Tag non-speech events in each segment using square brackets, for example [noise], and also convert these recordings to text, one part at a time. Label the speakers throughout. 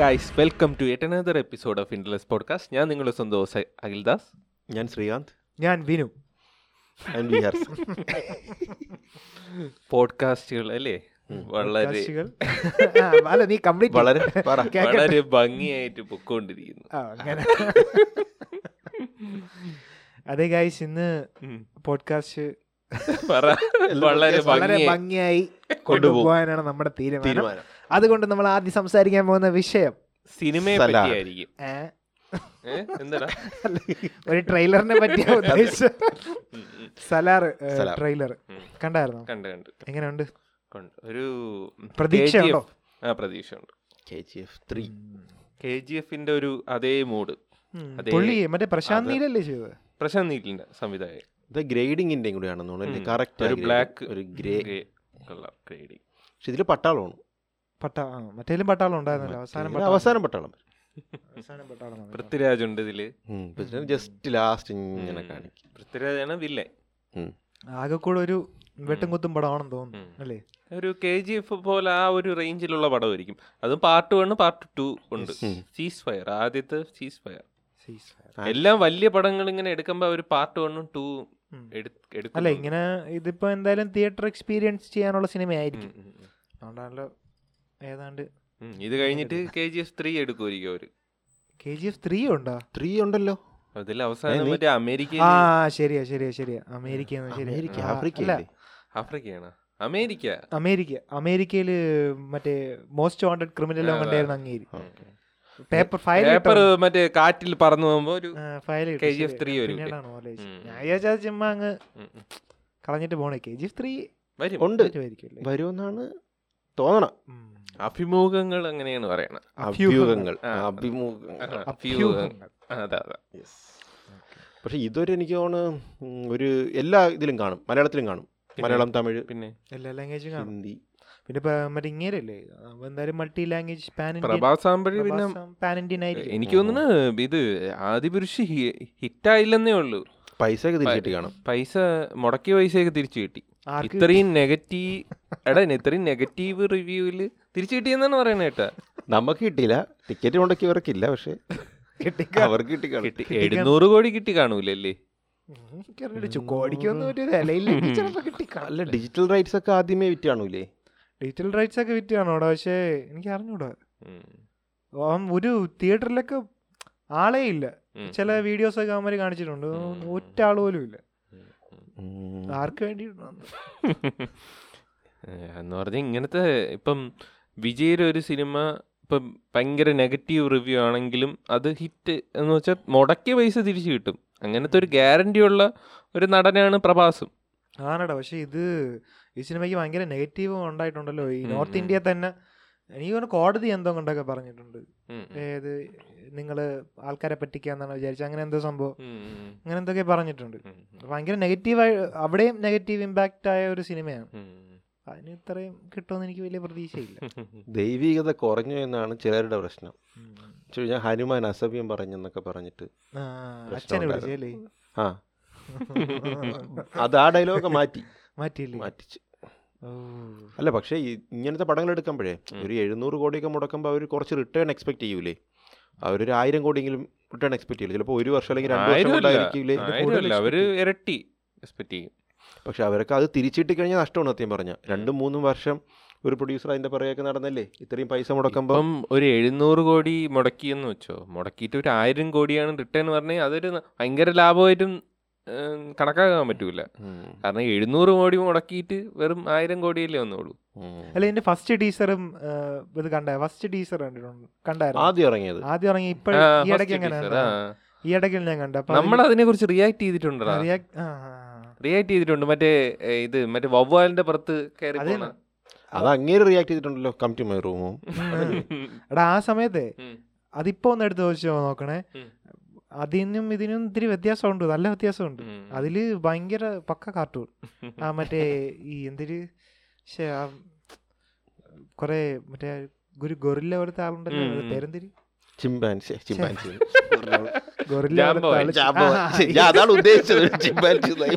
Speaker 1: Guys welcome to yet another episode of ഇൻഡലസ് podcast ഞാൻ നിങ്ങളുടെ സ്വന്തം ഹോസ്റ്റ് അഖിൽദാസ്
Speaker 2: ഞാൻ ശ്രീകാന്ത്
Speaker 3: ഞാൻ വിനു
Speaker 2: ആൻഡ് വിഹാർ
Speaker 1: പോഡ്കാസ്റ്റുകൾ അല്ലേ വളരെ
Speaker 3: കാശികൾ. ആ, അല്ല നീ കംപ്ലീറ്റ്
Speaker 2: വളരെ പറ
Speaker 3: കേക്കട്ടെ.
Speaker 1: വളരെ ഭംഗിയായിട്ട് പൊക്കോണ്ടിരിക്കുന്നു
Speaker 3: അങ്ങനെ അതെ ഗായ്സ് ഇന്ന്
Speaker 1: ഉം.
Speaker 3: പോഡ്കാസ്റ്റ്
Speaker 1: പറ വളരെ
Speaker 3: വളരെ
Speaker 1: ഭംഗിയായി
Speaker 3: ഭംഗിയായി
Speaker 2: കൊണ്ടുപോകും.
Speaker 3: കൊണ്ടുപോകാനാണ് നമ്മുടെ തീരുമാനം
Speaker 2: തീരുമാനം
Speaker 3: അതുകൊണ്ട് നമ്മൾ ആദ്യം സംസാരിക്കാൻ പോകുന്ന വിഷയം
Speaker 1: സിനിമയെ
Speaker 2: സലാഡ്.
Speaker 1: പറ്റിയായിരിക്കും
Speaker 3: ഏ?
Speaker 1: ഏ? എന്താടാ
Speaker 3: ഒരു ട്രെയിലറിനെ പറ്റിയ ഉദ്ദേശം
Speaker 1: ഉം, ഉം.
Speaker 3: സലാർ
Speaker 2: സലാർ.
Speaker 3: ട്രെയിലർ
Speaker 1: ഉം.
Speaker 3: കണ്ടായിരുന്നോ
Speaker 1: കണ്ട് കണ്ട്
Speaker 3: എങ്ങനെയുണ്ട്
Speaker 1: കൊണ്ട്. ഒരു
Speaker 3: പ്രതീക്ഷ
Speaker 1: KGF.
Speaker 3: ഉണ്ടോ?
Speaker 1: ആ പ്രതീക്ഷ ഉണ്ട്
Speaker 2: K G F three
Speaker 1: K G എഫിന്റെ ഒരു അതേ മൂഡ്
Speaker 3: ഉം.
Speaker 1: അതെ.
Speaker 3: പുള്ളി മറ്റേ പ്രശാന്ത് നീലല്ലേ ചെയ്തത്
Speaker 1: പ്രശാന്ത് നീലിന്റെ സംവിധായകൻ
Speaker 2: ഇത് ഗ്രേഡിങ്ങിന്റെയും കൂടി ആണെന്ന് തോന്നുന്നു
Speaker 1: ഉം.
Speaker 2: കറക്റ്റ്
Speaker 1: ഒരു black.
Speaker 2: ഒരു ഗ്രേ
Speaker 1: Grey colour grading.
Speaker 2: പക്ഷെ ഇതിൽ പട്ടാളമാണ്
Speaker 3: പട്ട ആ, മറ്റേലും പട്ടാളം ഉണ്ടായിരുന്നല്ലോ അവസാനം
Speaker 2: ഇതില്
Speaker 3: പട്ടാളം.
Speaker 2: അവസാനം പട്ടാളം
Speaker 3: അവസാനം പട്ടാളം വന്നു.
Speaker 1: പൃഥ്വിരാജ് ഉണ്ട് ഇതില്
Speaker 2: ജസ്റ്റ് ലാസ്റ്റ് ഇങ്ങനെ
Speaker 1: ഉം.
Speaker 2: കാണിക്കും
Speaker 1: പൃഥ്വിരാജാണ് വില്ലേ
Speaker 2: ഉം.
Speaker 3: ആകെ കൂടെ ഒരു വെട്ടും കുത്തും പടമാണെന്ന് തോന്നുന്നു അല്ലേ
Speaker 1: ഒരു കെ ജി എഫ് പോലെ ആ ഒരു റേഞ്ചിലുള്ള പടമായിരിക്കും അതും പാർട്ട് വൺ പാർട്ട് ടു ഉണ്ട് സീസ് ഫയർ ആദ്യത്തെ സീസ് ഫയർ
Speaker 2: ആ.
Speaker 1: എല്ലാം വലിയ പടങ്ങൾ ഇങ്ങനെ എടുക്കുമ്പോൾ അവർ പാർട്ട് വണ്ണും ടൂ
Speaker 3: ഉം.
Speaker 1: എടുക്കും
Speaker 3: അല്ല ഇങ്ങനെ ഇതിപ്പോ എന്തായാലും തിയേറ്റർ എക്സ്പീരിയൻസ് ചെയ്യാനുള്ള സിനിമയായിരിക്കും
Speaker 1: ഉം, ഉം, ഉം.
Speaker 3: അതുകൊണ്ടാണല്ലോ ഏതാണ്ട്
Speaker 1: ഉം, ഇത് കഴിഞ്ഞിട്ട് കെ ജി എഫ് ത്രീ എടുക്കുമായിരിക്കും അവര്
Speaker 3: കെ ജി എഫ് ത്രീ ഉണ്ടോ
Speaker 2: ത്രീ ഉണ്ടല്ലോ
Speaker 1: അതിൽ
Speaker 2: ഏ,
Speaker 1: അവസാനം
Speaker 2: നീ-
Speaker 1: മറ്റേ
Speaker 3: ആ
Speaker 1: അമേരിക്കയിൽ
Speaker 3: ശരിയാ ശരിയാ ശരിയാ അമേരിക്ക
Speaker 2: അമേരിക്ക ആഫ്രിക്ക
Speaker 1: ആഫ്രിക്കയാണ് അമേരിക്ക
Speaker 3: അമേരിക്ക അമേരിക്കയില് മറ്റേ മോസ്റ്റ് വാണ്ടഡ് ക്രിമിനൽ
Speaker 1: ആ, അതാ.
Speaker 3: ഉണ്ടായിരുന്ന അങ്ങേരി പേപ്പർ ഫയൽ
Speaker 1: പേപ്പർ മറ്റേ കാറ്റിൽ പറന്നു പോകുമ്പോ ഒരു
Speaker 3: ഫയൽ
Speaker 1: KGF three ഒരു
Speaker 3: പിന്നീടാണ് ഓലെ
Speaker 1: ഉം.
Speaker 3: ഞാൻ വിചാരിച്ചത് ചുമ്മാ അങ്ങ്
Speaker 1: ഉം, ഉം.
Speaker 3: കളഞ്ഞിട്ട് പോണേ കെ ജി എഫ് ത്രീ
Speaker 1: വരും
Speaker 2: ഉണ്ട്
Speaker 3: ആയിരിക്കും
Speaker 2: വരുമെന്നാണ് തോന്നണം
Speaker 1: അഭിമുഖങ്ങൾ അങ്ങനെയാണ് പറയണത്
Speaker 2: അഭ്യൂഹങ്ങൾ
Speaker 1: ആ.
Speaker 2: അഭിമുഖങ്ങൾ
Speaker 1: അഭ്യൂഹങ്ങൾ അതാ അതാ
Speaker 2: പക്ഷെ ഇതൊരു എനിക്ക് തോന്നുന്നു ഉം, ഒരു എല്ലാ ഇതിലും കാണും മലയാളത്തിലും കാണും മലയാളം തമിഴ്
Speaker 1: പിന്നെ
Speaker 3: എല്ലാ ലാംഗ്വേജും കാണും
Speaker 2: ഹിന്ദി
Speaker 3: പിന്നെ ഇപ്പൊ മറ്റേ ഇങ്ങേരല്ലേ അവൻ എന്തായാലും multi language pan Indian
Speaker 1: Prabhas സാമ്പഴി പിന്നെ
Speaker 3: പാൻ ഇന്ത്യൻ ആയിരിക്കും
Speaker 1: എനിക്ക് തോന്നുന്നു ഇത് ആദിപുരുഷ് ഹിറ്റായില്ലെന്നേ ഉള്ളൂ
Speaker 2: പൈസയൊക്കെ തിരിച്ചിട്ട് കാണും
Speaker 1: പൈസ മുടക്കിയ പൈസയൊക്കെ തിരിച്ചു കിട്ടി
Speaker 3: ആർക്ക്
Speaker 1: ഇത്രയും നെഗറ്റീവ് എടാ ഇത്രയും നെഗറ്റീവ് റിവ്യൂവില് തിരിച്ചു കിട്ടിയെന്നാണ് പറയണേ കേട്ടാ
Speaker 2: നമുക്ക് കിട്ടിയില്ല ടിക്കറ്റ് മുടക്കി ഇവർക്കില്ല പക്ഷെ
Speaker 3: കിട്ടി
Speaker 2: [laughs] അവർക്ക് കിട്ടി കാണും
Speaker 1: കിട്ടി എഴുന്നൂറ് കോടി കിട്ടി കാണൂലല്ലേ
Speaker 3: കോടിക്കൊന്നും പറ്റിയ വിലയില്ലെങ്കിൽ ചിലപ്പോൾ കിട്ടി
Speaker 2: അല്ല ഡിജിറ്റൽ റൈറ്റ്സ് ഒക്കെ ആദ്യമേ വിറ്റ് കാണൂലേ
Speaker 3: ഡിജിറ്റൽ റൈറ്റ്സ് ഒക്കെ വിറ്റാണോടാ പക്ഷേ എനിക്ക് അറിഞ്ഞൂടാ
Speaker 1: ഉം.
Speaker 3: അവൻ ഒരു തിയേറ്ററിലൊക്കെ ആളേ ഇല്ല
Speaker 1: ഉം.
Speaker 3: ചില വീഡിയോസ് ഒക്കെ അവന്മാർ കാണിച്ചിട്ടുണ്ട് ഒറ്റ ആൾ പോലും ഇല്ല
Speaker 2: ഉം.
Speaker 3: ആർക്ക് വേണ്ടി
Speaker 1: ഏ, എന്ന് പറഞ്ഞാൽ ഇങ്ങനത്തെ ഇപ്പം വിജയുടെ ഒരു സിനിമ ഇപ്പം ഭയങ്കര നെഗറ്റീവ് റിവ്യൂ ആണെങ്കിലും അത് ഹിറ്റ് എന്ന് വെച്ചാൽ മുടക്കിയ പൈസ തിരിച്ചു കിട്ടും അങ്ങനത്തെ ഒരു ഗ്യാരണ്ടി ഉള്ള ഒരു നടനാണ് പ്രഭാസും
Speaker 3: ആണടാ പക്ഷെ ഇത് ഈ സിനിമയ്ക്ക് ഭയങ്കര നെഗറ്റീവ് ഉണ്ടായിട്ടുണ്ടല്ലോ ഈ
Speaker 1: ഉം,
Speaker 3: നോർത്ത്
Speaker 1: ഉം.
Speaker 3: ഇന്ത്യ തന്നെ എനിക്ക് തോന്നുന്നു കോടതി എന്തോ കൊണ്ടൊക്കെ പറഞ്ഞിട്ടുണ്ട്
Speaker 1: ഉം, ഉം.
Speaker 3: ഏത് നിങ്ങൾ ആൾക്കാരെ പറ്റിക്കാന്നാണ് വിചാരിച്ചത് അങ്ങനെ എന്തോ സംഭവം
Speaker 1: ഉം, ഉം,
Speaker 3: അങ്ങനെ എന്തൊക്കെ പറഞ്ഞിട്ടുണ്ട്
Speaker 1: ഉം, ഉം.
Speaker 3: ഭയങ്കര നെഗറ്റീവായി അവിടെയും നെഗറ്റീവ് ഇമ്പാക്റ്റ് ആയ ഒരു സിനിമയാണ്
Speaker 1: ഉം.
Speaker 3: അതിന് ഇത്രയും കിട്ടുമെന്ന് എനിക്ക് വലിയ പ്രതീക്ഷയില്ല
Speaker 2: ദൈവികത കുറഞ്ഞു എന്നാണ് ചിലരുടെ പ്രശ്നം എന്ന് വെച്ചാൽ ഹനുമാൻ അസഭ്യം പറഞ്ഞെന്നൊക്കെ പറഞ്ഞിട്ട്
Speaker 3: ആ, അച്ഛനെ
Speaker 2: ഉണ്ടായിരുന്നു.
Speaker 3: വിളിച്ചല്ലേ
Speaker 2: ആ അത് ആ ഡയലോഗൊക്കെ മാറ്റി
Speaker 3: മാറ്റിയില്ലേ
Speaker 2: മാറ്റിച്ച്
Speaker 3: ഓ
Speaker 2: അല്ല പക്ഷേ ഈ ഇങ്ങനത്തെ പടങ്ങൾ എടുക്കുമ്പോഴേ ഒരു എഴുന്നൂറ് കോടിയൊക്കെ മുടക്കുമ്പോൾ അവർ കുറച്ച് റിട്ടേൺ എക്സ്പെക്ട് ചെയ്യൂലേ അവരൊരു ആയിരം കോടിയെങ്കിലും റിട്ടേൺ എക്സ്പെക്ട് ചെയ്യില്ല ചിലപ്പോൾ ഒരു വർഷം അല്ലെങ്കിൽ രണ്ട് വർഷം
Speaker 1: ആയിരം അല്ല.
Speaker 2: കൊണ്ടായിരിക്കില്ലേ
Speaker 1: ആയിരം അല്ല, അവര് ഇരട്ടി എക്സ്പെക്ട് ചെയ്യും
Speaker 2: പക്ഷെ അവരൊക്കെ അത് തിരിച്ചിട്ട് കഴിഞ്ഞാൽ നഷ്ടമാണ് സത്യം പറഞ്ഞാൽ രണ്ടും മൂന്നും വർഷം ഒരു പ്രൊഡ്യൂസർ അതിൻ്റെ പുറകെയൊക്കെ നടന്നല്ലേ ഇത്രയും പൈസ മുടക്കുമ്പോൾ
Speaker 1: അപ്പം ഒരു എഴുന്നൂറ് കോടി മുടക്കിയെന്ന് വെച്ചോ മുടക്കിയിട്ട് ഒരു ആയിരം കോടിയാണ് റിട്ടേൺ പറഞ്ഞാൽ അതൊരു ന- ഭയങ്കര ലാഭമായിട്ടും ഏം, കണക്കാക്കാൻ പറ്റൂല കാരണം എഴുന്നൂറ് കോടി മുടക്കിയിട്ട് വെറും ആയിരം കോടിയല്ലേ വന്നുള്ളൂ
Speaker 3: അല്ല ഇതിന്റെ ഫസ്റ്റ് ടീച്ചറും ഇത് കണ്ട ഫസ്റ്റ് ടീച്ചർ കണ്ടിട്ടുണ്ട് കണ്ടായിരുന്നു
Speaker 2: ആദ്യം ഇറങ്ങിയത്
Speaker 3: ആദ്യം ഇറങ്ങി ഇപ്പഴ ഈ ഇടയ്ക്ക് എങ്ങനെ ഈ ഇടയ്ക്ക് ഞാൻ കണ്ട അപ്പൊ
Speaker 1: നമ്മൾ അതിനെ കുറിച്ച് റിയാക്ട് ചെയ്തിട്ടുണ്ടോ
Speaker 3: അതിൽ react- ആ, ആ, ആ.
Speaker 1: റിയാക്ട് ചെയ്തിട്ടുണ്ട് മറ്റേ ഏ, ഇത് മറ്റേ വവ്വാലിന്റെ പുറത്ത് കയറി
Speaker 3: അതെ.
Speaker 1: പോണ.
Speaker 2: അത് അങ്ങേര് റിയാക്ട് ചെയ്തിട്ടുണ്ടല്ലോ കം ടു മൈ റൂമും
Speaker 1: ഉം,
Speaker 3: എടാ ആ സമയത്തെ
Speaker 1: ഉം,
Speaker 3: അതിപ്പോ ഒന്ന് എടുത്ത് വെച്ച് നോക്കണേ
Speaker 1: ഉം,
Speaker 3: അതിനും ഇതിനും ഇത്തിരി വ്യത്യാസമുണ്ട് നല്ല വ്യത്യാസമുണ്ട്
Speaker 1: ഉം.
Speaker 3: അതില് ഭയങ്കര പക്ക
Speaker 1: [laughs]
Speaker 3: കാർട്ടൂൺ ആ മറ്റേ ഈ എന്തൊരു ശ്ശെ, ആ കൊറേ മറ്റേ ഒരു ഗൊറില്ല പോലത്തെ ആളുണ്ടല്ലോ
Speaker 1: ഉം,
Speaker 3: അത്
Speaker 1: ഉം.
Speaker 3: പേരെന്തിരി
Speaker 2: ചിമ്പാൻസി ചിമ്പാൻസി [laughs]
Speaker 3: ഗൊറില്ല
Speaker 1: ജാംബോ,
Speaker 3: പോലെ തളച്ച്
Speaker 2: ജാബോ.
Speaker 3: ആ,
Speaker 2: ശരി, ഞാൻ അതാണ് ഉദ്ദേശിച്ചത് ചിമ്പാൻസി എന്നായി.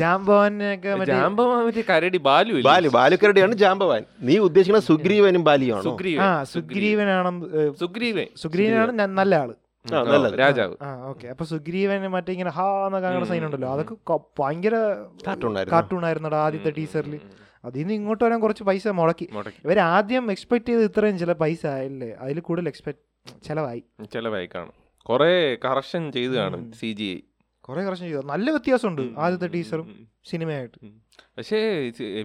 Speaker 3: ജാംബോവനൊക്കെ മറ്റേ
Speaker 1: ജാമ്പമാ മറ്റേ കരടി ബാലു ഇല്ലേ?
Speaker 2: [laughs] ബാലു ബാലുക്കരടിയാണ് ജാമ്പവാൻ നീ ഉദ്ദേശിക്കുന്ന സുഗ്രീവനും ബാലിയാണോ
Speaker 1: സുഗ്രീവൻ
Speaker 3: ആ സുഗ്രീവനാണെന്ന് ഏ,
Speaker 1: സുഗ്രീവൻ
Speaker 3: സുഗ്രീവനാണ് ന- നല്ല ആള്
Speaker 2: ആ, നല്ലത്.
Speaker 1: രാജാവ്
Speaker 3: ആ ഓക്കെ അപ്പൊ സുഗ്രീവന് മറ്റേ ഇങ്ങനെ ഹാ എന്നൊക്കെ അങ്ങനെ
Speaker 1: ഉം.
Speaker 3: സൈൻ ഉണ്ടല്ലോ അതൊക്കെ കൊ- ഭയങ്കര
Speaker 2: Cartoon ആയിരുന്നു.
Speaker 3: കാർട്ടൂൺ ആയിരുന്നടാ ആദ്യത്തെ ടീച്ചറിൽ
Speaker 1: ഉം, ഉം,
Speaker 3: അതിൽ നിന്ന് ഇങ്ങോട്ട് വരാൻ കുറച്ച് പൈസ മുടക്കി
Speaker 1: ഉം. മുടക്കി
Speaker 3: ഇവർ ആദ്യം എക്സ്പെക്ട് ചെയ്ത് ഇത്രയും ചില പൈസ ആയില്ലേ അതിൽ കൂടുതൽ എക്സ്പെക്ട് ചിലവായി
Speaker 1: ചെലവായി കാണും കൊറേ കറക്ഷൻ ചെയ്ത് കാണും സി ജി ഐ
Speaker 3: കുറെ കുറച്ച് ചെയ്തു നല്ല വ്യത്യാസമുണ്ട് ആദ്യത്തെ ടീച്ചറും സിനിമയായിട്ട്
Speaker 1: പക്ഷേ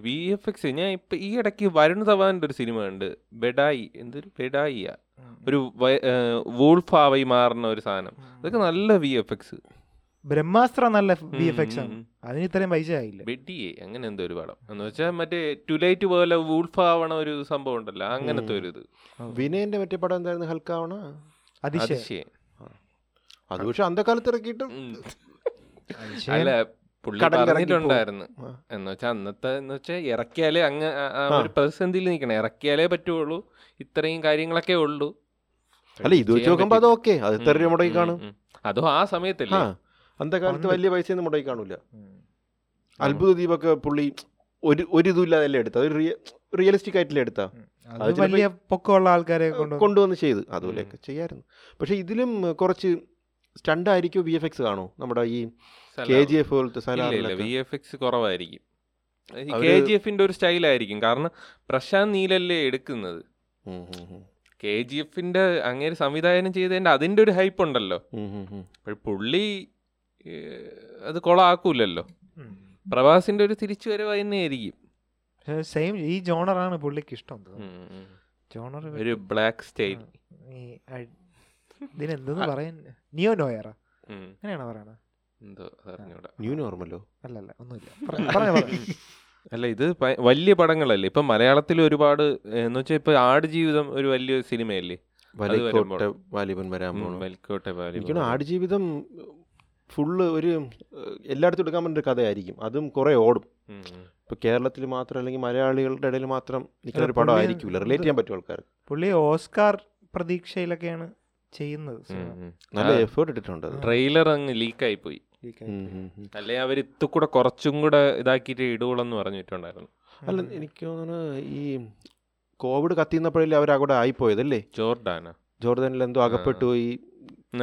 Speaker 1: വി എഫ് എക്സ് ഞാൻ ഇപ്പൊ ഈ ഇടയ്ക്ക് വരുൺ ധവാന്റെ ഒരു സിനിമ ഉണ്ട് ബെഡായി എന്തൊരു ബെഡായിയ ഒരു വൂൾഫ് ആവായി മാറുന്ന ഒരു സാധനം അതൊക്കെ നല്ല വി എഫ് എക്സ്
Speaker 3: ബ്രഹ്മാസ്ത്ര നല്ല വി എഫ് എക്സ് ആണ് അതിന് ഇത്രയും പൈസ ആയില്ല
Speaker 1: ബെഡിയെ അങ്ങനെ എന്തോ ഒരു പടം എന്ന് വെച്ചാൽ മറ്റേ ടുലൈറ്റ് പോലെ വൂൾഫ് ആവണ ഒരു സംഭവം ഉണ്ടല്ലോ അങ്ങനത്തെ ഒരു ഇത്
Speaker 2: വിനയന്റെ മറ്റേ പടം എന്തായിരുന്നു ഹൽക്കാവണ
Speaker 3: അതിശയം
Speaker 1: അതിശയം
Speaker 2: അത് പക്ഷെ അന്ധകാലത്ത് ഇറക്കിയിട്ട്
Speaker 1: ഉം.
Speaker 3: അതിശയം.
Speaker 1: അല്ല പുള്ളി
Speaker 2: കടലിൽ ഇറങ്ങി
Speaker 1: പറഞ്ഞിട്ടുണ്ടായിരുന്നു
Speaker 2: ആ.
Speaker 1: എന്ന് വെച്ചാൽ അന്നത്തെ എന്ന് വെച്ചാൽ ഇറക്കിയാലേ അങ്ങ് ആ- ആ ഒരു പ്രതിസന്ധിയിൽ നിൽക്കണം ഇറക്കിയാലേ പറ്റുള്ളൂ ഇത്രയും കാര്യങ്ങളൊക്കെ ഉള്ളൂ
Speaker 2: അല്ല ഇത് വെച്ച്
Speaker 1: ചെയ്യാൻ
Speaker 2: നോക്കുമ്പോ അത്
Speaker 1: പറ്റില്ല.
Speaker 2: ഓക്കെ അത് ഇത്ര രൂപ മുടക്കി കാണും
Speaker 1: ഉം, ഉം. അതും ആ സമയത്തല്ലേ
Speaker 2: ആ അന്ധകാലത്ത് വലിയ പൈസയൊന്നും മുടക്കി കാണൂല
Speaker 3: ഉം.
Speaker 2: അത്ഭുത ദീപൊക്കെ പുള്ളി ഒരു ഒരു ഇതുമില്ലാതെ അല്ലേ എടുത്ത ഒരു റിയലിസ്റ്റിക് ആയിട്ടല്ലേ എടുത്ത അത്
Speaker 3: അത്
Speaker 2: ചിലപ്പോ
Speaker 3: വലിയ പൊക്കമുള്ള ആൾക്കാരെ കൊണ്ട്
Speaker 2: കൊണ്ടുവന്ന് ചെയ്ത് അതുപോലെയൊക്കെ ചെയ്യായിരുന്നു പക്ഷെ ഇതിലും കുറച്ച് സ്റ്റണ്ട് ആയിരിക്കും വി എഫ് എക്സ് കാണോ നമ്മുടെ ഈ കെ ജി എഫ് പോലത്തെ
Speaker 1: വി
Speaker 2: സലാറിലൊക്കെ
Speaker 1: എഫ് എക്സ് കുറവായിരിക്കും
Speaker 2: അവര്
Speaker 1: കെ ജി എഫിന്റെ ഒരു സ്റ്റൈലായിരിക്കും കാരണം പ്രശാന്ത് നീലല്ലേ എടുക്കുന്നത്
Speaker 2: ഉം, ഉം, ഉം.
Speaker 1: കെ ജി എഫിന്റെ അങ്ങനെ സംവിധാനം ചെയ്തതിന്റെ അതിന്റെ ഒരു ഹൈപ്പ് ഉണ്ടല്ലോ
Speaker 2: ഉം, ഉം, ഉം.
Speaker 1: അപ്പോൾ പുള്ളി ഏ, അത് കൊളാക്കൂലല്ലോ പ്രവാസിന്റെ ഒരു തിരിച്ചു വരവ് തന്നെയായിരിക്കും
Speaker 3: സെയിം ഈ ജോണറാണ് പുള്ളിക്ക് ഇഷ്ടം തോന്നുന്നു.
Speaker 1: ഉം, ഉം.
Speaker 3: ജോണർ
Speaker 1: ഒരു ബ്ലാക്ക് സ്റ്റൈൽ
Speaker 3: ഈ അഴ്- ഇതിനെന്തെന്ന് പറയാൻ നിയോ നോയറ
Speaker 1: ഉം.
Speaker 3: അങ്ങനെയാണോ പറയണത്
Speaker 1: എന്തോ അത് അറിഞ്ഞൂടാ.
Speaker 2: ന്യൂ നോർമലോ
Speaker 3: അല്ലല്ല ഒന്നുമില്ല പറ- പറഞ്ഞോ, പറഞ്ഞോ.
Speaker 1: അല്ല ഇത് പ- വലിയ പടങ്ങളല്ലേ ഇപ്പൊ മലയാളത്തിൽ ഒരുപാട് ഏ, എന്ന് വെച്ചാൽ ഇപ്പൊ ആടുജീവിതം ഒരു വലിയ സിനിമയല്ലേ വരുമ്പോൾ.
Speaker 2: വലക്കോട്ടെ വാലിബൻ വരാൻ പോണു
Speaker 1: വെൽക്കോട്ടെ
Speaker 2: എനിക്കാണ് ആടുജീവിതം ഫുള്ള് ഒരു ഏഹ്, എല്ലായിടത്തും എടുക്കാൻ പറ്റുന്ന ഒരു കഥയായിരിക്കും അതും കുറേ ഓടും ഇപ്പോൾ കേരളത്തിൽ മാത്രം അല്ലെങ്കിൽ മലയാളികളുടെ ഇടയിൽ മാത്രം നിൽക്കുന്ന ഒരു
Speaker 3: അല്ല,
Speaker 2: പടം
Speaker 3: പുള്ളി-
Speaker 2: ആയിരിക്കില്ല റിലേറ്റ് ചെയ്യാൻ പറ്റും ആൾക്കാർ
Speaker 3: പുള്ളി ഓസ്കാർ പ്രതീക്ഷയിലൊക്കെയാണ് ചെയ്യുന്നത് സിനിമ.
Speaker 2: നല്ല
Speaker 1: ആ.
Speaker 2: എഫേർട്ട് ഇട്ടിട്ടുണ്ട് അത്
Speaker 1: ട്രെയിലർ അങ്ങ് ലീക്കായി പോയി
Speaker 3: ഈ കാര്യം.
Speaker 2: ഉം, ഉം, ഉം.
Speaker 1: അല്ലെ അവർ ഇത്തുകൂടെ കുറച്ചും കൂടെ ഇതാക്കിയിട്ട് ഇടുകളെന്ന് പറഞ്ഞിട്ടുണ്ടായിരുന്നു
Speaker 2: അല്ല എനിക്ക് തോന്നുന്നു ഈ കോവിഡ് കത്തിന്നപ്പോഴല്ലേ അവർ അവിടെ ആയിപ്പോയതല്ലേ
Speaker 1: ജോർഡാന
Speaker 2: ജോർദനിൽ എന്തോ അകപ്പെട്ടു പോയി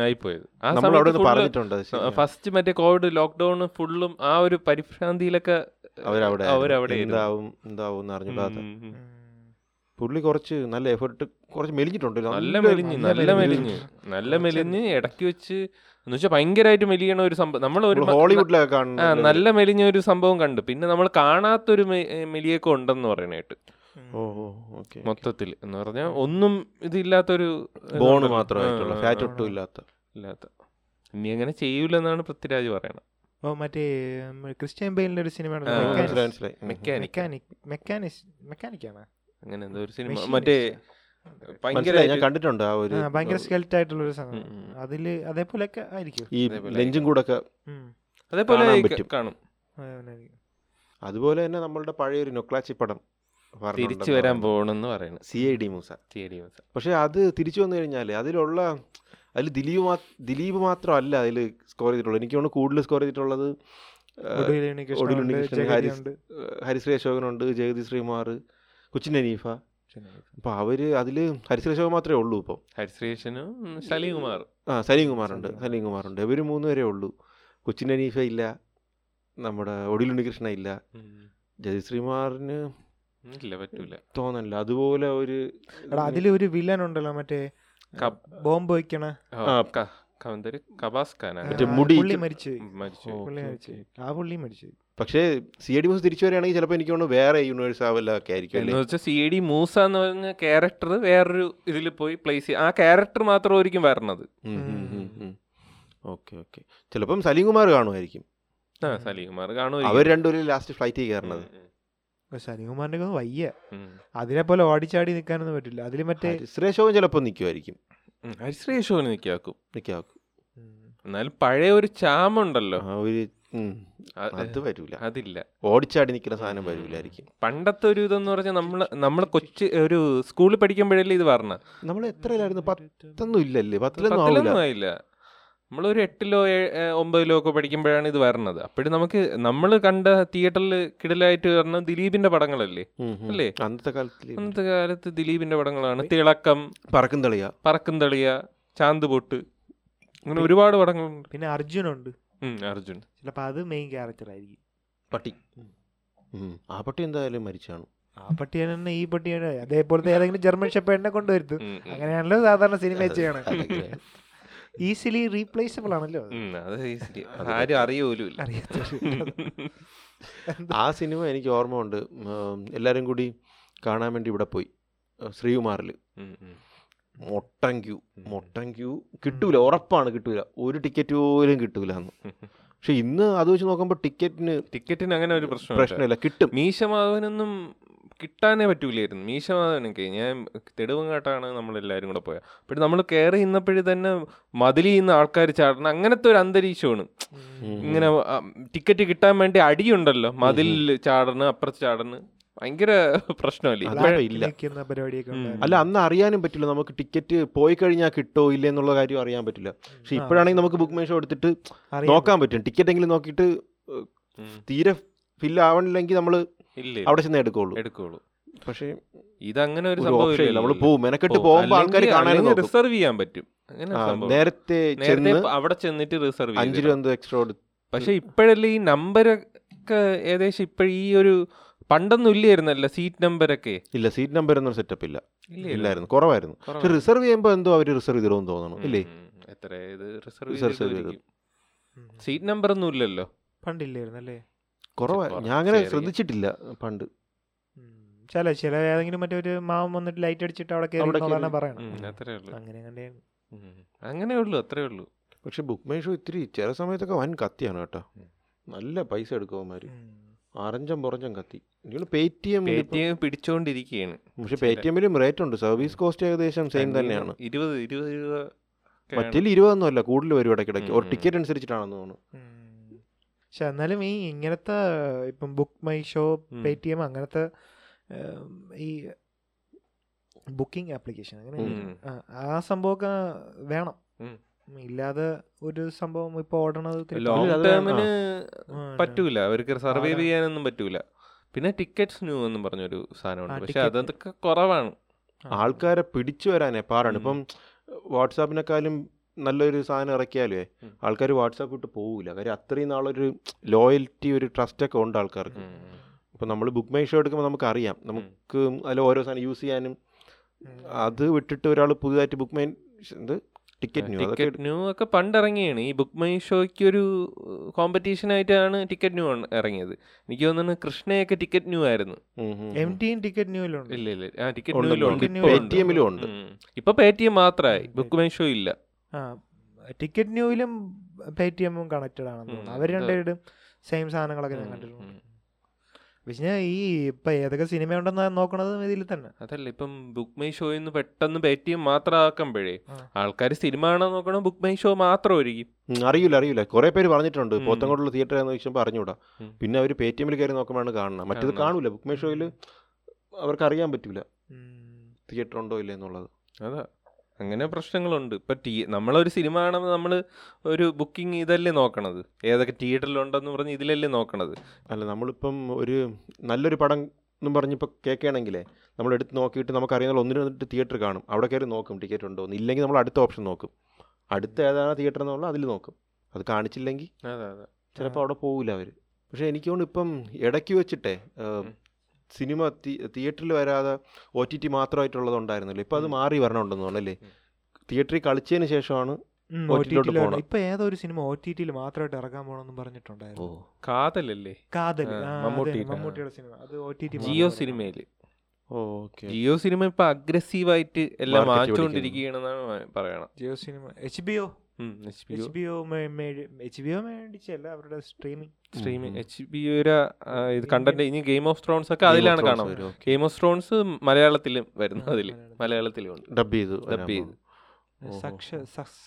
Speaker 1: ആയിപ്പോയത് ആ
Speaker 2: നമ്മൾ അവിടെ നിന്ന് പറഞ്ഞിട്ടുണ്ട് അത് ശരിയാ.
Speaker 1: ഫസ്റ്റ് മറ്റേ കോവിഡ് ലോക്ക്ഡൌൺ ഫുള്ളും ആ ഒരു പരിഭ്രാന്തിയിലൊക്കെ
Speaker 2: അവരവിടെ
Speaker 1: അവരവിടെ
Speaker 2: ആയിരുന്നു.
Speaker 1: ആയിരുന്നു.
Speaker 2: എന്താവും എന്താവും എന്ന് അറിഞ്ഞിടാത്ത
Speaker 1: ഉം, ഉം.
Speaker 3: ഉം.
Speaker 2: പുള്ളി കുറച്ച് നല്ല എഫേർട്ട് കുറച്ച് മെലിഞ്ഞിട്ടുണ്ട്
Speaker 1: നല്ല മെലിഞ്ഞ് നല്ല മെലിഞ്ഞ് നല്ല മെലിഞ്ഞ് ഇടയ്ക്ക് വെച്ച് എന്ന് വെച്ചാൽ ഭയങ്കരമായിട്ട് മെലിയണ ഒരു സംഭവം നമ്മൾ ഒരു മ-
Speaker 2: ഹോളിവുഡിലൊക്കെ
Speaker 1: ആ
Speaker 2: കാണുന്നത്
Speaker 1: നല്ല മെലിഞ്ഞ ഒരു സംഭവം കണ്ടു പിന്നെ നമ്മൾ കാണാത്തൊരു മെ- മെലിയൊക്കെ ഉണ്ടെന്ന് പറയണായിട്ട്
Speaker 2: ഓ ഓക്കെ
Speaker 1: മൊത്തത്തിൽ എന്ന് പറഞ്ഞാൽ ഒന്നും ഇതില്ലാത്തൊരു
Speaker 2: ബോൺ
Speaker 1: ഇതുണ്ടല്ലോ.
Speaker 2: മാത്രമായിട്ടുള്ള
Speaker 1: ആ,
Speaker 2: ഫാറ്റ്
Speaker 1: ആ,
Speaker 2: ഒട്ടും ഇല്ലാത്ത
Speaker 1: ഇല്ലാത്ത ഇനി അങ്ങനെ ചെയ്യൂലെന്നാണ് പൃഥ്വിരാജ് പറയണത്
Speaker 3: ഓ മറ്റേ ഉം, ക്രിസ്ത്യൻ ബെയിലിന്റെ ഒരു സിനിമ
Speaker 1: ആ,
Speaker 2: മനസ്സിലായി, മനസ്സിലായി. ഉം.
Speaker 1: മെക്കാനിക്
Speaker 3: മെക്കാനിക് മെക്കാനിക് മെക്കാനിക്കാണ്
Speaker 1: അങ്ങനെ എന്തോ ഒരു സിനിമ മറ്റേ ഭയങ്കര
Speaker 2: മനസ്സിലായി, ഞാൻ കണ്ടിട്ടുണ്ട് ആ ഒരു
Speaker 3: ഭയങ്കര സ്കെൽറ്റ് ആയിട്ടുള്ള ഒരു സാധനം
Speaker 1: ഉം, ഉം.
Speaker 3: അതില് അതേപോലെയൊക്കെ ആയിരിക്കും
Speaker 2: ഈ
Speaker 1: അതേപോലെ
Speaker 2: നെഞ്ചും കൂടെ ഒക്കെ
Speaker 3: ഉം.
Speaker 1: അതേപോലെ
Speaker 2: കാണാൻ
Speaker 1: ഈ ക-
Speaker 2: പറ്റും.
Speaker 1: കാണും
Speaker 3: അതേപോലെയായിരിക്കും.
Speaker 2: അതുപോലെ തന്നെ നമ്മളുടെ പഴയ ഒരു നൊക്ലാച്ചി പടം
Speaker 1: തിരിച്ചു വരാൻ പോകണമെന്ന് പറയണത്
Speaker 2: C I D Moosa
Speaker 1: T D മസ
Speaker 2: പക്ഷേ അത് തിരിച്ചു വന്നു കഴിഞ്ഞാൽ അതിലുള്ള അതിൽ ദിലീപ് മാ ദിലീപ് മാത്രമല്ല അതിൽ സ്കോർ ചെയ്തിട്ടുള്ളത് എനിക്ക് തോന്നുന്നു കൂടുതൽ സ്കോർ ചെയ്തിട്ടുള്ളത്
Speaker 3: ഒടുവിൽ ഉണ്ണികൃഷ്ണൻ
Speaker 2: ഒടുവിൽ
Speaker 3: ഉണ്ട്,
Speaker 2: ഉണ്ണികൃഷ്ണൻ,
Speaker 3: ജഗതി
Speaker 2: ഹാരിസ്.
Speaker 3: ഉണ്ട്.
Speaker 2: ഹരിശ്രീ അശോകനുണ്ട് ജഗതി ശ്രീമാർ കൊച്ചിൻ അനീഫ അപ്പോൾ അവർ അതിൽ ഹരിശ്രീ അശോകൻ മാത്രമേ ഉള്ളൂ ഇപ്പോൾ
Speaker 1: ഹരിശ്രീഷനും ശലീം കുമാറും
Speaker 2: ആ സലീം കുമാറുണ്ട്
Speaker 3: സലീം.
Speaker 2: സലീം കുമാറുണ്ട് ഇവർ മൂന്ന് പേരേ ഉള്ളൂ കൊച്ചിൻ അനീഫ ഇല്ല നമ്മുടെ ഒടുവിൽ ഉണ്ണികൃഷ്ണ ഇല്ല ജഗതി ശ്രീമാറിന്
Speaker 1: ഇല്ല പറ്റൂല
Speaker 2: തോന്നല്ല അതുപോലെ ഒരു
Speaker 3: എടാ അതില് ഒരു വില്ലൻ ഉണ്ടല്ലോ മറ്റേ
Speaker 1: കബ്-
Speaker 3: ബോംബ് വെക്കണ
Speaker 1: ഓ,
Speaker 2: ആ.
Speaker 1: ക- ക- എന്തൊരു കബാസ്ഖാൻ
Speaker 2: മറ്റേ
Speaker 3: ആ,
Speaker 2: മുടി-
Speaker 3: പുള്ളി മരിച്ചു
Speaker 1: മരിച്ചു
Speaker 2: ഓ.
Speaker 3: പുള്ളി
Speaker 2: ഓക്കേ,
Speaker 3: മരിച്ചു ആ പുള്ളി മരിച്ചു
Speaker 2: പക്ഷേ സി ഐ ഡി മൂസ് തിരിച്ചു വരികയാണെങ്കിൽ ചിലപ്പോൾ എനിക്ക് തോന്നുന്നു വേറെ യൂണിവേഴ്സ് ആവല്ലൊക്കെ ആയിരിക്കും
Speaker 1: എന്ന്
Speaker 2: അല്ലേ
Speaker 1: വെച്ചാൽ സി ഡി മൂസ എന്ന് പറഞ്ഞ ക്യാരക്ടർ വേറൊരു ഇതിൽ പോയി പ്ലേസ് ചെയ്യും ആ ക്യാരക്ടർ മാത്രമായിരിക്കും വരണത്
Speaker 2: ഓക്കെ ഓക്കെ ചിലപ്പം സലീം കുമാർ കാണുമായിരിക്കും
Speaker 1: ആ സലീം കുമാർ
Speaker 2: അവർ
Speaker 1: കാണുമായിരിക്കും
Speaker 2: രണ്ടുപേരും ലാസ്റ്റ് ഫ്ലൈറ്റിൽ കയറണത്
Speaker 3: സനികുമാറിന്റെ ഒന്നും വയ്യ അതിനെ പോലെ ഓടിച്ചാടി നിൽക്കാനൊന്നും പറ്റില്ല അതില് മറ്റേ
Speaker 2: സുരേഷോവും ചിലപ്പോൾ നിൽക്കുമായിരിക്കും
Speaker 1: ഹരിശ്രീ യശോവിന് നിൽക്കാക്കും
Speaker 2: നിൽക്കാക്കും
Speaker 3: ഉം,
Speaker 1: എന്നാലും പഴയ ഒരു ചാമുണ്ടല്ലോ
Speaker 2: ആ ഒരു ഉം.
Speaker 1: അത്
Speaker 2: അത് വരൂല
Speaker 1: അതില്ല
Speaker 2: ഓടിച്ചാടി നിൽക്കുന്ന സാധനം വരൂലായിരിക്കും
Speaker 1: പണ്ടത്തെ ഒരു ഇതെന്ന് പറഞ്ഞാൽ നമ്മൾ നമ്മൾ കൊച്ചു ഒരു സ്കൂളിൽ പഠിക്കുമ്പോഴല്ലേ ഇത് പറഞ്ഞ
Speaker 2: നമ്മൾ എത്രയിലായിരുന്നു പത്തൊന്നും ഇല്ലല്ലേ പത്തിലൊന്നും ആവില്ല
Speaker 1: പത്തിലൊന്നും ആയില്ല നമ്മളൊരു എട്ടിലോ ഏ- ഏ, ഒമ്പതിലോ ഒക്കെ പഠിക്കുമ്പോഴാണ് ഇത് വരണത് അപ്പോഴും നമുക്ക് നമ്മൾ കണ്ട തിയേറ്ററിൽ കിടലായിട്ട് വരണ ദിലീപിന്റെ പടങ്ങളല്ലേ അല്ലേ?
Speaker 2: അന്നത്തെ കാലത്തിൽ
Speaker 1: അന്നത്തെ കാലത്ത് ദിലീപിന്റെ പടങ്ങളാണ് തിളക്കം
Speaker 2: പറക്കും തളിയ
Speaker 1: പറക്കും തളിയ ചാന്ത് പൊട്ട് അങ്ങനെ ഒരുപാട് പടങ്ങളുണ്ട്
Speaker 3: പിന്നെ അർജുനുണ്ട്
Speaker 1: ഉം, അർജുൻ
Speaker 3: ചിലപ്പോൾ അത് മെയിൻ ക്യാരക്ടർ ആയിരിക്കും
Speaker 2: പട്ടി ഉം. ആ പട്ടി എന്തായാലും മരിച്ചാണ്
Speaker 3: ആ പട്ടിയാണ് തന്നെ ഈ പട്ടിയാണ് അതേപോലത്തെ ഏതെങ്കിലും ജർമ്മൻ ഷെപ്പേഡിനെ കൊണ്ടുവരുത്തും
Speaker 1: ഉം, ഉം.
Speaker 3: അങ്ങനെയാണല്ലോ സാധാരണ സിനിമ ചെയ്യണേ
Speaker 2: അല്ലെങ്കിലേ.
Speaker 3: ഈസിലി റീപ്ലേസബിൾ ആണല്ലോ അത്.
Speaker 1: ഉം, അത് ശരി. ആരും അറിയൂലുമില്ല
Speaker 3: അറിയത്തില്ല
Speaker 2: ആ സിനിമ എനിക്ക് ഓർമ്മ ഉണ്ട് എല്ലാവരും കൂടി കാണാൻ വേണ്ടി ഇവിടെ പോയി ഉം, ശ്രീകുമാറിൽ
Speaker 1: ഉം, ഉം.
Speaker 2: മൊട്ടൻ ക്യൂ മൊട്ടൻ ക്യൂ കിട്ടൂല ഉറപ്പാണ് കിട്ടൂല ഒരു ടിക്കറ്റ് പോലും കിട്ടൂല എന്ന് പക്ഷെ ഇന്ന് അത് വെച്ച് നോക്കുമ്പോൾ ടിക്കറ്റിന്
Speaker 1: ടിക്കറ്റിന് അങ്ങനെ ഒരു പ്രശ്നം
Speaker 2: പ്രശ്നമില്ല കിട്ടും
Speaker 1: മീശമാധവനൊന്നും കിട്ടാനേ പറ്റൂലായിരുന്നു മീശമാധവനൊക്കെ ഞാൻ തെടുവങ്ങാട്ടാണ് നമ്മളെല്ലാവരും കൂടെ പോയത് അപ്പോൾ നമ്മൾ കയറി ഇന്നപ്പോഴും തന്നെ മതിലിൽ നിന്ന് ആൾക്കാർ ചാടണം അങ്ങനത്തെ ഒരു അന്തരീക്ഷമാണ് ഇങ്ങനെ ടിക്കറ്റ് കിട്ടാൻ വേണ്ടി അടിയുണ്ടല്ലോ മതിലിൽ ചാടണം അപ്പുറത്ത് ചാടണം ഭയങ്കര പ്രശ്നമല്ലേ
Speaker 2: അതാ
Speaker 1: ഇപ്പോഴ-
Speaker 2: ഇല്ല.
Speaker 3: നിൽക്കുന്ന പരിപാടിയൊക്കെ
Speaker 1: ഉം.
Speaker 3: ഉണ്ടായിരുന്നു.
Speaker 2: അല്ല അന്ന് അറിയാനും പറ്റില്ല നമുക്ക് ടിക്കറ്റ് പോയി കഴിഞ്ഞാൽ കിട്ടോ ഇല്ലേ എന്നുള്ള കാര്യം അറിയാൻ പറ്റില്ല പക്ഷെ ഇപ്പോഴാണെങ്കിൽ നമുക്ക് ബുക്ക് മൈ ഷോ എടുത്തിട്ട്
Speaker 3: അറിയാം.
Speaker 2: നോക്കാൻ പറ്റും ടിക്കറ്റ് എങ്കിലും നോക്കിയിട്ട് ഏഹ്,
Speaker 1: ഉം.
Speaker 2: തീരെ ഫില്ല് ആവണില്ലെങ്കിൽ നമ്മൾ
Speaker 1: ഇല്ലേ
Speaker 2: അവിടെ ചെന്ന് എടുക്കുള്ളൂ
Speaker 1: എടുക്കുള്ളൂ
Speaker 2: പക്ഷേ
Speaker 1: ഇതങ്ങനെ ഒരു
Speaker 2: ഒരു
Speaker 1: സംഭവം
Speaker 2: ഓപ്ഷൻ ഇല്ല നമ്മൾ പോവും മെനക്കെട്ട് പോകുമ്പോൾ ആൾക്കാർ കാണാനും നോക്കും.
Speaker 1: റിസർവ് ചെയ്യാൻ പറ്റും അങ്ങനെ
Speaker 2: ആ,
Speaker 1: സംഭവം.
Speaker 2: നേരത്തെ
Speaker 1: നേരത്തെ
Speaker 2: ചെന്ന്
Speaker 1: അവിടെ ചെന്നിട്ട് റിസർവ്
Speaker 2: അഞ്ച് രൂപ എന്തോ എക്സ്ട്രാ എടുത്ത്
Speaker 1: പക്ഷെ ഇപ്പോഴല്ലേ ഈ നമ്പരൊക്കെ ഏകദേശം ഇപ്പോഴും ഈ ഒരു പണ്ടൊന്നും ഇല്ലായിരുന്നല്ലോ സീറ്റ് നമ്പരൊക്കെ
Speaker 2: ഇല്ല സീറ്റ് നമ്പർ ഒന്നും സെറ്റപ്പ് ഇല്ല
Speaker 1: ഇല്ലേ?
Speaker 2: ഇല്ലായിരുന്നു കുറവായിരുന്നു പക്ഷെ
Speaker 1: കുറവാ.
Speaker 2: റിസർവ് ചെയ്യുമ്പോൾ എന്തോ അവർ റിസർവ് ചെയ്തിടുമെന്ന് തോന്നണം ഇല്ലേ
Speaker 1: ഉം. എത്ര ഇത് റിസർവ്
Speaker 2: റിസർവ് ചെയ്തു.
Speaker 3: ഉം.
Speaker 1: സീറ്റ് നമ്പർ ഒന്നും ഇല്ലല്ലോ
Speaker 3: പണ്ടില്ലായിരുന്നു അല്ലേ
Speaker 2: കുറവാ
Speaker 1: കുറച്ച്
Speaker 2: ഞാൻ അങ്ങനെ
Speaker 1: ആയിരിക്കും.
Speaker 2: ശ്രദ്ധിച്ചിട്ടില്ല പണ്ട്
Speaker 3: ഉം. ചില ചില ഏതെങ്കിലും മറ്റേ ഒരു മാവൻ വന്നിട്ട് ലൈറ്റ് അടിച്ചിട്ട് അവിടെ
Speaker 2: അവിടെ
Speaker 3: കയറി
Speaker 2: കേറി.
Speaker 3: പറയണം
Speaker 1: ഉം, അത്രേ ഉള്ളൂ
Speaker 3: അങ്ങനെ കണ്ടേ
Speaker 1: ഉം. അങ്ങനെ ഉള്ളൂ അത്രേ ഉള്ളൂ
Speaker 2: പക്ഷെ ബുക്ക് മൈ ഷോ ഇത്തിരി ചില സമയത്തൊക്കെ വൻ കത്തിയാണ് കേട്ടോ നല്ല പൈസ എടുക്കുവന്മാർ അറഞ്ചം പുറഞ്ചം കത്തി നിങ്ങൾ Paytm
Speaker 1: Paytm പിടിച്ചോണ്ടിരിക്കുകയാണ്
Speaker 2: പക്ഷെ പേ ടി എമ്മിലും റേറ്റ് ഉണ്ട് സർവീസ് കോസ്റ്റ് ഏകദേശം സെയിം തന്നെയാണ്
Speaker 1: ഇരുപത് ഇരുപത് രൂപ
Speaker 2: മറ്റേ ഇരുപതൊന്നും അല്ല കൂടുതൽ വരും ഇടയ്ക്കിടയ്ക്ക് ഒരു
Speaker 1: ഉം.
Speaker 2: ടിക്കറ്റ് അനുസരിച്ചിട്ടാണെന്ന് തോന്നുന്നു
Speaker 3: പക്ഷെ എന്നാലും ഈ ഇങ്ങനത്തെ ഇപ്പം ബുക്ക് മൈ ഷോ
Speaker 1: ഉം.
Speaker 3: പേ ടി എം അങ്ങനത്തെ ഉം, ഈ ബുക്കിംഗ് ആപ്ലിക്കേഷൻ അങ്ങനെ
Speaker 1: ഉം.
Speaker 3: ആ, ആ സംഭവമൊക്കെ വേണം
Speaker 1: ഉം.
Speaker 3: ഇല്ലാതെ ഒരു സംഭവം ഇപ്പൊ ഓടണത് തിരി-
Speaker 1: ലോങ്
Speaker 2: അത്
Speaker 1: ടേമിന്
Speaker 3: ആ, ആ.
Speaker 1: പറ്റൂല അവർക്ക് സർവൈവ്
Speaker 3: ആരാ?
Speaker 1: ചെയ്യാനൊന്നും പറ്റൂല പിന്നെ ടിക്കറ്റ്സ് ന്യൂ എന്ന് പറഞ്ഞൊരു
Speaker 3: ആ,
Speaker 1: സാധനമുണ്ട് പക്ഷെ
Speaker 3: ticket.
Speaker 1: അതൊക്കെ കുറവാണ്
Speaker 3: ആ.
Speaker 2: ആൾക്കാരെ പിടിച്ചു വരാനേ പാടാണ്
Speaker 1: ഉം.
Speaker 2: ഇപ്പം വാട്സാപ്പിനെക്കാളും നല്ലൊരു സാധനം ഇറക്കിയാലേ
Speaker 1: ഉം.
Speaker 2: ആൾക്കാർ വാട്സാപ്പ് വിട്ട് പോവില്ല കാര്യം അത്രയും നാളൊരു ലോയൽറ്റി ഒരു ട്രസ്റ്റ് ഒക്കെ ഉണ്ട് ആൾക്കാർക്ക്
Speaker 1: ഉം.
Speaker 2: ഇപ്പം നമ്മൾ ബുക്ക് മൈ ഷോ എടുക്കുമ്പോൾ നമുക്ക് അറിയാം നമുക്ക് അതിൽ ഓരോ സാധനം യൂസ് ചെയ്യാനും
Speaker 3: ഉം.
Speaker 2: അത് വിട്ടിട്ട് ഒരാൾ പുതുതായിട്ട് ബുക്ക് മൈ ഷ് എന്ത് ടിക്കറ്റ് ന്യൂ അതൊക്കെ
Speaker 1: ടിക്കറ്റ് ന്യൂ ഒക്കെ പണ്ട് ഇറങ്ങിയാണ് ഈ ബുക്ക് മൈ ഷോയ്ക്ക് ഒരു കോമ്പറ്റീഷൻ ആയിട്ടാണ് ടിക്കറ്റ് ന്യൂ ആണ് ഇറങ്ങിയത് എനിക്ക് തോന്നുന്നു കൃഷ്ണയൊക്കെ ടിക്കറ്റ് ന്യൂ ആയിരുന്നു
Speaker 2: ഉം, ഉം,
Speaker 3: എം
Speaker 2: ഉം.
Speaker 3: ടിയും ടിക്കറ്റ് ന്യൂ ഉണ്ട്
Speaker 1: ഇല്ല ഇല്ല ആ ടിക്കറ്റ്
Speaker 2: ഉണ്ടല്ലോ.
Speaker 1: ന്യൂയിലുണ്ട്
Speaker 3: Ticket
Speaker 1: ഇപ്പോൾ
Speaker 3: new
Speaker 1: ഉണ്ട്.
Speaker 2: Paytm ലും ഉണ്ട്.
Speaker 1: ഉം. ഇപ്പൊ പേ ടി എം മാത്രമായി ബുക്ക് മൈ ഷോ ഇല്ല
Speaker 3: ആ ടിക്കറ്റ് ന്യൂയിലും പേ ടി എമ്മും കണക്റ്റഡ് ആണെന്ന്
Speaker 1: ഉം,
Speaker 3: തോന്നുന്നു അവർ
Speaker 1: ഇത്-
Speaker 3: രണ്ടുപേരും സെയിം സാധനങ്ങളൊക്കെ ഞാൻ
Speaker 1: ഉം,
Speaker 3: കണ്ടിട്ടുണ്ട്
Speaker 1: ഉം.
Speaker 3: പക്ഷെ ഞാൻ ഈ ഇപ്പൊ ഏതൊക്കെ സിനിമ ഉണ്ടെന്ന് നോക്കണത് ഇതിൽ തന്നെ
Speaker 1: അതല്ല ഇപ്പം ബുക്ക് മൈ ഷോയിൽ നിന്ന് പെട്ടെന്ന് പേ ടി എം മാത്രമാക്കുമ്പോഴേ
Speaker 3: ആ.
Speaker 1: ആൾക്കാർ സിനിമ ആണോ നോക്കണം ബുക്ക് മൈ ഷോ മാത്രമായിരിക്കും
Speaker 2: ഉം, അറിയില്ല അറിയില്ല കുറേ പേര് പറഞ്ഞിട്ടുണ്ട്
Speaker 1: ഉം.
Speaker 2: പോത്തങ്കോട്ടുള്ള തിയേറ്റർ എന്ന് ചോദിച്ചപ്പോൾ അറിഞ്ഞൂടാ
Speaker 1: ഉം.
Speaker 2: പിന്നെ അവർ പേ ടി എമ്മിൽ കയറി നോക്കുമ്പോഴാണ് കാണുന്നത് മറ്റേത്
Speaker 1: കാണുന്നത്.
Speaker 2: കാണൂല ബുക്ക് മൈ ഷോയിൽ അവർക്ക് അറിയാൻ പറ്റൂല
Speaker 3: ഉം.
Speaker 2: തിയേറ്റർ ഉണ്ടോ ഇല്ല എന്നുള്ളത്
Speaker 1: അതാ അങ്ങനെ പ്രശ്നങ്ങളുണ്ട് ഇപ്പം ടീ നമ്മളൊരു സിനിമ ആണെങ്കിൽ നമ്മൾ ഒരു ബുക്കിംഗ് ഇതല്ലേ നോക്കണത് ഏതൊക്കെ തിയേറ്ററിലുണ്ടെന്ന് പറഞ്ഞ് ഇതിലല്ലേ നോക്കണത്
Speaker 2: അല്ല നമ്മളിപ്പം ഒരു നല്ലൊരു പടം എന്നും പറഞ്ഞിപ്പോൾ കേൾക്കുകയാണെങ്കിലേ നമ്മൾ എടുത്ത് നോക്കിയിട്ട് നമുക്ക് അറിയുന്ന ഒന്നിന് വന്നിട്ട് തിയേറ്റർ കാണും അവിടെ കയറി നോക്കും ടിക്കറ്റ് ഉണ്ടോ എന്ന് ഇല്ലെങ്കിൽ നമ്മൾ അടുത്ത ഓപ്ഷൻ നോക്കും അടുത്ത ഏതാണ് തിയേറ്റർ എന്നുള്ളത് അതിൽ നോക്കും അത് കാണിച്ചില്ലെങ്കിൽ
Speaker 1: അതാ അതാ
Speaker 2: ചിലപ്പോൾ അവിടെ പോകില്ല അവർ പക്ഷേ എനിക്ക് തോന്നുന്നു ഇപ്പം ഇടയ്ക്ക് വെച്ചിട്ടേ ആ,
Speaker 1: ഉം.
Speaker 2: സിനിമ തിയേറ്ററിൽ വരാതെ ഒ ടി ടി മാത്രമായിട്ടുള്ളത് ഉണ്ടായിരുന്നല്ലോ ഇപ്പം അത്
Speaker 1: ഉം.
Speaker 2: മാറി വരണമുണ്ടെന്ന് തോന്നുന്നു അല്ലേ
Speaker 1: ഉം.
Speaker 2: തിയേറ്ററിൽ കളിച്ചതിന് ശേഷമാണ്
Speaker 3: ഉം,
Speaker 2: OTT യിലോട്ട്
Speaker 3: OTT യിലോട്ട്.
Speaker 2: പോണം.
Speaker 3: ഇപ്പൊ ഏതോ ഒരു സിനിമ ഒ ടി ടിയിൽ മാത്രമായിട്ട് ഇറക്കാൻ പോണെന്ന് പറഞ്ഞിട്ടുണ്ടായിരുന്നു
Speaker 1: കാതലല്ലേ
Speaker 3: കാതൽ
Speaker 1: ആ,
Speaker 3: ആ,
Speaker 1: മമ്മൂട്ടിയുടെ.
Speaker 3: അതെ, മമ്മൂട്ടിയുടെ സിനിമ അത് ഒ ടി ടി
Speaker 1: ജിയോ സിനിമയില്
Speaker 2: ഓക്കെ
Speaker 1: ജിയോ സിനിമ ഇപ്പൊ അഗ്രസീവായിട്ട് എല്ലാം
Speaker 2: Market
Speaker 1: മാറ്റിക്കൊണ്ടിരിക്കുകയാണെന്നാണ് പറയണം
Speaker 3: Jio cinema H B O
Speaker 1: ഉം, HBO
Speaker 3: H B O H B O മേടിച്ചല്ല അവരുടെ സ്ട്രീമിംഗ്
Speaker 1: സ്ട്രീമിംഗ്
Speaker 2: ഉം.
Speaker 1: എച്ച് ബി ഒരു ഇത് കണ്ടന്റ് ഇനി ഗെയിം ഓഫ് ത്രോൺസ് ഒക്കെ അതിലാണ് കാണാൻ ഗെയിം ഓഫ് ത്രോൺസ് മലയാളത്തിലും വരുന്നു
Speaker 3: ആ,
Speaker 1: അതിൽ
Speaker 3: മലയാളത്തിലും.
Speaker 1: മലയാളത്തിലും ഉണ്ട്
Speaker 2: ഡബ് ചെയ്ത്
Speaker 1: Dub ചെയ്ത്.
Speaker 2: ഓഹോ.
Speaker 3: സക്ഷ സക്സ്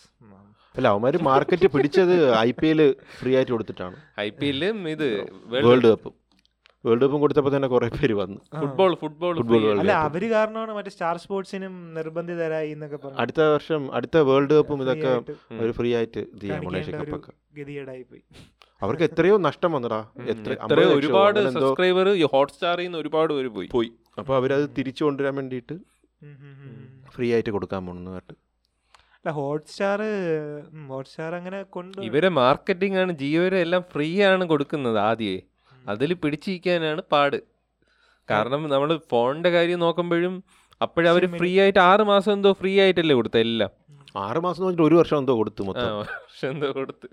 Speaker 2: അല്ല അവന്മാർ മാർക്കറ്റ് പിടിച്ചത് ഐ പി എൽ ഫ്രീ ആയിട്ട് കൊടുത്തിട്ടാണ്
Speaker 1: ഐ പി എല്ലും ഇത്
Speaker 2: വേൾഡ് കപ്പും വേൾഡ് കപ്പും കൊടുത്തപ്പോൾ തന്നെ കുറേ പേര് വന്നു
Speaker 1: football football
Speaker 2: Football
Speaker 1: free.
Speaker 2: world.
Speaker 3: അല്ല അവര് കാരണമാണ് മറ്റേ സ്റ്റാർ സ്പോർട്സിനും നിർബന്ധിതരായി എന്നൊക്കെ പറഞ്ഞു
Speaker 2: അടുത്ത വർഷം അടുത്ത വേൾഡ് കപ്പും ഇതൊക്കെ
Speaker 1: ഉം.
Speaker 2: ഒരു ഫ്രീ ആയിട്ട് ഇത് ചെയ്യാം
Speaker 3: കാണിക്കേണ്ട
Speaker 2: മലേഷ്യ
Speaker 3: ഒരു-
Speaker 2: കപ്പൊക്കെ
Speaker 3: ഗതികേടായി പോയി
Speaker 2: അവർക്ക് എത്രയോ നഷ്ടം വന്നടാ
Speaker 1: ഉം.
Speaker 2: എത്ര
Speaker 1: എത്രയോ
Speaker 2: 50 ലക്ഷമോ
Speaker 1: ഒരുപാട്
Speaker 2: അങ്ങനെ എന്തോ
Speaker 1: സബ്സ്ക്രൈബർ ഈ ഹോട്ട്സ്റ്റാറിൽ നിന്ന് ഒരുപാട് പേര് പോയി
Speaker 2: പോയി അപ്പോൾ അവരത് തിരിച്ചു കൊണ്ടുവരാൻ വേണ്ടിയിട്ട്
Speaker 3: ഉം ഉം ഉം ഉം.
Speaker 2: ഫ്രീ ആയിട്ട് കൊടുക്കാൻ പോണെന്ന് പറഞ്ഞിട്ട്
Speaker 3: അല്ല ഹോട്ട്സ്റ്റാർ ഹോട്ട്സ്റ്റാർ അങ്ങനെ കൊണ്ട്
Speaker 1: ഇവരെ മാർക്കറ്റിംഗ് ആണ് ജിയോയുടെ എല്ലാം ഫ്രീ ആണ് കൊടുക്കുന്നത് ആദ്യമേ അതിൽ പിടിച്ചിരിക്കാനാണ് പാട് കാരണം നമ്മൾ ഫോണിന്റെ കാര്യം നോക്കുമ്പോഴും അപ്പോഴവർ
Speaker 3: Sim ന്.
Speaker 1: ഫ്രീ ആയിട്ട് ആറ് മാസം എന്തോ ഫ്രീ ആയിട്ടല്ലേ കൊടുത്ത എല്ലാം
Speaker 2: ആറ് മാസം എന്ന് പറഞ്ഞിട്ട് ഒരു വർഷം എന്തോ കൊടുത്തു
Speaker 1: ആ,
Speaker 2: മൊത്തം
Speaker 1: പക്ഷെ എന്തോ കൊടുത്ത്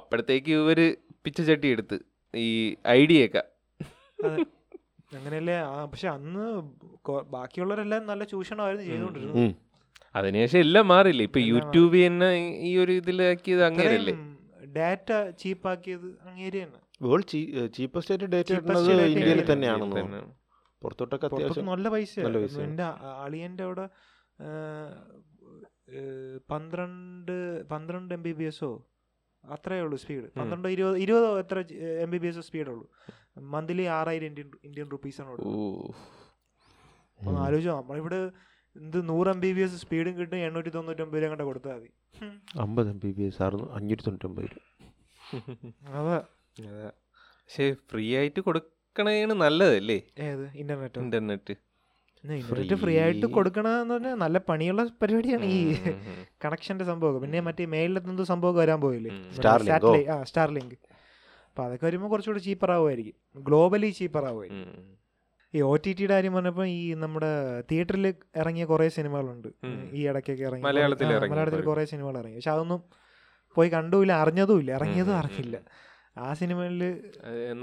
Speaker 1: അപ്പോഴത്തേക്ക് ഇവര് പിച്ചചട്ടി എടുത്ത് ഈ ഐഡിയൊക്കെ
Speaker 3: അങ്ങനെയല്ലേ ആ പക്ഷെ അന്ന് കൊ- ബാക്കിയുള്ളവരെല്ലാം നല്ല ചൂഷണമായിരുന്നു ചെയ്തുകൊണ്ടിരുന്നത്
Speaker 2: ഉം.
Speaker 1: അതിനുശേഷം എല്ലാം മാറില്ലേ ഇപ്പൊ
Speaker 3: എല്ലാം
Speaker 1: യൂട്യൂബ് തന്നെ ഈ- ഈ ഒരു ഇതിലാക്കിയത് അങ്ങനെയല്ലേ
Speaker 3: ഡാറ്റ ചീപ്പാക്കിയത് അങ്ങേര് തന്നെ
Speaker 2: വേൾഡ് ചീപ്പസ്റ്റ് ആയിട്ട് ഡേറ്റ്
Speaker 3: Cheapest
Speaker 2: കിട്ടുന്നത്
Speaker 3: data
Speaker 2: ഇന്ത്യയിൽ
Speaker 3: ഇന്ത്യയിൽ
Speaker 2: തന്നെയാണെന്ന് തോന്നുന്നു പുറത്തോട്ടൊക്കെ
Speaker 3: പുറത്തൊക്കെ
Speaker 2: അത്യാവശ്യം
Speaker 3: നല്ല പൈസ
Speaker 2: നല്ല പൈസയാ.
Speaker 3: എൻ്റെ ആ- അളിയൻ്റെ അവിടെ ആ, ഏഹ്, പന്ത്രണ്ട് പന്ത്രണ്ട് എം ബി ബി എസോ അത്രേ ഉള്ളൂ സ്പീഡ് പന്ത്രണ്ട് ഇരുപത് ഇരുപതോ എത്ര M B B S speed ഉള്ളൂ മന്ത്ലി ആറായിരം ഇന്ത്യൻ ഇന്ത്യൻ റുപ്പീസാണ് കൊടുക്കുന്നത്
Speaker 1: ഓ
Speaker 3: അപ്പം ആലോചിച്ചോ നമ്മളിവിടെ എന്ത് നൂറ് എം ബി ബി എസ് സ്പീഡും കിട്ടും എണ്ണൂറ്റി തൊണ്ണൂറ്റൊമ്പത് രൂപ കണ്ട കൊടുത്താൽ മതി
Speaker 2: അമ്പത് എം ബി ബി എസ് ആയിരുന്നു അഞ്ഞൂറ്റി തൊണ്ണൂറ്റൊമ്പത് രൂപ
Speaker 3: അതാ
Speaker 1: പക്ഷെ ഫ്രീ ആയിട്ട് കൊടുക്കണേണ് നല്ലതല്ലേ
Speaker 3: ഏത് ഇന്റർനെറ്റ്
Speaker 1: ഇന്റർനെറ്റ്
Speaker 3: ഇന്റർനെറ്റ് ഫ്രീ ആയിട്ട്
Speaker 2: Free.
Speaker 3: കൊടുക്കണമെന്ന് പറഞ്ഞാൽ നല്ല പണിയുള്ള പരിപാടിയാണ് ഈ കണക്ഷന്റെ സംഭവം പിന്നെ മറ്റേ മേളിലെത്തുന്ന സംഭവം വരാൻ പോയില്ലേ
Speaker 1: ഉം.
Speaker 3: മറ്റേ
Speaker 2: Starlink ഓ?
Speaker 3: satellite- ആ സ്റ്റാർ ലിങ്ക് അപ്പൊ അതൊക്കെ വരുമ്പോൾ കുറച്ചുകൂടി ചീപ്പർ ആവുമായിരിക്കും ഗ്ലോബലി ചീപ്പർ ആവുമായിരിക്കും ഈ ഒ ടി ടിയുടെ കാര്യം പറഞ്ഞപ്പോൾ ഈ നമ്മുടെ തിയേറ്ററിൽ ഇറങ്ങിയ കുറേ സിനിമകളുണ്ട്
Speaker 1: ഉം.
Speaker 3: ഈ ഇടയ്ക്കൊക്കെ ഇറങ്ങി
Speaker 1: മലയാളത്തിൽ
Speaker 3: ആ,
Speaker 1: ഇറങ്ങി
Speaker 3: മലയാളത്തിൽ
Speaker 1: കുറേ.
Speaker 3: കുറേ സിനിമകൾ ഇറങ്ങി പക്ഷെ അതൊന്നും പോയി കണ്ടുമില്ല അറിഞ്ഞതുമില്ല ഇറങ്ങിയതും അറിഞ്ഞില്ല ആ സിനിമകളിൽ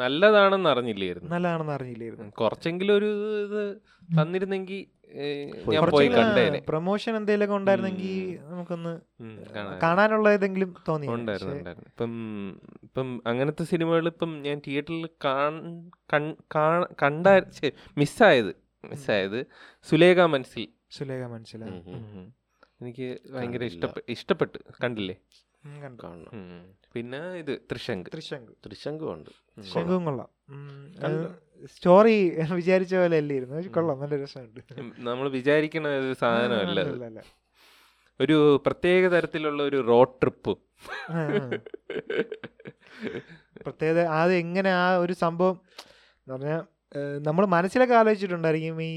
Speaker 1: നല്ലതാണെന്ന് അറിഞ്ഞില്ലായിരുന്നു
Speaker 3: നല്ലതാണെന്ന് അറിഞ്ഞില്ലായിരുന്നു
Speaker 1: ഉം, കുറച്ചെങ്കിലും ഒരു ഇത് ഇത് തന്നിരുന്നെങ്കിൽ ഞാൻ പോയി കണ്ടേനെ
Speaker 3: കുറച്ചുകൂടി പ്രൊമോഷൻ എന്തെങ്കിലുമൊക്കെ ഉണ്ടായിരുന്നെങ്കിൽ നമുക്കൊന്ന്
Speaker 1: ഉം, കാണാൻ.
Speaker 3: കാണാനുള്ള ഏതെങ്കിലും തോന്നി
Speaker 1: ഉണ്ടായിരുന്നു ഉണ്ടായിരുന്നു ഇപ്പം ഇപ്പം അങ്ങനത്തെ സിനിമകൾ ഇപ്പം ഞാൻ തിയേറ്ററിൽ കണ്ട മിസ്സായത് മിസ്സായത് സുലേഖ മനസ്സിൽ
Speaker 3: സുലേഖ മനസ്സിലായി
Speaker 1: ഉം. എനിക്ക് ഭയങ്കര
Speaker 2: കണ്ടില്ല.
Speaker 1: ഇഷ്ടപ്പെട്ടു ഇഷ്ടപ്പെട്ട് കണ്ടില്ലേ
Speaker 3: ഉം, കണ്ടു
Speaker 2: കാണണം
Speaker 1: ഉം. പിന്നെ ഇത് ത്രിശങ്ക്
Speaker 3: തൃശങ്കു
Speaker 2: തൃശങ്കും ഉണ്ട്
Speaker 3: ശങ്കും കൊള്ളാം സ്റ്റോറി [laughs] വിചാരിച്ച പോലെ അല്ലായിരുന്നു പക്ഷെ കൊള്ളാം നല്ല രസമുണ്ട്
Speaker 1: നമ്മൾ വിചാരിക്കണ ഒരു സാധനമല്ല അത്.
Speaker 3: അല്ല, അല്ല.
Speaker 1: ഒരു പ്രത്യേക തരത്തിലുള്ള ഒരു റോഡ് ട്രിപ്പ്
Speaker 3: ആ, ആ. പ്രത്യേകത അത് എങ്ങനെ ആ ഒരു സംഭവം എന്ന് പറഞ്ഞാൽ നമ്മൾ മനസ്സിലൊക്കെ ആലോചിച്ചിട്ടുണ്ടായിരിക്കും ഈ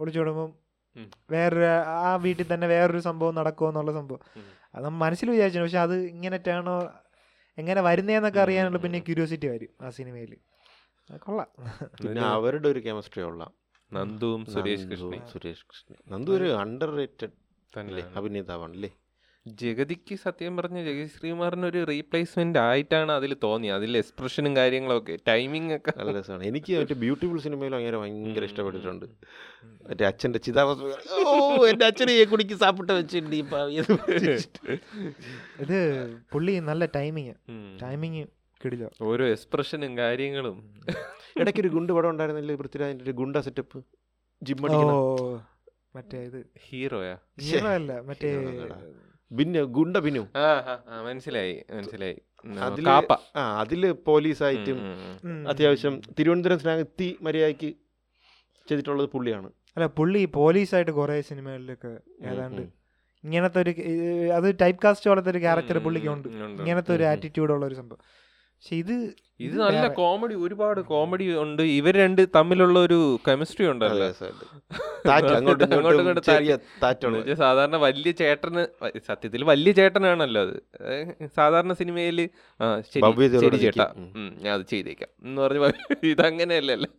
Speaker 3: ഒളിച്ചോടുമ്പം
Speaker 1: ഉം.
Speaker 3: വേറൊരു ആ വീട്ടിൽ തന്നെ വേറൊരു സംഭവം നടക്കുമോ എന്നുള്ള സംഭവം
Speaker 1: ഉം.
Speaker 3: അത് നമ്മൾ മനസ്സിൽ വിചാരിച്ചു പക്ഷെ അത് ഇങ്ങനെ ടേണോ എങ്ങനെ വരുന്നതെന്നൊക്കെ അറിയാനുള്ള പിന്നെ ക്യൂരിയോസിറ്റി വരും ആ സിനിമയിൽ കൊള്ളാം
Speaker 2: പിന്നെ അവരുടെ ഒരു കെമിസ്ട്രി ഉള്ള
Speaker 1: നന്ദുവും സുരേഷ് കൃഷ്ണൻ
Speaker 2: സുരേഷ് കൃഷ്ണൻ നന്ദു ഒരു അണ്ടർ റേറ്റഡ് അല്ലേ അഭിനേതാവാണ് അല്ലേ
Speaker 1: ജഗതിക്ക് സത്യം പറഞ്ഞ ജഗതി ശ്രീകുമാറിന് ഒരു റീപ്ലേസ്മെന്റ് ആയിട്ടാണ് അതിൽ തോന്നിയത് അതിൽ എക്സ്പ്രഷനും കാര്യങ്ങളൊക്കെ ടൈമിംഗ് ഒക്കെ
Speaker 2: നല്ല രസമാണ് എനിക്ക് മറ്റേ ബ്യൂട്ടിഫുൾ സിനിമയിലും അങ്ങനെ ഭയങ്കര ഇഷ്ടപ്പെട്ടിട്ടുണ്ട് മറ്റേ അച്ഛൻ്റെ ചിതാഭസ്മ ഓ എൻ്റെ അച്ഛനെ ഈ കുടിക്ക് സാപ്പിട്ട വെച്ചിട്ടുണ്ട് ഈ പാവി എന്ന് പറഞ്ഞിട്ട്.
Speaker 3: ഇത് പുള്ളി നല്ല ടൈമിങ്
Speaker 1: ഉം.
Speaker 3: ടൈമിങ് കിടിലോ
Speaker 1: ഓരോ എക്സ്പ്രഷനും കാര്യങ്ങളും
Speaker 2: ഇടയ്ക്ക് ഒരു ഗുണ്ട് പടം ഉണ്ടായിരുന്നില്ലേ പൃഥ്വിരാജിൻ്റെ ഒരു ഗുണ്ട സെറ്റപ്പ്
Speaker 3: ഓ
Speaker 2: ജിമ്മടിക്കണം
Speaker 3: മറ്റേ ഇത്
Speaker 1: ഹീറോയാ
Speaker 2: ശ്ശേ.
Speaker 3: hero അല്ല മറ്റേ
Speaker 2: hero അല്ലടാ. പിന്നെ ഗുണ്ട ബിനു
Speaker 1: ആ ആ, ആ, മനസ്സിലായി മനസ്സിലായി ഉം,
Speaker 2: അതില്
Speaker 1: കാപ്പ
Speaker 2: ആ അതില് പോലീസായിട്ടും
Speaker 1: ഉം, ഉം, ഉം.
Speaker 3: ഉം.
Speaker 2: അത്യാവശ്യം തിരുവനന്തപുരം സ്നാഗത്തി മര്യാദയ്ക്ക് ചെയ്തിട്ടുള്ളത് പുള്ളിയാണ്
Speaker 3: അല്ല പുള്ളി പോലീസായിട്ട് കുറേ സിനിമകളിലൊക്കെ ഏതാണ്ട്
Speaker 2: ഉം.
Speaker 3: ഇങ്ങനത്തെ ഒരു ഏ, അത് ടൈപ്പ് കാസ്റ്റ് പോലത്തെ ഒരു ക്യാരക്ടർ
Speaker 1: ഉം, ഉം,
Speaker 3: പുള്ളിക്ക് ഉണ്ട്
Speaker 1: ഉം, ഉണ്ട്, ഉണ്ട്.
Speaker 3: ഇങ്ങനത്തെ ഒരു ആറ്റിറ്റ്യൂഡ് ഉള്ള ഒരു സംഭവം പക്ഷെ ഇത്
Speaker 1: ഇത് നല്ല
Speaker 3: വേറെ.
Speaker 1: കോമഡി ഒരുപാട് കോമഡി ഉണ്ട് ഇവർ രണ്ട് തമ്മിലുള്ള ഒരു കെമിസ്ട്രി ഉണ്ടല്ലോ
Speaker 2: താറ്റ് അങ്ങോട്ടും
Speaker 1: അങ്ങോട്ടും
Speaker 2: ഇങ്ങോട്ടും
Speaker 1: ഇങ്ങോട്ടും
Speaker 2: ചെറിയ
Speaker 1: എന്ന്
Speaker 2: താറ്റുള്ള
Speaker 1: വെച്ചാ സാധാരണ വലിയ ചേട്ടന് വ- സത്യത്തിൽ വലിയ ചേട്ടനാണല്ലോ അത് ഏ, സാധാരണ സിനിമയിൽ
Speaker 2: ഭവ്യ ഇതിലൂടെ
Speaker 1: ശരി ചേട്ടാ
Speaker 2: നിൽക്കും.
Speaker 1: ഉം, ഞാൻ അത് ചെയ്തേക്കാം എന്ന് പറഞ്ഞ് ഭവ്യ- ഇതങ്ങനെയല്ലല്ലോ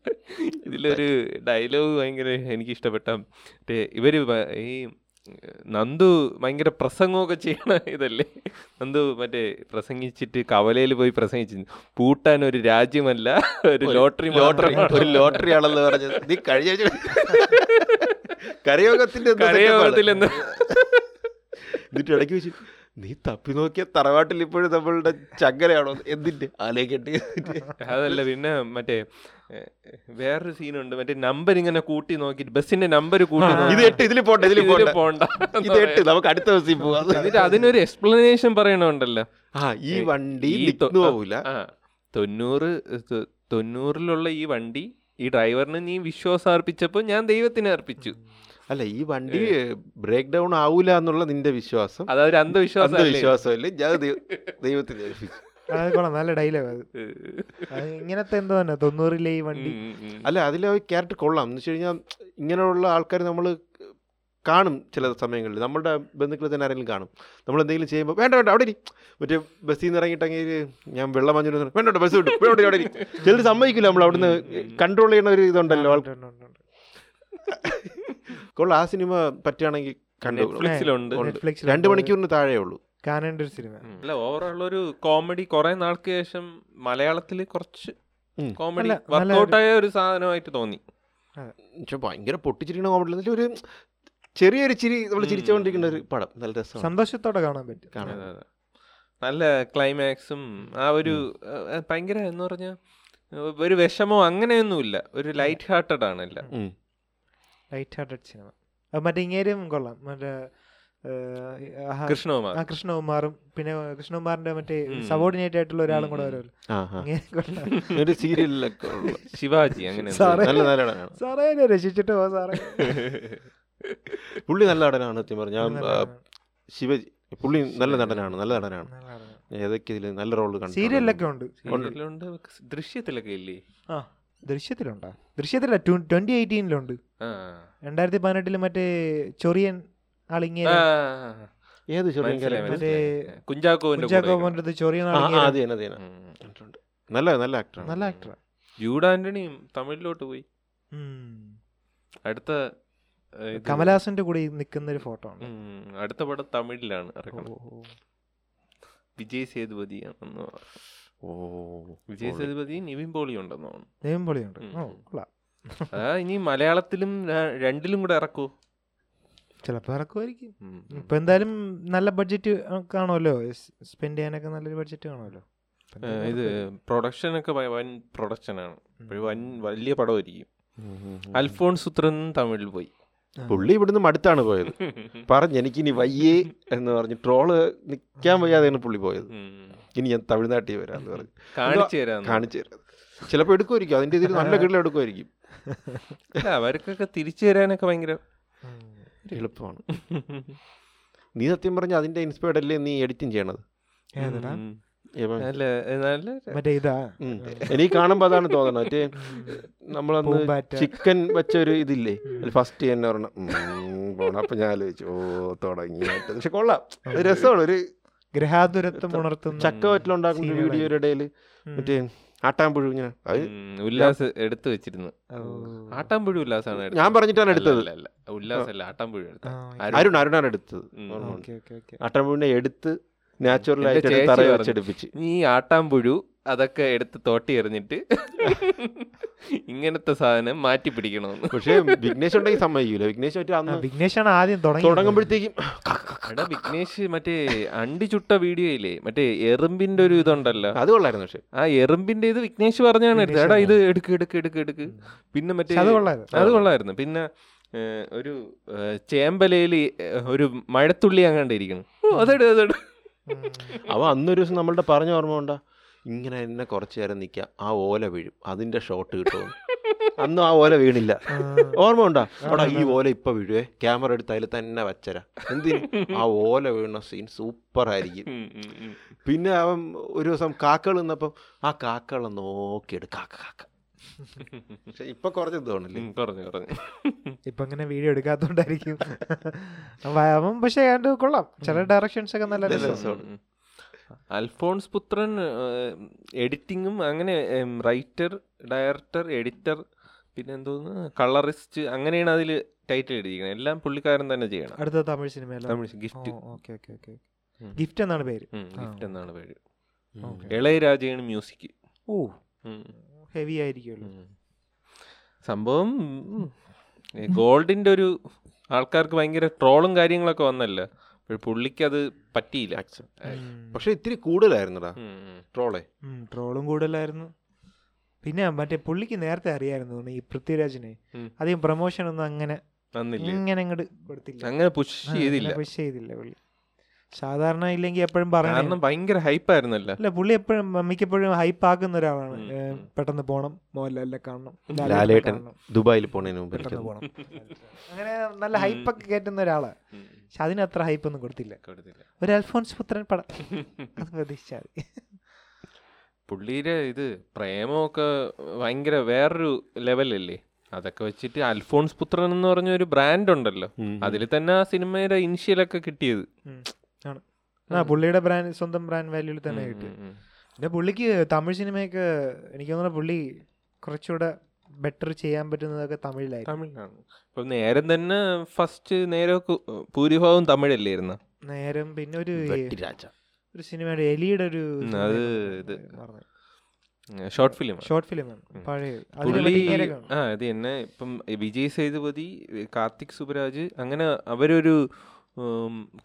Speaker 1: ഇതിലൊരു ഡയലോഗ് ഭയങ്കര എനിക്ക് ഇഷ്ടപ്പെട്ട മറ്റേ ഇവര് ഭ- ഈ ഏ, നന്ദു ഭയങ്കര പ്രസംഗമൊക്കെ ചെയ്യണ ഇതല്ലേ നന്ദു മറ്റേ പ്രസംഗിച്ചിട്ട് കവലയിൽ പോയി പ്രസംഗിച്ചു പൂട്ടാൻ ഒരു രാജ്യമല്ല ഒരു ലോട്ടറി
Speaker 2: ലോട്ടറി ഒരു ലോട്ടറി ആണെന്ന് പറഞ്ഞത് നീ കഴിഞ്ഞ ആഴ്ച കരയോഗത്തിന്റെ എന്തോ
Speaker 1: കരയോഗത്തിൽ
Speaker 2: setup ആണ്. എന്നിട്ട് ഇടയ്ക്ക് വെച്ച് നീ തപ്പി നോക്കിയ തറവാട്ടിൽ ഇപ്പോഴും നമ്മളുടെ ചങ്ങലയാണോ എന്തിന്റെ ആലയിക്കട്ടി
Speaker 1: അതല്ല പിന്നെ മറ്റേ വേറൊരു സീനുണ്ട് മറ്റേ നമ്പർ ഇങ്ങനെ കൂട്ടി നോക്കിട്ട് ബസ്സിന്റെ നമ്പർ കൂട്ടി
Speaker 2: ഇത്
Speaker 1: നോക്കിയിട്ട്
Speaker 2: എട്ട് ഇതിൽ പോട്ടെ ഇതിൽ
Speaker 1: ഇതില്
Speaker 2: പോട്ടെ
Speaker 1: പോണ്ട
Speaker 2: ഇത് എട്ട് നമുക്ക് അടുത്ത ബസ്സിൽ പോവാം
Speaker 1: എന്നിട്ട് അതിനൊരു എക്സ്പ്ലനേഷൻ പറയണമുണ്ടല്ലോ
Speaker 2: ആ ഈ വണ്ടി
Speaker 1: ഈ തൊ-
Speaker 2: നിൽക്കുന്നു പോവില്ല
Speaker 1: ആ തൊണ്ണൂറ് തൊ- തൊണ്ണൂറിലുള്ള ഈ വണ്ടി ഈ ഡ്രൈവറിന് നീ വിശ്വാസം അർപ്പിച്ചപ്പോൾ ഞാൻ ദൈവത്തിന് അർപ്പിച്ചു
Speaker 2: അല്ല ഈ വണ്ടി ബ്രേക്ക് ഡൗൺ ആവൂല എന്നുള്ള നിന്റെ വിശ്വാസം
Speaker 1: അത് ഒരു അന്ധവിശ്വാസം അല്ലേ?
Speaker 2: അന്ധവിശ്വാസമല്ലേ ഞാൻ ദൈ- ദൈവത്തിൽ ഏൽപ്പിച്ചു
Speaker 3: അത് കൊള്ളാം നല്ല ഡയലോഗ് അത് അത് ഇങ്ങനത്തെ എന്തോ തന്നെ തൊണ്ണൂറിലെ ഈ വണ്ടി
Speaker 1: ഉം, ഉം, ഉം.
Speaker 2: അല്ല അതിലെ ക്യാരക്ടർ കൊള്ളാം എന്ന് വെച്ച് കഴിഞ്ഞാൽ ഇങ്ങനെയുള്ള ആൾക്കാർ നമ്മൾ കാണും ചില സമയങ്ങളിൽ നമ്മുടെ ബന്ധുക്കളിൽ തന്നെ ആരെങ്കിലും കാണും നമ്മൾ എന്തെങ്കിലും ചെയ്യുമ്പോൾ വേണ്ട വേണ്ട അവിടെ ഇരി മറ്റേ ബസ്സിൽ നിന്ന് ഇറങ്ങിയിട്ടെങ്കിൽ ഞാൻ വെള്ളം വാങ്ങിച്ചു വേണ്ട വേണ്ട ബസ് വിട്ടു വേണ്ട ഇവിടെ ഇരി ചിലർ സമ്മതിക്കില്ല നമ്മൾ അവിടുന്ന് കൺട്രോൾ ചെയ്യുന്ന ഒരു ഇതുണ്ടല്ലോ ആൾ-
Speaker 3: ഉണ്ട്, ഉണ്ട്, ഉണ്ട്, ഉണ്ട്.
Speaker 2: കൊള്ളാം ആ സിനിമ പറ്റുകയാണെങ്കിൽ കണ്ടു
Speaker 1: നെറ്റ്ഫ്ലിക്സിലുണ്ട്
Speaker 2: ഉണ്ട്.
Speaker 3: നെറ്റ്ഫ്ലിക്സിലുണ്ട്.
Speaker 2: രണ്ട് മണിക്കൂറിന് താഴെ ഉള്ളൂ
Speaker 3: കാണേണ്ട ഒരു സിനിമ
Speaker 1: അല്ല ഓവറോൾ ഒരു കോമഡി കുറെ നാൾക്ക് ശേഷം മലയാളത്തിൽ കുറച്ച്
Speaker 2: ഉം.
Speaker 1: കോമഡി
Speaker 3: നല്ല- നല്ല
Speaker 1: വർക്ക്ഔട്ട് ആയ ഒരു സാധനമായിട്ട് തോന്നി
Speaker 2: പക്ഷെ ഭയങ്കര പൊട്ടിച്ചിരിക്കണ കോമഡി എന്നുവെച്ചാൽ ഒരു ചെറിയൊരു ചിരി നമ്മൾ ചിരിച്ചുകൊണ്ടിരിക്കുന്ന ഒരു പടം നല്ല രസമാണ്
Speaker 3: സന്തോഷത്തോടെ കാണാൻ പറ്റും
Speaker 2: കാണാൻ
Speaker 1: അതെ, അതെ. നല്ല ക്ലൈമാക്സും ആ ഒരു ആ, ഭയങ്കര എന്ന് പറഞ്ഞ ഒരു വിഷമോ അങ്ങനെയൊന്നുമില്ല ഒരു ലൈറ്റ് ഹാർട്ടഡ് ആണ് എല്ലാം
Speaker 2: ഉം.
Speaker 3: ലൈറ്റ് ഹാർട്ടഡ് സിനിമ അത് മറ്റേ ഇങ്ങേരും കൊള്ളാം മറ്റേ ഏ, ആഹാ,
Speaker 1: കൃഷ്ണകുമാർ
Speaker 3: ആ കൃഷ്ണകുമാറും പിന്നെ കൃഷ്ണകുമാറിന്റെ മറ്റേ
Speaker 1: ഉം.
Speaker 3: സബോർഡിനേറ്റ് ആയിട്ടുള്ള ഒരാളും കൂടെ
Speaker 1: ഉം.
Speaker 3: വരുമല്ലോ
Speaker 2: ആ ആ
Speaker 3: ഇങ്ങനെ കൊള്ളാം.
Speaker 2: ഒരു സീരിയലിലൊക്കെ ഉള്ള
Speaker 1: ശിവാജി അങ്ങനെ എന്തോ.
Speaker 3: സാറേ.
Speaker 2: നല്ല നല്ല നടനാണ്
Speaker 3: സാറേ എന്നെ രക്ഷിച്ചിട്ട് പോ സാറേ
Speaker 2: പുള്ളി നല്ല നടനാണ് സത്യം പറഞ്ഞു ഞാൻ ആ, ശിവജി പുള്ളി നല്ല നടനാണ് നല്ല നടനാണ് ഏതൊക്കെ ഇതിൽ നല്ല റോൾ കണ്ടു
Speaker 3: സീരിയലൊക്കെ ഉണ്ട്
Speaker 1: സീരിയലിലുണ്ട്, ദൃശ്യത്തിലൊക്കെ ഇല്ലേ
Speaker 3: ആ ദൃശ്യത്തിലുണ്ടോ ദൃശ്യത്തില്ല ട്വന്റി എയ്റ്റീനിലുണ്ട്
Speaker 1: ആ.
Speaker 3: രണ്ടായിരത്തി പതിനെട്ടില് മറ്റേ ചൊറിയൻ ആളിങ്ങനെ
Speaker 1: ആ,
Speaker 2: ഏത് ചെറിയ
Speaker 1: മനസ്സിലായി,
Speaker 2: കാര്യം?
Speaker 1: മനസ്സിലായി. കുഞ്ചാക്കോവിന്റെ കൂടെ ഒക്കെ.
Speaker 3: കുഞ്ചാക്കോമോന്റെ ചൊറിയൻ
Speaker 2: ആ, ആ,
Speaker 3: ആളിങ്ങനെ
Speaker 2: അത് തന്നെ, അത് തന്നെ.
Speaker 1: ഉം.
Speaker 2: കണ്ടിട്ടുണ്ട്. നല്ല നല്ല ആക്ടറാണ്
Speaker 3: നല്ല ആക്ടറാ
Speaker 1: ജൂഡ് ആന്റണിയും തമിഴിലോട്ട് പോയി അടുത്ത ഏ, ഇത്
Speaker 3: കമലഹാസന്റെ കൂടെ നിൽക്കുന്ന ഒരു ഫോട്ടോ ആണ്
Speaker 1: ഉം, അടുത്ത പടം തമിഴിലാണ്
Speaker 3: ഓ,
Speaker 1: ഇറക്കുന്നത്
Speaker 3: ഓ, ഓ.
Speaker 1: വിജയ് സേതുപതി ആണെന്ന് തോന്നുന്നു.
Speaker 2: ഓ
Speaker 1: വിജയ് സേതുപതി നിവിൻ പോളി ഉണ്ടെന്ന് തോന്നുന്നു
Speaker 3: ദൈവം പൊളിയുണ്ട്
Speaker 1: ഉം.
Speaker 3: ഓ കൊള്ളാം
Speaker 1: അതാ ഇനി മലയാളത്തിലും ര- രണ്ടിലും കൂടെ ഇറക്കൂ
Speaker 3: ചിലപ്പോ ഇറക്കുമായിരിക്കും
Speaker 1: ഉം.
Speaker 3: ഇപ്പൊ എന്തായാലും നല്ല ബഡ്ജറ്റ് കാണുമല്ലോ സ്പെൻഡ് ചെയ്യാനൊക്കെ നല്ലൊരു ബഡ്ജറ്റ് കാണുമല്ലോ ഇപ്പൊ
Speaker 1: ഏ,
Speaker 3: എന്തായാലും
Speaker 1: ഇത് പ്രൊഡക്ഷനൊക്കെ ഭയ- വൻ പ്രൊഡക്ഷനാണ് ഒരു വൻ വലിയ പടമായിരിക്കും
Speaker 2: ഉം, ഉം, ഉം.
Speaker 1: അൽഫോൺസ് സുത്രൻ തമിഴിൽ പോയി
Speaker 2: പുള്ളി ഇവിടുന്ന് മടുത്താണ് പോയത് പറഞ്ഞ് എനിക്കിനി വയ്യേ എന്ന് പറഞ്ഞ് ട്രോള് നിൽക്കാൻ വയ്യാതെയാണ് പുള്ളി പോയത്
Speaker 1: [laughs] ഉം.
Speaker 2: ഇനി ഞാൻ തമിഴ്നാട്ടിൽ വരാമെന്ന് പറഞ്ഞു
Speaker 1: കാണിച്ചു തരാന്ന്
Speaker 2: കാണിച്ചു തരാം ചിലപ്പോൾ എടുക്കുമായിരിക്കും അതിൻ്റെ ഇതിൽ നല്ല കീഴിൽ എടുക്കുമായിരിക്കും
Speaker 1: അല്ല, അവർക്കൊക്കെ തിരിച്ചു തരാനൊക്കെ ഭയങ്കര
Speaker 2: എളുപ്പമാണ് നീ സത്യം പറഞ്ഞാൽ അതിൻ്റെ ഇൻസ്പയർഡ് അല്ലേ നീ എഡിറ്റിംഗ് ചെയ്യണത്
Speaker 3: ഏതെടാ?
Speaker 1: ഉം.
Speaker 2: ഏവൻ?
Speaker 1: നല്ല നല്ല
Speaker 3: മറ്റേ ഇതാ
Speaker 2: ഉം. എനിക്ക് കാണുമ്പോൾ അതാണ് തോന്നണം മറ്റേ നമ്മളന്ന്
Speaker 3: പൂമ്പാറ്റ.
Speaker 2: ചിക്കൻ വെച്ച ഒരു ഇതില്ലേ ഫസ്റ്റ് തന്നെ പറഞ്ഞ പോണം അപ്പം ഞാൻ ആലോചിച്ചു ഓ തുടങ്ങി പക്ഷെ കൊള്ളാം അത് രസമാണ് ഒരു
Speaker 3: ഗ്രഹാതുരത്വം ഉണർത്തുന്ന
Speaker 2: ചക്ക വറ്റിലുണ്ടാക്കുന്ന ഒരു വീഡിയോയുടെ ഇടയിൽ മറ്റേ ആട്ടാമ്പുഴു ഇങ്ങനെ അത്
Speaker 1: ഉം, ഉല്ലാസ് എടുത്തു വെച്ചിരുന്നു
Speaker 3: ഓ.
Speaker 1: ആട്ടാമ്പുഴു ഉല്ലാസാണ് എടുത്തത്.
Speaker 2: ഞാൻ പറഞ്ഞിട്ടാണ്
Speaker 1: അല്ല,
Speaker 2: എടുത്തത്.
Speaker 1: അല്ല, അല്ല. ഉല്ലാസ് അല്ല ആട്ടാമ്പുഴു എടുത്ത
Speaker 3: ആ,
Speaker 2: അരുൺ അരുണാണ് എടുത്തത്
Speaker 1: ഉം.
Speaker 2: ഓർമ്മയുണ്ട്.
Speaker 3: ഓക്കെ ഓക്കെ ഓക്കെ
Speaker 2: ആട്ടാമ്പുഴുവിനെ എടുത്ത് നാച്ചുറൽ ആയിട്ട്
Speaker 1: ചേച്ചി
Speaker 2: തറ
Speaker 1: പറഞ്ഞു.
Speaker 2: വെച്ചെടുപ്പിച്ച്
Speaker 1: നീ ഈ ആട്ടാമ്പുഴു അതൊക്കെ എടുത്ത് തോട്ടി
Speaker 2: [laughs]
Speaker 1: എറിഞ്ഞിട്ട് ഇങ്ങനത്തെ സാധനം മാറ്റി പിടിക്കണമെന്ന്
Speaker 2: പക്ഷേ വിഘ്നേഷ് ഉണ്ടെങ്കിൽ സമ്മതിക്കൂല വിഘ്നേഷ് മറ്റേ
Speaker 3: ആ,
Speaker 2: അന്ന്
Speaker 3: വിഘ്നേഷാണ് ആദ്യം തുടങ്ങി
Speaker 2: തുടങ്ങുമ്പോഴത്തേക്കും
Speaker 1: എടാ വിഘ്നേഷ് മറ്റേ അണ്ടി ചുട്ട വീഡിയോ ഇല്ലേ മറ്റേ എറുമ്പിന്റെ ഒരു ഇതുണ്ടല്ലോ
Speaker 2: അത് കൊള്ളായിരുന്നു പക്ഷേ
Speaker 1: ആ എറുമ്പിന്റെ ഇത് വിഘ്നേഷ് പറഞ്ഞാണ് എടുത്തത് എടാ ഇത് എടുക്ക് എടുക്ക് എടുക്ക് എടുക്ക് പിന്നെ മറ്റേ
Speaker 3: പക്ഷെ അത് കൊള്ളായിരുന്നു
Speaker 1: അത് കൊള്ളായിരുന്നു പിന്നെ ഏ, ഒരു ചേമ്പലയിൽ ഒരു മഴത്തുള്ളി അങ്ങാണ്ടിരിക്കണം ഓ അതെടു അതെടു
Speaker 2: അവ അന്നൊരു ദിവസം നമ്മളുടെ പറഞ്ഞ ഓർമ്മ ഉണ്ടാ ഇങ്ങനെ എന്നെ കുറച്ച് നേരം നിൽക്കുക ആ ഓല വീഴും അതിൻ്റെ ഷോട്ട് കിട്ടും അന്നും ആ ഓല വീണില്ല ഓർമ്മ ഉണ്ടാ അവിടെ ഈ ഓല ഇപ്പം വീഴുവേ ക്യാമറ എടുത്ത് അതിൽ തന്നെ വച്ചരാ എന്തിന് ആ ഓല വീണ സീൻ സൂപ്പർ ആയിരിക്കും
Speaker 1: ഉം, ഉം, ഉം.
Speaker 2: പിന്നെ അവൻ ഒരു ദിവസം കാക്കകൾ നിന്നപ്പം ആ കാക്കകളെ നോക്കിയെടു കാക്ക കാക്ക പക്ഷെ ഇപ്പം കുറച്ച് തോന്നില്ലേ
Speaker 1: ഉം, കുറഞ്ഞു കുറഞ്ഞു
Speaker 3: ഇപ്പൊ അങ്ങനെ വീഡിയോ
Speaker 1: [laughs]
Speaker 3: എടുക്കാത്തോണ്ടായിരിക്കും അവ- അവൻ പക്ഷെ ഏതാണ്ട് കൊള്ളാം ചില ഡയറക്ഷൻസ് ഒക്കെ നല്ല
Speaker 2: നല്ല
Speaker 3: രസം
Speaker 2: രസമാണ്
Speaker 1: ഉം. അൽഫോൺസ് പുത്രൻ എഡിറ്റിങ്ങും അങ്ങനെ റൈറ്റർ ഡയറക്ടർ എഡിറ്റർ പിന്നെ എന്തോന്ന് കളറിസ്റ്റ് അങ്ങനെയാണ് അതിൽ ടൈറ്റിൽ എഴുതിയിരിക്കുന്നത് എല്ലാം പുള്ളിക്കാരൻ തന്നെ ചെയ്യണം
Speaker 3: അടുത്ത തമിഴ് സിനിമയല്ല
Speaker 1: Tamil gift
Speaker 3: okay okay okay
Speaker 1: ഉം.
Speaker 3: ഗിഫ്റ്റ് എന്നാണ് പേര് ആ.
Speaker 1: ഗിഫ്റ്റ് എന്നാണ് പേര്
Speaker 3: Okay.
Speaker 1: ഇളയരാജയാണ് മ്യൂസിക്
Speaker 3: ഓ ഹെവി ആയിരിക്കുമല്ലോ
Speaker 1: സംഭവം ഉം, ഈ ഗോൾഡിന്റെ ഒരു ആൾക്കാർക്ക് ഭയങ്കര ട്രോളും കാര്യങ്ങളൊക്കെ വന്നല്ലോ അപ്പോൾ പുള്ളിക്ക് അത് പറ്റിയില്ല
Speaker 2: പക്ഷെ ഇത്തിരി കൂടുതലായിരുന്നടാ
Speaker 1: ഉം, ഉം.
Speaker 2: ട്രോളെ
Speaker 3: ട്രോളും കൂടുതലായിരുന്നു പിന്നെ മറ്റേ പുള്ളിക്ക് നേരത്തെ അറിയായിരുന്നു തോന്നുന്നു ഈ പൃഥ്വിരാജിനെ
Speaker 1: ഉം.
Speaker 3: അധികം പ്രൊമോഷൻ ഒന്നും അങ്ങനെ
Speaker 1: നന്നില്ലേ
Speaker 3: ഇങ്ങനെ അങ്ങോട്ട് കൊടുത്തില്ല
Speaker 1: അങ്ങനെ പുഷ്
Speaker 3: ആ,
Speaker 1: ചെയ്തില്ല
Speaker 3: അങ്ങനെ push ചെയ്തില്ല പുള്ളി സാധാരണ ഇല്ലെങ്കിൽ എപ്പോഴും
Speaker 1: കാരണം
Speaker 3: പറയണം
Speaker 1: ഭയങ്കര ഹൈപ്പായിരുന്നല്ല
Speaker 3: അല്ല പുള്ളി എപ്പോഴും മിക്കപ്പോഴും ഹൈപ്പ് ആക്കുന്ന ഒരാളാണ്
Speaker 1: ഉം,
Speaker 3: ഏ,
Speaker 1: ഉം.
Speaker 3: പെട്ടെന്ന് പോണം മോഹൻലാലിനെ കാണണം ലാലേട്ടനെ
Speaker 2: ലാലേട്ടൻ
Speaker 3: കാണണം,
Speaker 2: ദുബായിൽ പോണതിന് മുമ്പ്
Speaker 3: പെട്ടെന്ന്
Speaker 2: എനിക്ക്
Speaker 3: പോണം അങ്ങനെ നല്ല ഹൈപ്പൊക്കെ കയറ്റുന്ന ഒരാളാണ് പക്ഷെ അതിനത്ര ഹൈപ്പൊന്നും കൊടുത്തില്ല ഒരു അൽഫോൻസ് പുത്രൻ
Speaker 1: [laughs]
Speaker 3: പടം അത് പ്രതീക്ഷിച്ചാൽ മതി.
Speaker 1: പുള്ളിയുടെ ഇത് പ്രേമമൊക്കെ ഭയങ്കര വേറൊരു ലെവലല്ലേ അതൊക്കെ വെച്ചിട്ട് അൽഫോൺസ് പുത്രൻ എന്ന് പറഞ്ഞ ഒരു ബ്രാൻഡ് ഉണ്ടല്ലോ
Speaker 2: ഉം.
Speaker 1: അതിൽ തന്നെ ആ സിനിമയുടെ ഇനിഷ്യലൊക്കെ കിട്ടിയത്
Speaker 3: ഉം. ആണ് ആ പുള്ളിയുടെ ബ്രാൻഡ് സ്വന്തം ബ്രാൻഡ് വാല്യൂവിൽ തന്നെ കിട്ടി
Speaker 1: ഉം, ഉം, ഉം.
Speaker 3: പിന്നെ പുള്ളിക്ക് തമിഴ് സിനിമയൊക്കെ എനിക്ക് തോന്നുന്നു പുള്ളി കുറച്ചുകൂടെ ബെറ്റർ ചെയ്യാൻ പറ്റുന്നതൊക്കെ തമിഴിലായിരുന്നു
Speaker 1: തമിഴാണ് ഇപ്പൊ നേരം തന്നെ ഫസ്റ്റ് നേരെ കു- ഭൂരിഭാഗം തമിഴല്ലായിരുന്നു
Speaker 3: നേരം പിന്നെ ഒരു
Speaker 2: വെട്ടിരാജ.
Speaker 3: ഒരു സിനിമയുടെ എലിയുടെ ഒരു
Speaker 1: ഉം, അത് ഇത്. ഷോർട്ട് ഫിലിം
Speaker 3: ഷോർട്ട് ഫിലിമാണ് പഴയ അതില്
Speaker 1: പുള്ളി
Speaker 3: നേരെ കാണും.
Speaker 1: ആ അത് തന്നെ ഇപ്പം വിജയ് സേതുപതി കാർത്തിക് സുബരാജ് അങ്ങനെ അവരൊരു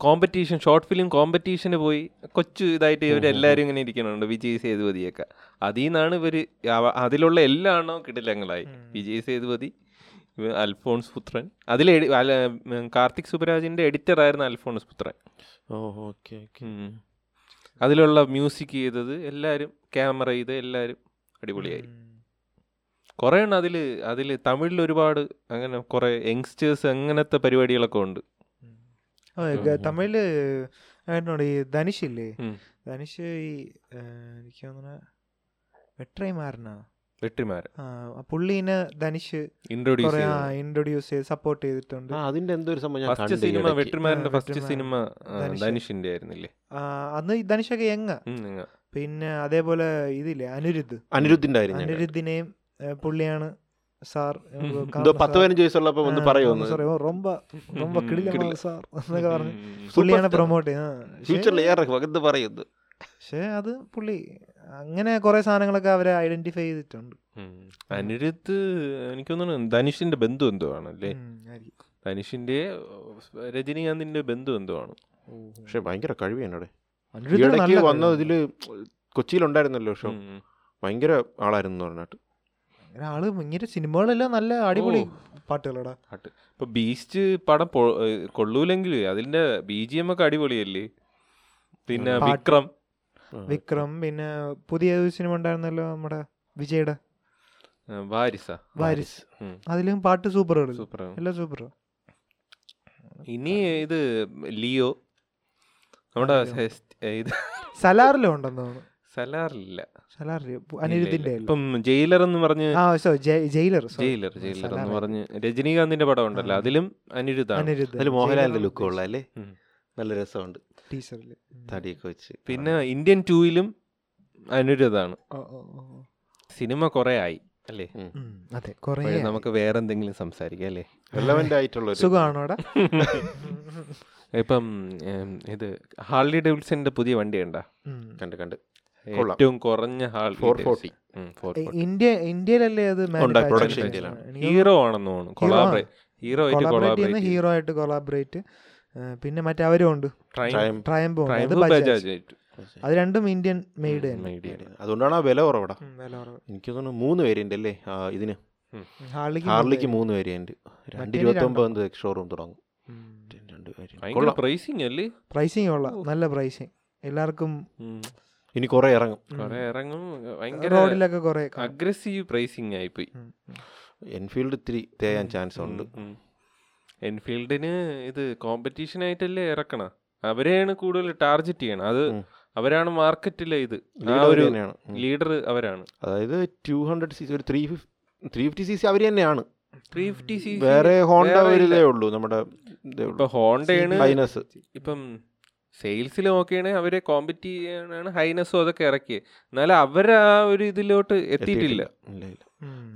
Speaker 1: കോമ്പറ്റീഷൻ ഷോർട്ട് ഫിലിം കോമ്പറ്റീഷന് പോയി കൊച്ചു ഇതായിട്ട് ഇവരെല്ലാവരും ഇങ്ങനെ ഇരിക്കണുണ്ട് വിജയ് സേതുപതിയൊക്കെ അതിൽ നിന്നാണ് ഇവർ അതിലുള്ള എല്ലാ എണ്ണോ കിടിലങ്ങളായി വിജയ് സേതുപതി ഇവ- അൽഫോൺസ് പുത്രൻ അതിൽ കാർത്തിക് സുബരാജിൻ്റെ എഡിറ്ററായിരുന്നു അൽഫോൺസ് പുത്രൻ
Speaker 2: ഓ ഓക്കെ ഓക്കെ
Speaker 1: ഉം. അതിലുള്ള മ്യൂസിക് ചെയ്തത് എല്ലാവരും ക്യാമറ ചെയ്ത് എല്ലാവരും അടിപൊളിയായി
Speaker 3: ഉം.
Speaker 1: കുറേ എണ്ണം അതിൽ അതിൽ തമിഴിൽ ഒരുപാട് അങ്ങനെ കുറേ യങ്സ്റ്റേഴ്സ് അങ്ങനത്തെ പരിപാടികളൊക്കെ ഉണ്ട്
Speaker 3: ആ, ഗ- തമിഴില് ആയിട്ടുണ്ട് ഈ ധനുഷ് ഇല്ലേ
Speaker 1: ഉം.
Speaker 3: ധനുഷ് ഈ ഏ, എനിക്ക് തോന്നുന്ന വെട്രൈമാരനാ
Speaker 1: വെട്ടിമാരെ
Speaker 3: ആ പുള്ളീനെ ധനുഷ്
Speaker 1: ഇൻട്രോഡ്യൂസ്
Speaker 3: കുറെ
Speaker 1: ചെയ്തു
Speaker 3: ഇൻട്രൊഡ്യൂസ് ചെയ്ത് സപ്പോർട്ട് ചെയ്തിട്ടുണ്ട്
Speaker 2: ആ അതിന്റെ എന്തോ ഒരു സംഭവം ഞാൻ
Speaker 1: ഫസ്റ്റ്
Speaker 2: കണ്ടു ഈ
Speaker 1: സിനിമ
Speaker 2: ഇടയ്ക്ക്.
Speaker 1: വെട്ടിമാരൻ്റെ
Speaker 3: ആ,
Speaker 1: ഫസ്റ്റ്
Speaker 3: വെട്ടിമാരൻ.
Speaker 1: സിനിമ
Speaker 3: ധനുഷ്.
Speaker 1: ധനുഷിൻ്റെ ആയിരുന്നില്ലേ
Speaker 3: ആ, അന്ന് ഈ ധനുഷൊക്കെ യങ്ങ
Speaker 1: ഉം, നിങ്ങ.
Speaker 3: പിന്നെ അതേപോലെ ഇതില്ലേ അനിരുദ്ധ്
Speaker 2: അനിരുദ്ധിന്റെ ആയിരുന്നു ഞാൻ.
Speaker 3: അനിരുദ്ധിനെയും ഏ, പുള്ളിയാണ് സാർ
Speaker 2: എന്തോ പത്ത് പതിനഞ്ച് വയസ്സുള്ളപ്പോ ഒന്ന് പറയുമെന്ന്
Speaker 3: റൊമ്പ റൊമ്പ കിടിലമാണ് സാർ എന്നൊക്കെ പറഞ്ഞു
Speaker 1: ഉം, ഉം,
Speaker 3: പുള്ളിയാണ്
Speaker 2: Superstar.
Speaker 3: പ്രൊമോട്ട് ചെയ്യുന്നത്
Speaker 2: ഫ്യൂച്ചറിൽ ഏറെ എന്ത് പറയുന്നു
Speaker 3: പക്ഷേ അത് പുള്ളി അങ്ങനെ കുറെ സാധനങ്ങളൊക്കെ അവരെ ഐഡന്റിഫൈ ചെയ്തിട്ടുണ്ട്
Speaker 1: ഉം. അനിരുദ്ധ് എനിക്ക് തോന്നുന്നു ധനുഷിൻ്റെ ബന്ധു എന്തോ ആണല്ലേ
Speaker 3: ഉം, ആയിരിക്കും.
Speaker 1: ധനുഷിൻ്റെ രജനീകാന്തിൻ്റെ ബന്ധു എന്തോ ആണ്
Speaker 2: പക്ഷെ ഭയങ്കര കഴിവ് എന്നോടെ
Speaker 3: അനിരുദ്ധ്
Speaker 2: ഇടയ്ക്ക്
Speaker 3: നല്ല
Speaker 2: വന്ന ഇതില് കൊച്ചിയിലുണ്ടായിരുന്നല്ലോ ഷോ
Speaker 1: ഉം, ഉം.
Speaker 2: ഭയങ്കര ആളായിരുന്നു പറഞ്ഞിട്ട്
Speaker 3: അങ്ങനെ ആള് ഇങ്ങനെ സിനിമകളെല്ലാം നല്ല അടിപൊളി പാട്ടുകളടാ
Speaker 1: പാട്ട് ഇപ്പൊ ബീസ്റ്റ് പടം പൊ- ഏ, കൊള്ളൂലെങ്കില് അതിന്റെ ബി ജി എം ഒക്കെ അടിപൊളിയല്ലേ പിന്നെ
Speaker 3: പാട്ട്.
Speaker 1: വിക്രം
Speaker 3: വിക്രം പിന്നെ പുതിയ ഒരു സിനിമ ഉണ്ടായിരുന്നല്ലോ നമ്മുടെ വിജയുടെ
Speaker 1: ആ, വാരിസ
Speaker 3: വാരിസ് അതിലും പാട്ട് സൂപ്പറുകൾ
Speaker 1: സൂപ്പർ
Speaker 3: എല്ലാം സൂപ്പർ
Speaker 1: ഇനി ഇത് ലിയോ നമ്മുടെ ഹെസ്- ഏ, ഇത് [laughs]
Speaker 3: സലാറിലും ഉണ്ടെന്ന് തോന്നുന്നു
Speaker 1: സലാറില്ല
Speaker 3: സലാറിൽ അനിരുദ്ധിന്റെ അല്ലേ?
Speaker 1: ഇപ്പം ജയിലർ എന്ന് പറഞ്ഞ്
Speaker 3: ആ സോ ജയിലർ
Speaker 1: ജയിലർ ജയിലർ എന്ന് പറഞ്ഞ് രജനീകാന്തിന്റെ പടം ഉണ്ടല്ലോ അതിലും അനിരുദ്ധാണ്
Speaker 3: അനിരുദ്ധ്
Speaker 2: അതിൽ മോഹൻലാലിന്റെ ലുക്ക് ഉള്ള അല്ലേ
Speaker 1: ഉം.
Speaker 2: നല്ല രസമുണ്ട്
Speaker 3: ടീച്ചറിൽ
Speaker 2: തടിയൊക്കെ വെച്ച്
Speaker 1: പിന്നെ ഇന്ത്യൻ ടൂയിലും അനിരുദ്ധാണ്
Speaker 3: ഓ ഓ ഓ.
Speaker 1: സിനിമ കുറെ ആയി അല്ലേ
Speaker 3: ഉം, അതെ കുറേ
Speaker 1: അപ്പോഴ് നമുക്ക് വേറെന്തെങ്കിലും സംസാരിക്കാം അല്ലേ
Speaker 2: റെലവെന്റ് ആയിട്ടുള്ള ഒരു
Speaker 1: [laughs]
Speaker 3: സുഖമാണോടാ
Speaker 1: ഇപ്പം ഉം, ഇത് ഹാർലി ഡേവിഡ്സന്റെ പുതിയ വണ്ടി ഉണ്ടാ
Speaker 3: ഉം.
Speaker 2: കണ്ട് കണ്ട് കൊള്ളാം.
Speaker 1: ഏറ്റവും കുറഞ്ഞ ഹാർലി
Speaker 2: 440.
Speaker 1: ഡേവിഡ്സൺ. ഉം, 440.
Speaker 3: ഇന്ത്യ ഇന്ത്യയിലല്ലേ അത് manufacture
Speaker 2: production
Speaker 3: ചെയ്യുന്നത്?
Speaker 2: ഇന്ത്യയിലാണ്.
Speaker 3: എനിക്ക്
Speaker 1: ഹീറോ ആണെന്ന് തോന്നുന്നു കൊളാബറേ ഹീറോ ആയിട്ട്
Speaker 3: collaborate
Speaker 1: കൊളാബറേറ്റ്
Speaker 3: ചെയ്യുന്ന ഹീറോ ആയിട്ട് കൊളാബറേറ്റ് പിന്നെ മറ്റേ അവരും ഉണ്ട്
Speaker 1: ട്രൈം
Speaker 2: Triumph.
Speaker 3: ട്രയംബോ അത്
Speaker 1: ട്രൈം
Speaker 3: ബജാജ്.
Speaker 1: ബജാജ് ആയിട്ട്.
Speaker 3: അത് രണ്ടും ഇന്ത്യൻ മെയ്ഡ്
Speaker 1: ഉം,
Speaker 3: തന്നെ
Speaker 1: made ചെയ്തത്.
Speaker 2: അതുകൊണ്ടാണ് ആ വില കുറവടാ
Speaker 3: ഉം, വില കുറവ്.
Speaker 2: എനിക്ക് തോന്നുന്നു മൂന്ന് വേരിയന്റ് അല്ലേ ആ, ഇതിന്
Speaker 3: ഉം, ഹാർലിക്ക്
Speaker 2: ഹാർലിക്ക് മൂന്ന് വേരിയന്റ് രണ്ട്
Speaker 3: മറ്റേതിന്
Speaker 2: ഇരുപത്തി ഒമ്പത് ഷോറൂം തുടങ്ങും രണ്ട് variant.
Speaker 1: ഭയങ്കര
Speaker 2: കൊള്ളാം
Speaker 1: പ്രൈസിങ് അല്ലേ
Speaker 3: പ്രൈസിങ് ഉള്ള നല്ല പ്രൈസിങ് എല്ലാവർക്കും
Speaker 2: ഇനി കുറെ ഇറങ്ങും
Speaker 1: കുറെ ഇറങ്ങും ഭയങ്കര
Speaker 3: റോഡിലൊക്കെ കുറെ
Speaker 1: അഗ്രസീവ് പ്രൈസിങ് ആയിപ്പോയി
Speaker 2: എൻഫീൽഡ് ഇത്തിരി തേയാൻ ചാൻസ് ഉണ്ട്
Speaker 1: ഉം. എൻഫീൽഡിന് ഇത് കോമ്പറ്റീഷൻ ആയിട്ടല്ലേ ഇറക്കണ അവരെയാണ് കൂടുതൽ ടാർജറ്റ് ചെയ്യണം അത്
Speaker 2: ഉം.
Speaker 1: അവരാണ് മാർക്കറ്റിലെ ഇത് ആ
Speaker 2: Leader
Speaker 1: ഒരു
Speaker 2: തന്നെയാണ്. ഉം.
Speaker 1: ലീഡർ അവരാണ്
Speaker 2: അതായത് ടു ഹൺഡ്രഡ് സി സി ഒരു three fifty three fifty C C അവർ തന്നെയാണ്
Speaker 1: ത്രീ ഫിഫ്റ്റി സി
Speaker 2: വേറെ ഹോണ്ട ഒരു ഇതേ ഉള്ളൂ നമ്മുടെ ഇതേ ഉള്ളൂ
Speaker 1: ഇപ്പൊ ഹോണ്ടയാണ്
Speaker 2: മൈനസ്
Speaker 1: ഇപ്പം സെയിൽസിൽ നോക്കുകയാണെങ്കിൽ അവരെ കോമ്പറ്റ് ചെയ്യാനാണ് ഹൈനസും അതൊക്കെ ഇറക്കിയത് എന്നാലും അവരെ ആ ഒരു ഇതിലോട്ട് എത്തിയിട്ടില്ല
Speaker 2: ഇല്ല ഇല്ല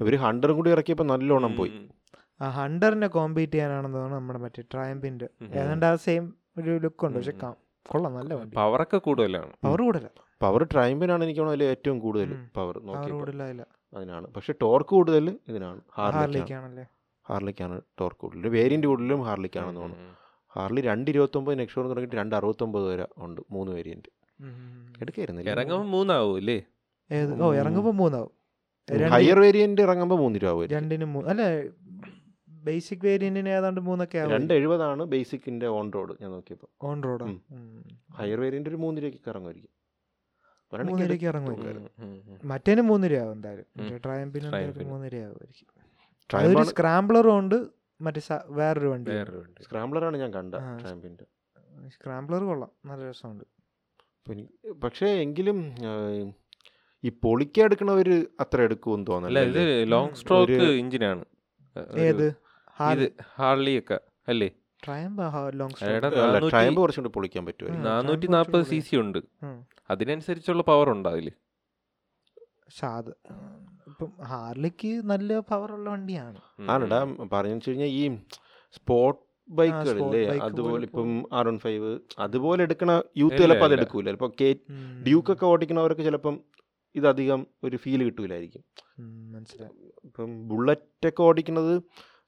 Speaker 2: ഇവര് ഹൺഡ്രഡും കൂടി ഇറക്കിയപ്പോൾ നല്ലോണം പോയി
Speaker 1: ഉം.
Speaker 3: ഹണ്ടറിനെ കോമ്പീറ്റ് ചെയ്യാനാണെന്ന് തോന്നുന്നു നമ്മുടെ മറ്റേ ട്രയംപിന്റെ ഏതാണ്ട് ആ സെയിം ഒരു ലുക്ക് ഉണ്ട് പക്ഷെ കൊള്ളാം നല്ല വണ്ടി
Speaker 1: പവറൊക്കെ കൂടുതലാണ്
Speaker 3: പവർ കൂടല
Speaker 2: പവർ ട്രൈമ്പിനാണ് എനിക്ക് തോന്നുന്നത് അതിൽ ഏറ്റവും കൂടുതൽ
Speaker 3: ഉം.
Speaker 2: പവർ
Speaker 3: പവർ
Speaker 2: നോക്കിയപ്പോൾ
Speaker 3: കൂടല
Speaker 2: അതിനാണ് പക്ഷെ ടോർക്ക് കൂടുതൽ ഇതിനാണ് ഹാർലിക്കാണ്
Speaker 3: ഹാർലിക്കാണല്ലേ
Speaker 2: ഹാർലിക്കാണ് ടോർക്ക് കൂടുതൽ വേരിയന്റ് കൂടുതലും ഹാർലിക്കാണെന്ന് തോന്നുന്നു
Speaker 1: ഉം.
Speaker 2: ഹാർലി രണ്ട് ഇരുപത്തൊമ്പത് നെക്സ്റ്റ് ഓർന്ന് തുടങ്ങിയിട്ട് രണ്ട് അറുപത്തൊമ്പത് വരെ ഉണ്ട് മൂന്ന് വേരിയന്റ് എടുക്കായിരുന്നില്ല
Speaker 1: ഇറങ്ങുമ്പോൾ മൂന്നാവും അല്ലേ
Speaker 3: ഏത് ഓ ഇറങ്ങുമ്പോ മൂന്നാവും രണ്ട്-
Speaker 2: ഹയർ വേരിയന്റ് ഇറങ്ങുമ്പോൾ മൂന്ന് രൂപ വരും
Speaker 3: രണ്ടിന് മൂന്ന് അല്ല ബേസിക് വേരിയന്റിന് ഏതാണ്ട് മൂന്നൊക്കെ ആവും
Speaker 2: രണ്ട് എഴുപതാണ് ബേസിക്കിന്റെ ഓൺ റോഡ് ഞാൻ നോക്കിയപ്പോൾ
Speaker 3: ഓൺ റോഡ്
Speaker 2: ഉം. ഹയർ വേരിയന്റ് ഒരു മൂന്ന് രൂപയ്ക്ക് ഇറങ്ങുമായിരിക്കും ഒരെണ്ണം
Speaker 3: മൂന്ന്
Speaker 2: എടുത്ത്
Speaker 3: രൂപയ്ക്ക് ഇറങ്ങും
Speaker 2: നോക്കാം.
Speaker 3: മറ്റേന് മൂന്ന് രൂപ ആവും എന്തായാലും
Speaker 1: ഉം.
Speaker 3: മറ്റേ ട്രയംപിന് എന്തായാലും
Speaker 1: ട്രയംപിന്.
Speaker 3: മൂന്ന് രൂപ ആവുമായിരിക്കും
Speaker 2: ട്രയംബാണ്-
Speaker 3: അതൊരു സ്ക്രാംബ്ലറും ഉണ്ട് മറ്റേ സ- വേറൊരു വണ്ടി
Speaker 2: സ്ക്രാംബ്ലറാണ് ഞാൻ കണ്ട
Speaker 3: ആ.
Speaker 2: ട്രാമ്പിൻ്റെ
Speaker 3: സ്ക്രാംബ്ലർ കൊള്ളാം നല്ല രസമുണ്ട്
Speaker 2: പക്ഷേ എങ്കിലും ആ, ഈ പൊളിക്കാൻ എടുക്കണവർ അത്ര എടുക്കുമെന്ന്
Speaker 1: അല്ല ഇത്
Speaker 2: തോന്നല്ലേ
Speaker 1: ലോങ്
Speaker 3: ഉം.
Speaker 1: സ്ട്രോക്ക്
Speaker 2: ഒരു-
Speaker 1: എഞ്ചിനാണ്
Speaker 3: ഏത്
Speaker 1: ഇത് ഹാർലി ഒക്കെ അല്ലേ
Speaker 3: ട്രയംപ് ലോങ്
Speaker 1: എടാ,
Speaker 3: സ്ട്രോക്ക്
Speaker 1: നാനൂറ്റി-
Speaker 2: ട്രാമ്പ് കുറച്ചുകൂടി പൊളിക്കാൻ പറ്റുമായിരിക്കും
Speaker 3: ഉം,
Speaker 1: നാനൂറ്റി
Speaker 3: Triumph
Speaker 1: നാൽപ്പത് സി
Speaker 3: കുറച്ചുകൂടി.
Speaker 1: സി ഉണ്ട്
Speaker 3: ഉം.
Speaker 1: അതിനനുസരിച്ചുള്ള പവർ ഉണ്ട് അതിൽ
Speaker 3: ഷാദ് ഇപ്പം ഹാർലിക്ക് നല്ല പവറുള്ള വണ്ടിയാണ്
Speaker 2: ആണടാ പറഞ്ഞു വെച്ച് കഴിഞ്ഞാൽ ഈ സ്പോട്ട് ബൈക്കുകളില്ലേ
Speaker 3: sport bike
Speaker 2: അതുപോലെ
Speaker 3: പോലെ
Speaker 2: ഇപ്പം ആർ വൺ ഫൈവ് അതുപോലെ എടുക്കണ യൂത്ത്
Speaker 1: ഇല്ല,
Speaker 2: ചിലപ്പോൾ അത്
Speaker 1: ഇല്ല.
Speaker 2: എടുക്കൂല ചിലപ്പോൾ കെ ഡ്യൂക്ക് ഒക്കെ ഓടിക്കണവർക്ക് ചിലപ്പം ഇതധികം ഒരു ഫീൽ കിട്ടൂലായിരിക്കും
Speaker 3: മനസ്സിലായി
Speaker 2: ഇപ്പം ബുള്ളറ്റ് ഒക്കെ ഓടിക്കുന്നത്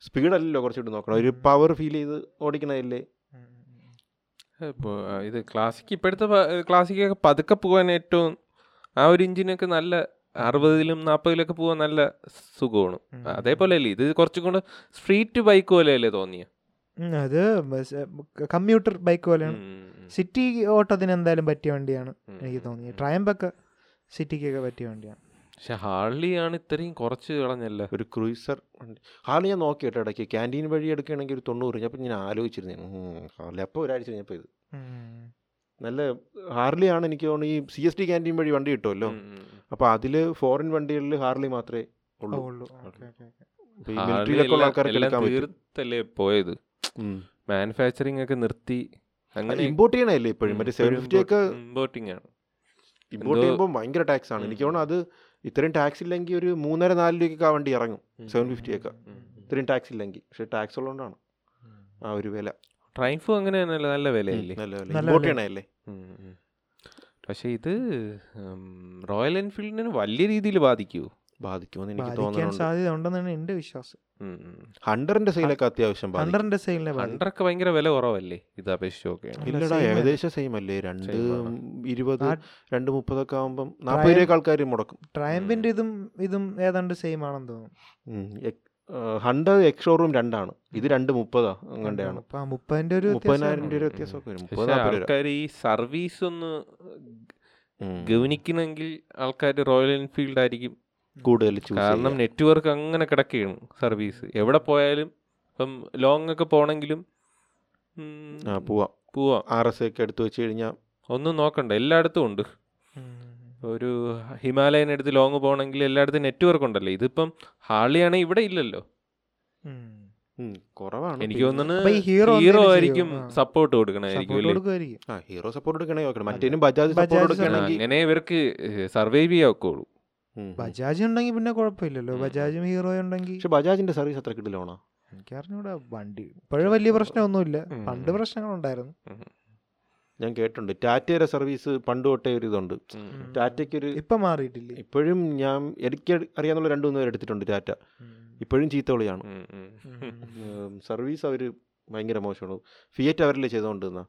Speaker 2: സ്പീഡല്ലല്ലോ കുറച്ചുകൂടി നോക്കണം ഒരു
Speaker 3: ഉം.
Speaker 2: പവർ ഫീൽ ചെയ്ത് ഓടിക്കണതല്ലേ
Speaker 3: ഉം, ഉം, ഉം.
Speaker 1: ഇത് ക്ലാസിക് ഇപ്പോഴത്തെ ക്ലാസിക്കൊക്കെ പതുക്കെ പോകാൻ ഏറ്റവും ആ ഒരു എഞ്ചിനൊക്കെ നല്ല അറുപതിലും നാൽപ്പതിലൊക്കെ പോകാൻ നല്ല സുഖമാണ്
Speaker 3: ഉം.
Speaker 1: അതേപോലെ അല്ലേ ഇത് കുറച്ചും കൂടെ സ്ട്രീറ്റ് ബൈക്ക് പോലെയല്ലേ തോന്നിയ
Speaker 3: ഉം, അത് കമ്പ്യൂട്ടർ ബൈക്ക് പോലെയാണ് സിറ്റി ഓട്ടത്തിന് എന്തായാലും പറ്റിയ വണ്ടിയാണ് എനിക്ക് തോന്നി ട്രയംപൊക്കെ സിറ്റിക്കൊക്കെ പറ്റിയ വണ്ടിയാണ്
Speaker 1: പക്ഷെ ഹാർലി ആണ് ഇത്രയും കുറച്ച് കളഞ്ഞല്ല
Speaker 2: ഒരു ക്രൂയിസർ വണ്ടി ഹാർലി ഞാൻ നോക്കി കേട്ടോ ഇടയ്ക്ക് ക്യാൻറ്റീൻ വഴി എടുക്കുകയാണെങ്കിൽ ഒരു തൊണ്ണൂറ് ഞാൻ അപ്പം ഞാൻ ആലോചിച്ചിരുന്നു ഉം, ഹാർലി അപ്പോൾ ഒരാഴ്ച കഴിഞ്ഞപ്പോൾ ഇത്
Speaker 3: ഉം.
Speaker 2: നല്ല ഹാർലിയാണ് എനിക്ക് തോന്നുന്നു ഈ സി എസ് ടി ക്യാൻറ്റീൻ വഴി വണ്ടി കിട്ടുമല്ലോ അപ്പോൾ അതിൽ ഫോറിൻ വണ്ടികളിൽ ഹാർലി മാത്രമേ ഉള്ളൂ
Speaker 3: ഉള്ളൂ. Okay, okay, okay.
Speaker 2: അപ്പൊ ഈ
Speaker 1: ഹാർലി
Speaker 2: മിലിറ്ററിയിലൊക്കെ ഉള്ള
Speaker 1: എല്ലാം-
Speaker 2: ആൾക്കാർക്ക്
Speaker 1: എല്ലാം
Speaker 2: എടുക്കാൻ പറ്റും
Speaker 1: തീർത്തല്ലേ പോയത്
Speaker 2: ഉം.
Speaker 1: മാനുഫാക്ചറിങ് ഒക്കെ നിർത്തി
Speaker 2: അത്
Speaker 1: അങ്ങനെ
Speaker 2: ഇമ്പോർട്ട് ചെയ്യണല്ലേ ഇപ്പോഴും മറ്റേ സെവൻ ഫിഫ്റ്റി ഒക്കെ
Speaker 1: ഇമ്പോർട്ടിംഗ് ആണ്
Speaker 2: ഇമ്പോർട്ട്
Speaker 1: എന്തോ-
Speaker 2: ചെയ്യുമ്പോൾ ഭയങ്കര ടാക്സ് ആണ് എനിക്ക് തോന്നുന്നു അത് ഇത്രയും ടാക്സ് ഇല്ലെങ്കിൽ ഒരു മൂന്നര നാല് രൂപയ്ക്ക് ആ വണ്ടി ഇറങ്ങും സെവൻ ഫിഫ്റ്റി ഒക്കെ ഇത്രയും ടാക്സ് ഇല്ലെങ്കിൽ പക്ഷേ ടാക്സ് ഉള്ളതുകൊണ്ടാണ് ആ ഒരു വില
Speaker 1: ട്രൈഫും അങ്ങനെ തന്നെയല്ലേ നല്ല വിലയില്ലേ
Speaker 2: നല്ല വില
Speaker 3: നല്ല
Speaker 2: ഇമ്പോർട്ട്
Speaker 3: വില.
Speaker 2: ചെയ്യണല്ലേ
Speaker 1: ഉം, ഉം. പക്ഷേ ഇത് ഉം, റോയൽ എൻഫീൽഡിനെ വലിയ രീതിയിൽ ബാധിക്കുമോ
Speaker 2: ബാധിക്കുമെന്ന് എനിക്ക്
Speaker 3: ബാധിക്കാൻ
Speaker 2: തോന്നുന്നുണ്ട്
Speaker 3: സാധ്യത ഉണ്ടെന്നാണ് എന്റെ വിശ്വാസം
Speaker 2: ഹണ്ടറിന്റെ സെയിലൊക്കെ അത്യാവശ്യം ബാധിക്കും
Speaker 3: ഹൺഡറിന്റെ സെയിലിനെ
Speaker 1: ഹണ്ടറൊക്കെ ഭയങ്കര വില കുറവല്ലേ ഇത് അപേക്ഷിച്ചൊക്കെ
Speaker 3: അല്ല,
Speaker 2: ഇല്ലടാ
Speaker 3: same ആണ്.
Speaker 2: ഏകദേശം സെയിം അല്ലേ രണ്ട്
Speaker 1: Same ആണ്.
Speaker 2: ഇരുപത്
Speaker 3: ആ
Speaker 2: രണ്ട് മുപ്പതൊക്കെ ആകുമ്പം നാൽപ്പത് രൂപയ്ക്ക് ആൾക്കാർ മുടക്കും
Speaker 3: ട്രയംപിന്റെ ഇതും ഇതും ഏതാണ്ട് സെയിം ആണെന്ന് തോന്നുന്നു
Speaker 2: ഹണ്ടർ എക്സ് ഷോറൂം രണ്ടാണ് ഇത് രണ്ട് മുപ്പതാ അങ്ങനെയാണ്
Speaker 3: അപ്പൊ ആ മുപ്പതിന്റെ ഒരു
Speaker 2: മുപ്പതിനായിരം
Speaker 3: വ്യത്യാസമാണ്.
Speaker 2: രൂപ
Speaker 1: ഉം.
Speaker 2: വ്യത്യാസമൊക്കെ വരും മുപ്പത്
Speaker 1: പക്ഷെ
Speaker 2: നാൽപ്പത് രൂപ
Speaker 1: ആൾക്കാർ ഈ സർവീസ് ഒന്ന്
Speaker 2: ഉം.
Speaker 1: ഗവനിക്കണമെങ്കിൽ ആൾക്കാർ റോയൽ എൻഫീൽഡ് ആയിരിക്കും
Speaker 2: കൂടുതൽ ചൂസ്
Speaker 1: കാരണം നെറ്റ്വർക്ക് അങ്ങനെ കിടക്കുകയാണ് സർവീസ് എവിടെ പോയാലും ഇപ്പം ലോങ് ഒക്കെ പോണെങ്കിലും ഉം,
Speaker 2: ആ പോവാം
Speaker 1: പോവാം
Speaker 2: ആർ എസ് ഒക്കെ എടുത്തു വെച്ച് കഴിഞ്ഞാൽ
Speaker 1: ഒന്നും നോക്കണ്ട എല്ലായിടത്തും ഉണ്ട്
Speaker 3: ഉം.
Speaker 1: ഒരു ഹിമാലയൻ എടുത്ത് ലോങ് പോകണമെങ്കിൽ എല്ലായിടത്തും നെറ്റ്വർക്ക് ഉണ്ടല്ലോ ഇതിപ്പം ഹാളിയാണെങ്കിൽ ഇവിടെ ഇല്ലല്ലോ
Speaker 3: ഉം.
Speaker 2: കുറവാണ്
Speaker 1: എനിക്ക്
Speaker 2: പിന്നെ-
Speaker 1: തോന്നുന്നു
Speaker 3: അപ്പൊ ഈ ഹീറോ
Speaker 1: ഹീറോ
Speaker 3: എന്തേലും
Speaker 1: ആയിരിക്കും
Speaker 3: ചെയ്യും. ആ.
Speaker 1: സപ്പോർട്ട് കൊടുക്കണായിരിക്കും
Speaker 3: Support
Speaker 1: അല്ലേ
Speaker 3: കൊടുക്കുമായിരിക്കും.
Speaker 2: ആ ഹീറോ സപ്പോർട്ട് എടുക്കണമെങ്കിൽ നോക്കണം മറ്റേനും ബജാജ് സപ്പോർട്ട്
Speaker 3: ബജാജ്
Speaker 1: ആ,
Speaker 2: എടുക്കണമെങ്കിൽ
Speaker 1: അങ്ങനെ ഇവർക്ക് സർവൈവ് ചെയ്യാൻ ഒക്കുള്ളൂ
Speaker 2: ഉം.
Speaker 3: ബജാജ് ഉണ്ടെങ്കിൽ പിന്നെ കുഴപ്പമില്ലല്ലോ
Speaker 1: ഉം.
Speaker 3: ബജാജും ഹീറോ ഉണ്ടെങ്കിൽ
Speaker 2: പക്ഷെ ബജാജിന്റെ സർവീസ് അത്ര കിട്ടില്ലോണോ
Speaker 3: എനിക്ക് അറിഞ്ഞൂടാ വണ്ടി ഇപ്പോഴും വലിയ പ്രശ്നമൊന്നുമില്ല
Speaker 1: ഉം.
Speaker 3: പണ്ട് പ്രശ്നങ്ങളുണ്ടായിരുന്നു
Speaker 2: ഞാൻ കേട്ടിട്ടുണ്ട് ടാറ്റയുടെ സർവീസ് പണ്ട് തൊട്ടേ ഒരു ഇതുണ്ട്
Speaker 3: ഉം.
Speaker 2: ടാറ്റയ്ക്ക് ഒരു
Speaker 3: ഇപ്പൊ മാറിയിട്ടില്ലേ
Speaker 2: ഇപ്പോഴും ഞാൻ എനിക്ക് അറിയാന്നുള്ള രണ്ടു മൂന്ന് പേര് എടുത്തിട്ടുണ്ട് ടാറ്റ ഇപ്പോഴും ചീത്തവിളിയാണ് സർവീസ് അവർ ഭയങ്കര മോശമാണ് ഫിയറ്റ് അവരല്ലേ ചെയ്തുകൊണ്ടിരുന്ന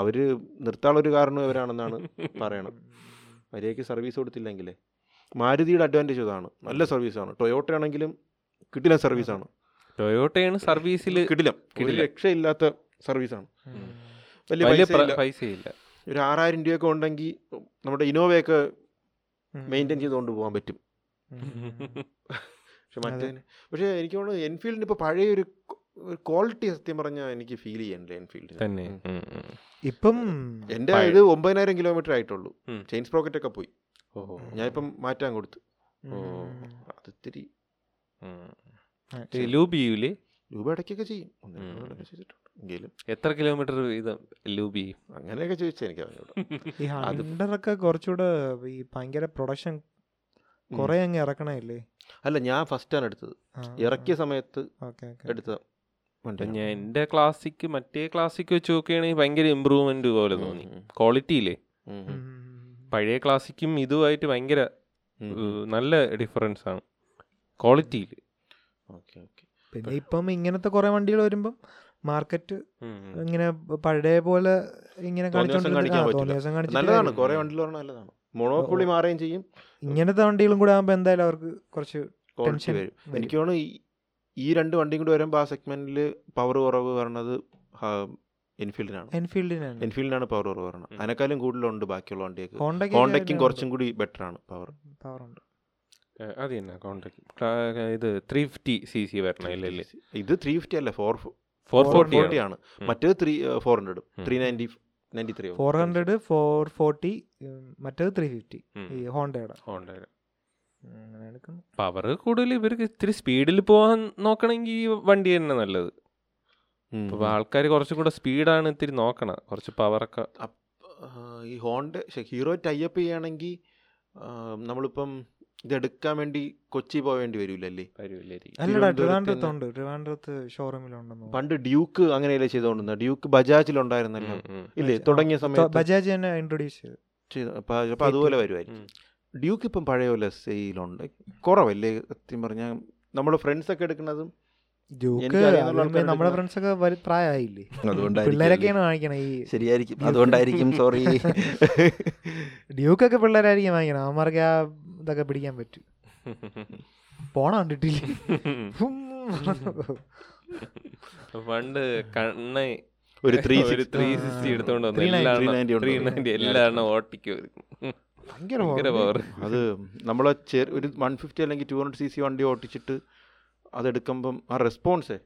Speaker 2: അവർ നിർത്താനുള്ളൊരു കാരണം
Speaker 1: [laughs]
Speaker 2: ഇവരാണെന്നാണ് പറയണം മര്യാദയ്ക്ക് സർവീസ് കൊടുത്തില്ലെങ്കിലേ മാരുതിയുടെ അഡ്വാൻറ്റേജ് ഇതാണ് നല്ല സർവീസാണ് ടൊയോട്ട ആണെങ്കിലും കിടിലം സർവീസാണ്
Speaker 1: ടൊയോട്ടയാണ് സർവീസിൽ
Speaker 2: കിടിലം ഒരു
Speaker 1: കിടിലം.
Speaker 2: രക്ഷയില്ലാത്ത സർവീസാണ് വലിയ
Speaker 1: വലിയ
Speaker 2: പൈസ
Speaker 1: പ്ര-
Speaker 2: ഇല്ല.
Speaker 1: പൈസയില്ല
Speaker 2: ഒരു ആറായിരം രൂപയൊക്കെ ഉണ്ടെങ്കിൽ നമ്മുടെ ഇനോവയൊക്കെ മെയിൻറ്റെയിൻ ചെയ്തുകൊണ്ട് പോകാൻ പറ്റും പക്ഷെ മറ്റേ പക്ഷേ എനിക്ക് തോന്നുന്നു എൻഫീൽഡിന് ഇപ്പോൾ പഴയ ഒരു ക്വാളിറ്റി സത്യം പറഞ്ഞാൽ എനിക്ക് ഫീൽ ചെയ്യണ്ടേ എൻഫീൽഡിന്
Speaker 1: തന്നെ ഉം, ഉം.
Speaker 3: ഇപ്പം
Speaker 2: എൻ്റെ
Speaker 1: പഴയ-
Speaker 2: ഇത് ഒമ്പതിനായിരം കിലോമീറ്റർ ആയിട്ടുള്ളൂ
Speaker 1: ഉം.
Speaker 2: ചെയിൻസ് പോക്കറ്റ് ഒക്കെ പോയി ഞാനിപ്പം മാറ്റാൻ കൊടുത്തു ഓ
Speaker 3: ഉം.
Speaker 2: അത് ഇത്തിരി
Speaker 1: ഉം.
Speaker 3: ആ,
Speaker 1: ഈ ലൂബ് ചെയ്യൂലേ
Speaker 2: രൂപ ഇടയ്ക്കൊക്കെ ചെയ്യും ഒന്ന് രണ്ട് തവണ ഒക്കെ ചെയ്തിട്ടുണ്ട് എങ്കിലും
Speaker 1: എത്ര കിലോമീറ്റർ വീതം ലൂബ് ചെയ്യും
Speaker 2: അങ്ങനെയൊക്കെ ചോദിച്ചാൽ എനിക്ക് അറിഞ്ഞൂടാ
Speaker 3: ഈ ഹണ്ടറൊക്കെ കുറച്ചുകൂടെ ഈ ഭയങ്കര പ്രൊഡക്ഷൻ കുറെ അങ്ങ് ഇറക്കണല്ലേ
Speaker 2: അല്ല ഞാൻ ഫസ്റ്റാണ് എടുത്തത് ഇറക്കിയ സമയത്ത്
Speaker 3: ഓക്കെ ഓക്കെ
Speaker 2: എടുത്ത വണ്ടി
Speaker 1: ഇപ്പം ഞാൻ എൻ്റെ ക്ലാസിക് മറ്റേ ക്ലാസിക് വെച്ച് നോക്കുകയാണെങ്കിൽ ഭയങ്കര ഇമ്പ്രൂവ്മെന്റ് പോലെ തോന്നി ക്വാളിറ്റി ഇല്ലേ പഴയ ക്ലാസിക്കും ഇതുമായിട്ട് ഭയങ്കര ഏഹ്, നല്ല ഡിഫറൻസ് ആണ് ക്വാളിറ്റിയിൽ
Speaker 2: ഓക്കെ ഓക്കെ
Speaker 3: പിന്നെ ഇപ്പം ഇങ്ങനത്തെ കുറെ വണ്ടികൾ വരുമ്പം മാർക്കറ്റ് ഇങ്ങനെ പഴയ പോലെ ഇങ്ങനെ
Speaker 2: തോന്നിയ ദിവസം കാണിക്കാൻ
Speaker 3: കാണിച്ചോണ്ടിരുന്ന- ആ,
Speaker 2: പറ്റില്ല.
Speaker 3: തോന്നിയ ദിവസം കാണിച്ചിട്ട്
Speaker 2: നല്ലതാണ്
Speaker 3: കാര്യം-
Speaker 2: കുറെ വണ്ടിയിൽ പറഞ്ഞാൽ നല്ലതാണ് മൊണോപ്പൊളി മാറുകയും ചെയ്യും
Speaker 3: ഇങ്ങനത്തെ വണ്ടികളും കൂടെ ആകുമ്പോൾ എന്തായാലും അവർക്ക് കുറച്ച്
Speaker 2: ക്വാളിറ്റി
Speaker 3: Tension
Speaker 2: വരും
Speaker 3: വരും.
Speaker 2: എനിക്ക് തോന്നുന്നു ഈ- ഈ രണ്ട് വണ്ടിയും കൂടി വരുമ്പോൾ ആ സെഗ്മെന്റിൽ പവർ കുറവ് വരണത് എൻഫീൽഡിനാണ്
Speaker 3: എൻഫീൽഡിനാണ്
Speaker 2: എൻഫീൽഡിനാണ് പവർ കുറവ് വരണം
Speaker 1: ഉം.
Speaker 2: അതിനേക്കാളും കൂടുതലുണ്ട് ബാക്കിയുള്ള വണ്ടിയൊക്കെ
Speaker 3: ഹോണ്ടയ്ക്ക്
Speaker 2: ഹോണ്ടയ്ക്കും കുറച്ചും കൂടി ബെറ്റർ ആണ് പവർ
Speaker 3: പവർ ഉണ്ട്
Speaker 1: അത് തന്നെ കോണ്ടാക്ട് ഇത് ത്രീ ഫിഫ്റ്റി സി സി വരണം ഇല്ലല്ലേ
Speaker 2: ഇത് ത്രീ ഫിഫ്റ്റി അല്ല ഫോർ
Speaker 1: ഫോർ ഫോർട്ടി
Speaker 2: ഫോർട്ടി ആണ്
Speaker 1: ഉം.
Speaker 2: മറ്റേത് ത്രീ ഫോർ ഹൺഡ്രഡ്
Speaker 1: ഉം.
Speaker 2: Three ninety ninety three
Speaker 3: four hundred four forty മറ്റേത് ത്രീ ഫിഫ്റ്റി
Speaker 1: ഉം.
Speaker 3: ഈ ഹോണ്ടയുടെ
Speaker 1: ഹോണ്ട
Speaker 3: ഉം, അങ്ങനെ എടുക്കുന്നു
Speaker 1: പവർ കൂടുതൽ ഇവർക്ക് ഇത്തിരി സ്പീഡിൽ പോകാൻ നോക്കണമെങ്കിൽ ഈ വണ്ടി തന്നെ നല്ലത് ഇപ്പൊ ആൾക്കാർ കുറച്ചും കൂടെ സ്പീഡാണ് ഇത്തിരി നോക്കണം കുറച്ച് പവറൊക്കെ
Speaker 2: ഈ ഹോണ്ട ശ്ശെ, ഹീറോ ടൈപ്പ് ചെയ്യുകയാണെങ്കിൽ നമ്മളിപ്പം ഇതെടുക്കാൻ വേണ്ടി കൊച്ചി പോവേണ്ടി വരില്ലല്ലേ
Speaker 1: വരുമില്ലായിരിക്കും
Speaker 3: അല്ലടാ
Speaker 2: തിരുവനന്തപുരത്ത്
Speaker 3: ട്രിവാൻഡ്രത്തുണ്ട് ട്രിവാൻഡ്രത്ത് ഷോറൂമിലുണ്ടെന്ന്
Speaker 2: പണ്ട് ഡ്യൂക്ക് അങ്ങനെയല്ലേ ചെയ്തുകൊണ്ടിരുന്ന ഡ്യൂക്ക് ബജാജിലുണ്ടായിരുന്നല്ലോ ഇല്ലേ
Speaker 3: ബജാ-
Speaker 2: തുടങ്ങിയ സമയത്ത്
Speaker 3: ബജാജ് തന്നെ ഇൻട്രൊഡ്യൂസ് ചെയ്തു
Speaker 2: ചെയ്ത- അപ്പൊ അപ്പൊ അതുപോലെ വരുമായിരിക്കും ഡ്യൂക്ക് ഇപ്പം പഴയ പോലെ സെയിലുണ്ട് കുറവല്ലേ സത്യം പറഞ്ഞാൽ നമ്മുടെ ഫ്രണ്ട്സ് ഒക്കെ എടുക്കുന്നതും
Speaker 3: ഡ്യൂക്ക്
Speaker 2: എനിക്കറിയാവുന്ന
Speaker 3: അതിനുമുമ്പേ
Speaker 2: ആൾക്കാരുടെ
Speaker 3: നമ്മുടെ
Speaker 2: അടുത്ത്
Speaker 3: ഫ്രണ്ട്സ് ഒക്കെ വലു- പ്രായമായില്ലേ
Speaker 2: അതുകൊണ്ടായിരിക്കും
Speaker 3: പിള്ളേരൊക്കെയാണ് വാങ്ങിക്കണേ ഈ
Speaker 2: ശരിയായിരിക്കും
Speaker 3: Duke.
Speaker 2: അതുകൊണ്ടായിരിക്കും സോറി
Speaker 3: ഡ്യൂക്ക് ഒക്കെ പിള്ളേരായിരിക്കും വാങ്ങിക്കണം അവന്മാർക്ക് ആ ഇതൊക്കെ പിടിക്കാൻ പറ്റും പോണ കണ്ടിട്ടില്ല
Speaker 1: [laughs]
Speaker 3: ഉം.
Speaker 1: പണ്ട് കണ്ണ
Speaker 2: [laughs] ഒരു ത്രീ
Speaker 1: ഒരു ത്രീ സിക്സ്റ്റി എടുത്തോണ്ട് വന്നു എല്ലാ
Speaker 2: 390 ഉണ്ട്.
Speaker 1: ത്രീ നയൻറ്റി എല്ലാ എണ്ണം ഓട്ടിക്ക്
Speaker 3: ഭയങ്കര
Speaker 1: ഭയങ്കര
Speaker 3: power.
Speaker 1: പവർ
Speaker 2: അത് നമ്മളെ ചെ- ഒരു വൺ ഫിഫ്റ്റി അല്ലെങ്കിൽ ടു ഹൺഡ്രഡ് സി സി വണ്ടി ഓട്ടിച്ചിട്ട് അതെടുക്കുമ്പം ആ റെസ്പോൺസേ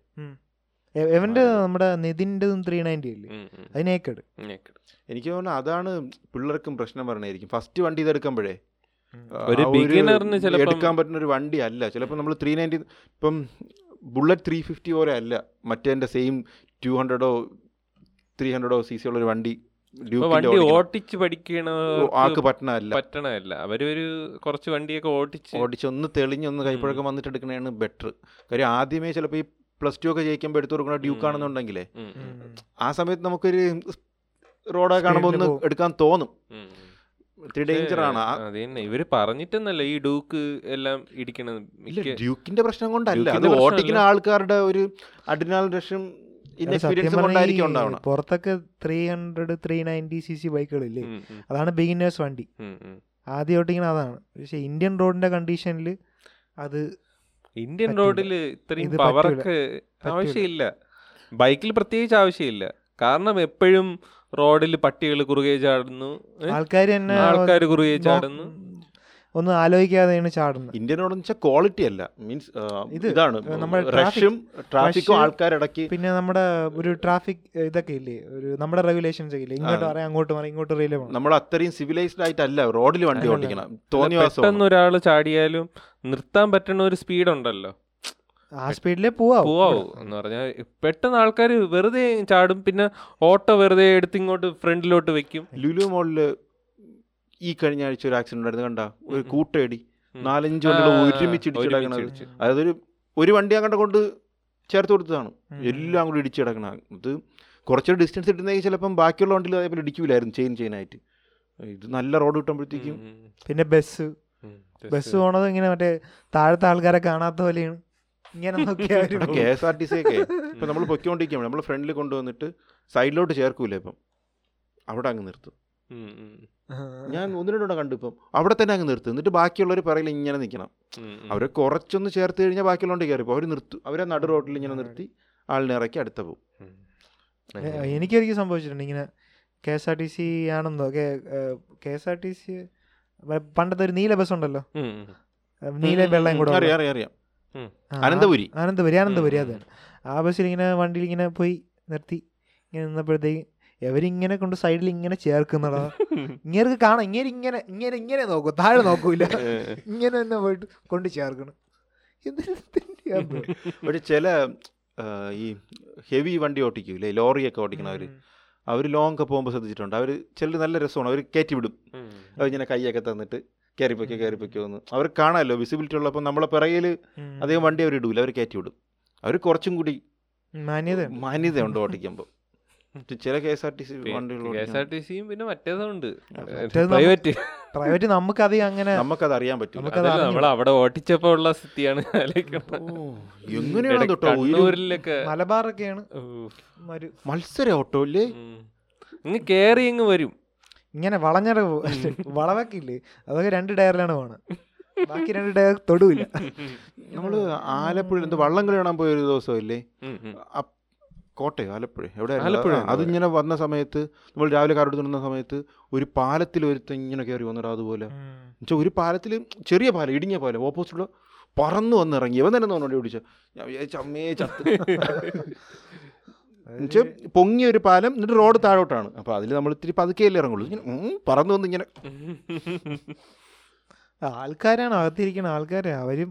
Speaker 3: എ- എവന്റെ നമ്മുടെ നിതിന്റെ ത്രീ നയൻറ്റി അല്ലേ അതിനേക്കട്
Speaker 2: എനിക്ക് തോന്നുന്നു അതാണ് പിള്ളേർക്കും പ്രശ്നം പറയണായിരിക്കും ഫസ്റ്റ് വണ്ടി ഇതെടുക്കുമ്പോഴേ
Speaker 3: ഉം.
Speaker 2: ആ,
Speaker 1: ഒരു beginner ന് ചിലപ്പം-
Speaker 2: എടുക്കാൻ പറ്റുന്ന ഒരു വണ്ടി അല്ല ചിലപ്പോൾ നമ്മൾ ത്രീ നയൻറ്റി ഇപ്പം ബുള്ളറ്റ് ത്രീ ഫിഫ്റ്റി പോലെ അല്ല മറ്റേൻ്റെ സെയിം ടു ഹൺഡ്രഡോ ത്രീ ഹൺഡ്രഡോ സി സി ഉള്ള ഒരു വണ്ടി
Speaker 1: ഇപ്പൊ
Speaker 2: Duke-ന്റെ
Speaker 1: വണ്ടി
Speaker 2: ഓടിക്കണം.
Speaker 1: ഓട്ടിച്ച് പഠിക്കണ
Speaker 2: ആക്ക് പറ്റണല്ല
Speaker 1: പറ്റണല്ല അവരൊരു കുറച്ച് വണ്ടിയൊക്കെ ഓട്ടിച്ച്
Speaker 2: ഓടിച്ചൊന്ന് തെളിഞ്ഞൊന്ന് കൈപ്പഴക്കം വന്നിട്ട് എടുക്കണതാണ് ബെറ്റർ കാര്യം ആദ്യമേ ചിലപ്പോൾ ഈ പ്ലസ് ടു ഒക്കെ ജയിക്കുമ്പോൾ എടുത്തു കൊടുക്കണ ഡ്യൂക്ക്
Speaker 1: ഉം.
Speaker 2: ആണെന്നുണ്ടെങ്കിലേ
Speaker 1: ഉം, ഉം,
Speaker 3: ഉം.
Speaker 2: ആ സമയത്ത് നമുക്കൊരു റോഡൊക്കെ കാണുമ്പോൾ ഒന്ന്
Speaker 3: Speed ല് പോവും.
Speaker 2: എടുക്കാൻ തോന്നും
Speaker 1: ഉം.
Speaker 2: ഇത്തിരി ഡേഞ്ചർ ആണ് ആ-
Speaker 1: അത് തന്നെ ഇവര് പറഞ്ഞിട്ടൊന്നല്ല ഈ ഡൂക്ക് എല്ലാം ഇടിക്കണത്
Speaker 2: ഇല്ല
Speaker 1: മിക്ക
Speaker 2: ഡ്യൂക്കിന്റെ പ്രശ്നം കൊണ്ടല്ല
Speaker 1: ഡ്യൂക്കിന്റെ
Speaker 2: അത്
Speaker 1: പ്രശ്നമല്ല.
Speaker 2: ഓട്ടിക്കുന്ന ആൾക്കാരുടെ ഒരു അഡിനാൽ രക്ഷം
Speaker 3: അത് സത്യം
Speaker 2: ഇൻഎക്സ്പീരിയൻസ്
Speaker 3: പറഞ്ഞാൽ
Speaker 2: കൊണ്ടായിരിക്കും
Speaker 3: ഈ
Speaker 2: ഉണ്ടാവണം
Speaker 3: പുറത്തൊക്കെ three hundred three ninety C C ബൈക്കുകളില്ലേ
Speaker 1: ഉം, ഉം,
Speaker 3: അതാണ് ബിഗിനേഴ്സ് വണ്ടി
Speaker 1: ഉം, ഉം.
Speaker 3: ആദ്യം ഓട്ടിങ്ങനെ അതാണ് പക്ഷെ ഇന്ത്യൻ റോഡിന്റെ കണ്ടീഷനിൽ അത്
Speaker 1: ഇന്ത്യൻ
Speaker 3: പറ്റൂല.
Speaker 1: റോഡിൽ ഇത്രയും
Speaker 3: ഇത്
Speaker 1: പവറൊക്കെ
Speaker 3: പറ്റൂല.
Speaker 1: ആവശ്യമില്ല ബൈക്കിൽ പ്രത്യേകിച്ച് ആവശ്യമില്ല കാരണം എപ്പോഴും റോഡിൽ പട്ടികൾ കുറുകെ ചാടുന്നു
Speaker 3: ആൾക്കാർ തന്നെ
Speaker 1: ആൾക്കാർ കുറുകെ
Speaker 3: നോ-
Speaker 1: ചാടുന്നു
Speaker 3: ഒന്നും ആലോചിക്കാതെയാണ് ചാടുന്നത്
Speaker 2: ഇന്ത്യനോട് വെച്ചാൽ ക്വാളിറ്റി അല്ല മീൻസ്
Speaker 3: ഇത്
Speaker 2: ഇതാണ്
Speaker 3: നമ്മുടെ
Speaker 2: റഷും ട്രാഫിക്കും
Speaker 3: rush-
Speaker 2: ആൾക്കാരിടയ്ക്ക്
Speaker 3: പിന്നെ നമ്മുടെ ഒരു ട്രാഫിക് ഇതൊക്കെ ഇല്ലേ ഒരു നമ്മുടെ റെഗുലേഷൻസ് ഒക്കെ ഇല്ലേ ഇങ്ങോട്ട് പറയാം അങ്ങോട്ട് പറയാം ഇങ്ങോട്ട് റെയിലേ പോകണം
Speaker 2: നമ്മൾ അത്രയും സിവിലൈസ്ഡ് ആയിട്ടല്ല റോഡിൽ വണ്ടി
Speaker 3: അല്ലല്ല.
Speaker 2: ഓടിക്കണം
Speaker 1: അല്ല,
Speaker 2: തോന്നിയ
Speaker 1: പെട്ടെന്ന് ഒരാൾ ചാടിയാലും നിർത്താൻ പറ്റുന്ന ഒരു സ്പീഡ് ഉണ്ടല്ലോ
Speaker 3: ആ സ്പീഡിലേ പോവാ
Speaker 1: പോവാവൂ എന്ന് പറഞ്ഞാൽ പെട്ടെന്ന് ആൾക്കാർ വെറുതെ ചാടും പിന്നെ ഓട്ടോ വെറുതെ എടുത്ത് ഇങ്ങോട്ട് ഫ്രണ്ടിലോട്ട് വെക്കും
Speaker 2: ലുലു മോളില് ഈ കഴിഞ്ഞ ആഴ്ച ഒരു ആക്സിഡന്റ് ഉണ്ടായിരുന്നു കണ്ട ഒരു കൂട്ടയടി
Speaker 1: ഉം.
Speaker 2: നാലഞ്ച്
Speaker 1: ആ,
Speaker 2: വണ്ടികൾ ഒരുമിച്ച് ഇടിച്ച്
Speaker 1: ഒരുമിച്ച്
Speaker 2: കിടക്കണത്.
Speaker 1: ഇടിച്ച്.
Speaker 2: അതായത് ഒരു ഒരു വണ്ടി അങ്ങോട്ട് കൊണ്ട് ചേർത്ത് കൊടുത്തതാണ്
Speaker 3: ഉം.
Speaker 2: എല്ലാം കൂടി ഇടിച്ച് കിടക്കണ ഇത് കുറച്ചൊരു ഡിസ്റ്റൻസ് കിട്ടുന്നെങ്കിൽ ചിലപ്പം ബാക്കിയുള്ള വണ്ടിയിൽ അതേപോലെ ഇടിക്കൂലായിരുന്നു ചെയിൻ ചെയിനായിട്ട് ഇത് നല്ല റോഡ് കിട്ടുമ്പോഴത്തേക്കും
Speaker 1: ഉം, ഉം,
Speaker 3: പിന്നെ ബസ്
Speaker 1: ഉം.
Speaker 3: ബസ് പോണത് ഇങ്ങനെ മറ്റേ താഴത്തെ ആൾക്കാരെ കാണാത്ത പോലെയാണ് ഇങ്ങനെ നോക്കിയാ അവര്
Speaker 2: ആ
Speaker 3: പോകും.
Speaker 2: K S R T C ഒക്കെ
Speaker 3: [laughs]
Speaker 2: ഇപ്പം നമ്മൾ പൊയ്ക്കൊണ്ടിരിക്കുകയാണ് നമ്മൾ ഫ്രണ്ടിൽ കൊണ്ടുവന്നിട്ട് സൈഡിലോട്ട് ചേർക്കൂല ഇപ്പം അവിടെ അങ്ങ് നിർത്തും
Speaker 1: ഉം, ഉം,
Speaker 2: ഞാൻ ഒന്ന് രണ്ടോടെ കണ്ടു ഇപ്പം അവിടെ തന്നെ അങ്ങ് നിർത്തും എന്നിട്ട് ബാക്കിയുള്ളവർ പറയിൽ ഇങ്ങനെ നിൽക്കണം
Speaker 1: ഉം, ഉം.
Speaker 2: അവർ കുറച്ചൊന്ന് ചേർത്ത് കഴിഞ്ഞാൽ ബാക്കിയുള്ളവണ്ട് കയറിപ്പോൾ അവർ നിർത്തും അവരെ നടു റോട്ടിൽ ഇങ്ങനെ നിർത്തി ആളിനെ ഇറക്കി അടുത്ത പോകും
Speaker 1: ഉം.
Speaker 3: ഏ, എനിക്കൊരിക്കലും സംഭവിച്ചിട്ടുണ്ട് ഇങ്ങനെ K S R T C ആണെന്നോ K S R T C പണ്ടത്തെ ഒരു നീല ബസ് ഉണ്ടല്ലോ
Speaker 1: ഉം, ഉം.
Speaker 3: നീല വെള്ളം കൂടെ ഉള്ള.
Speaker 2: അറിയാം അറിയാം അറിയാം
Speaker 3: ആ,
Speaker 2: അനന്തപുരി
Speaker 3: അനന്തപുരി അനന്തപുരി
Speaker 1: ഉം.
Speaker 3: അതെ ആ ബസ്സിൽ ഇങ്ങനെ വണ്ടിയിൽ ഇങ്ങനെ പോയി നിർത്തി ഇങ്ങനെ നിന്നപ്പോഴത്തേക്ക് ഇവരിങ്ങനെ കൊണ്ട് സൈഡിൽ ഇങ്ങനെ
Speaker 1: [laughs]
Speaker 3: ചേർക്കുന്നടാ ഇങ്ങനെ കാണാം ഇങ്ങനെ ഇങ്ങനെ ഇങ്ങനെ ഇങ്ങനെ നോക്കും താഴെ
Speaker 1: [laughs]
Speaker 3: നോക്കൂല ഇങ്ങനെ തന്നെ പോയിട്ട് കൊണ്ട് ചേർക്കണം എന്തിനാ ഇതിന്റെ
Speaker 2: ഒരു ചില ആ, ഈ ഹെവി വണ്ടി ഓട്ടിക്കൂലേ ലോറിയൊക്കെ ഓടിക്കണവർ
Speaker 3: ഉം.
Speaker 2: അവർ ലോങ് ഒക്കെ പോകുമ്പോൾ ശ്രദ്ധിച്ചിട്ടുണ്ട് അവർ ചിലർ നല്ല രസമാണ് അവർ കയറ്റി വിടും
Speaker 1: ഉം.
Speaker 2: അവരിങ്ങനെ കൈയൊക്കെ തന്നിട്ട് കയറിപ്പോയ്ക്കോ കയറിപ്പോയ്ക്കോ എന്ന് അവർ കാണാമല്ലോ വിസിബിലിറ്റി ഉള്ളപ്പോൾ നമ്മളെ പിറകിൽ
Speaker 3: ഉം.
Speaker 2: അധികം വണ്ടി അവർ ഇടൂല അവർ കയറ്റി വിടും അവർ കുറച്ചും കൂടി
Speaker 3: മാന്യത
Speaker 2: മാന്യതയുണ്ട് ഓടിക്കുമ്പോൾ ചില K S R T C വണ്ടികൾ
Speaker 1: കെ എസ് ആർ ടി സിയും പിന്നെ മറ്റേതുണ്ട്
Speaker 3: മറ്റേത് നമ്മ-
Speaker 1: പ്രൈവറ്റ്
Speaker 3: പ്രൈവറ്റ് നമുക്ക് അധികം അങ്ങനെ
Speaker 2: നമുക്കത് അറിയാൻ പറ്റില്ല
Speaker 3: നമുക്കത്
Speaker 1: അതല്ല
Speaker 3: അറിഞ്ഞു.
Speaker 1: നമ്മൾ അവിടെ ഓട്ടിച്ചപ്പോ ഉള്ള സ്ഥിതിയാണ് [laughs] ആലോചിക്കണത്.
Speaker 2: എങ്ങനെയാണ്
Speaker 1: ഇടയ്ക്ക്
Speaker 2: തൊട്ടോ ഉയരം-
Speaker 1: കണ്ണൂരിലൊക്കെ
Speaker 3: മലബാറൊക്കെയാണ്
Speaker 1: ഉഫ്.
Speaker 3: ഒരു
Speaker 2: മത്സര ഓട്ടോ അല്ലേ
Speaker 1: ഉം. ഇങ്ങ് കേറി ഇങ്ങ് വരും
Speaker 3: ഇങ്ങനെ വളഞ്ഞട വളവക്കില്ലേ അതൊക്കെ രണ്ട് ടയറിലാണ് പോണത് ബാക്കി രണ്ട് ടയർ
Speaker 1: [laughs]
Speaker 3: തൊടുവില്ല
Speaker 2: നമ്മൾ ആലപ്പുഴ എന്ത് വള്ളം കളി കാണാൻ പോയ ഒരു ദിവസമില്ലേ
Speaker 1: ഉം, ഉം.
Speaker 2: അപ്- കോട്ടയോ ആലപ്പുഴ എവിടെ
Speaker 1: ആലപ്പുഴ
Speaker 2: ആലപ്പുഴ അതിങ്ങനെ വന്ന സമയത്ത് നമ്മൾ രാവിലെ കാർ എടുത്തുന്ന സമയത്ത് ഒരു പാലത്തിൽ ഒരുത്തൻ ഇങ്ങനെ കയറി വന്നിടാ അതുപോലെ
Speaker 3: ഉം.
Speaker 2: എന്നുവെച്ചാൽ ഒരു പാലത്തിൽ ചെറിയ പാലം ഇടിഞ്ഞ പാലം ഓപ്പോസിറ്റുള്ള പറന്നു വന്ന് ഇറങ്ങി ഇവൻ തന്നെ തോന്നുന്നു പിടിച്ച ഞാൻ വിചാരിച്ചു അമ്മേ ചത്ത് എന്നുവെച്ചാൽ പൊങ്ങിയ ഒരു പാലം എന്നിട്ട് റോഡ് താഴോട്ടാണ് അപ്പോൾ അതിൽ നമ്മൾ ഇത്തിരി പതുക്കെയല്ലേ ഇറങ്ങുള്ളൂ ഇങ്ങനെ ഉം, പറന്നു വന്ന് ഇങ്ങനെ
Speaker 3: ആൾക്കാരാണ് അകത്തിരിക്കുന്ന ആൾക്കാരെ അവരും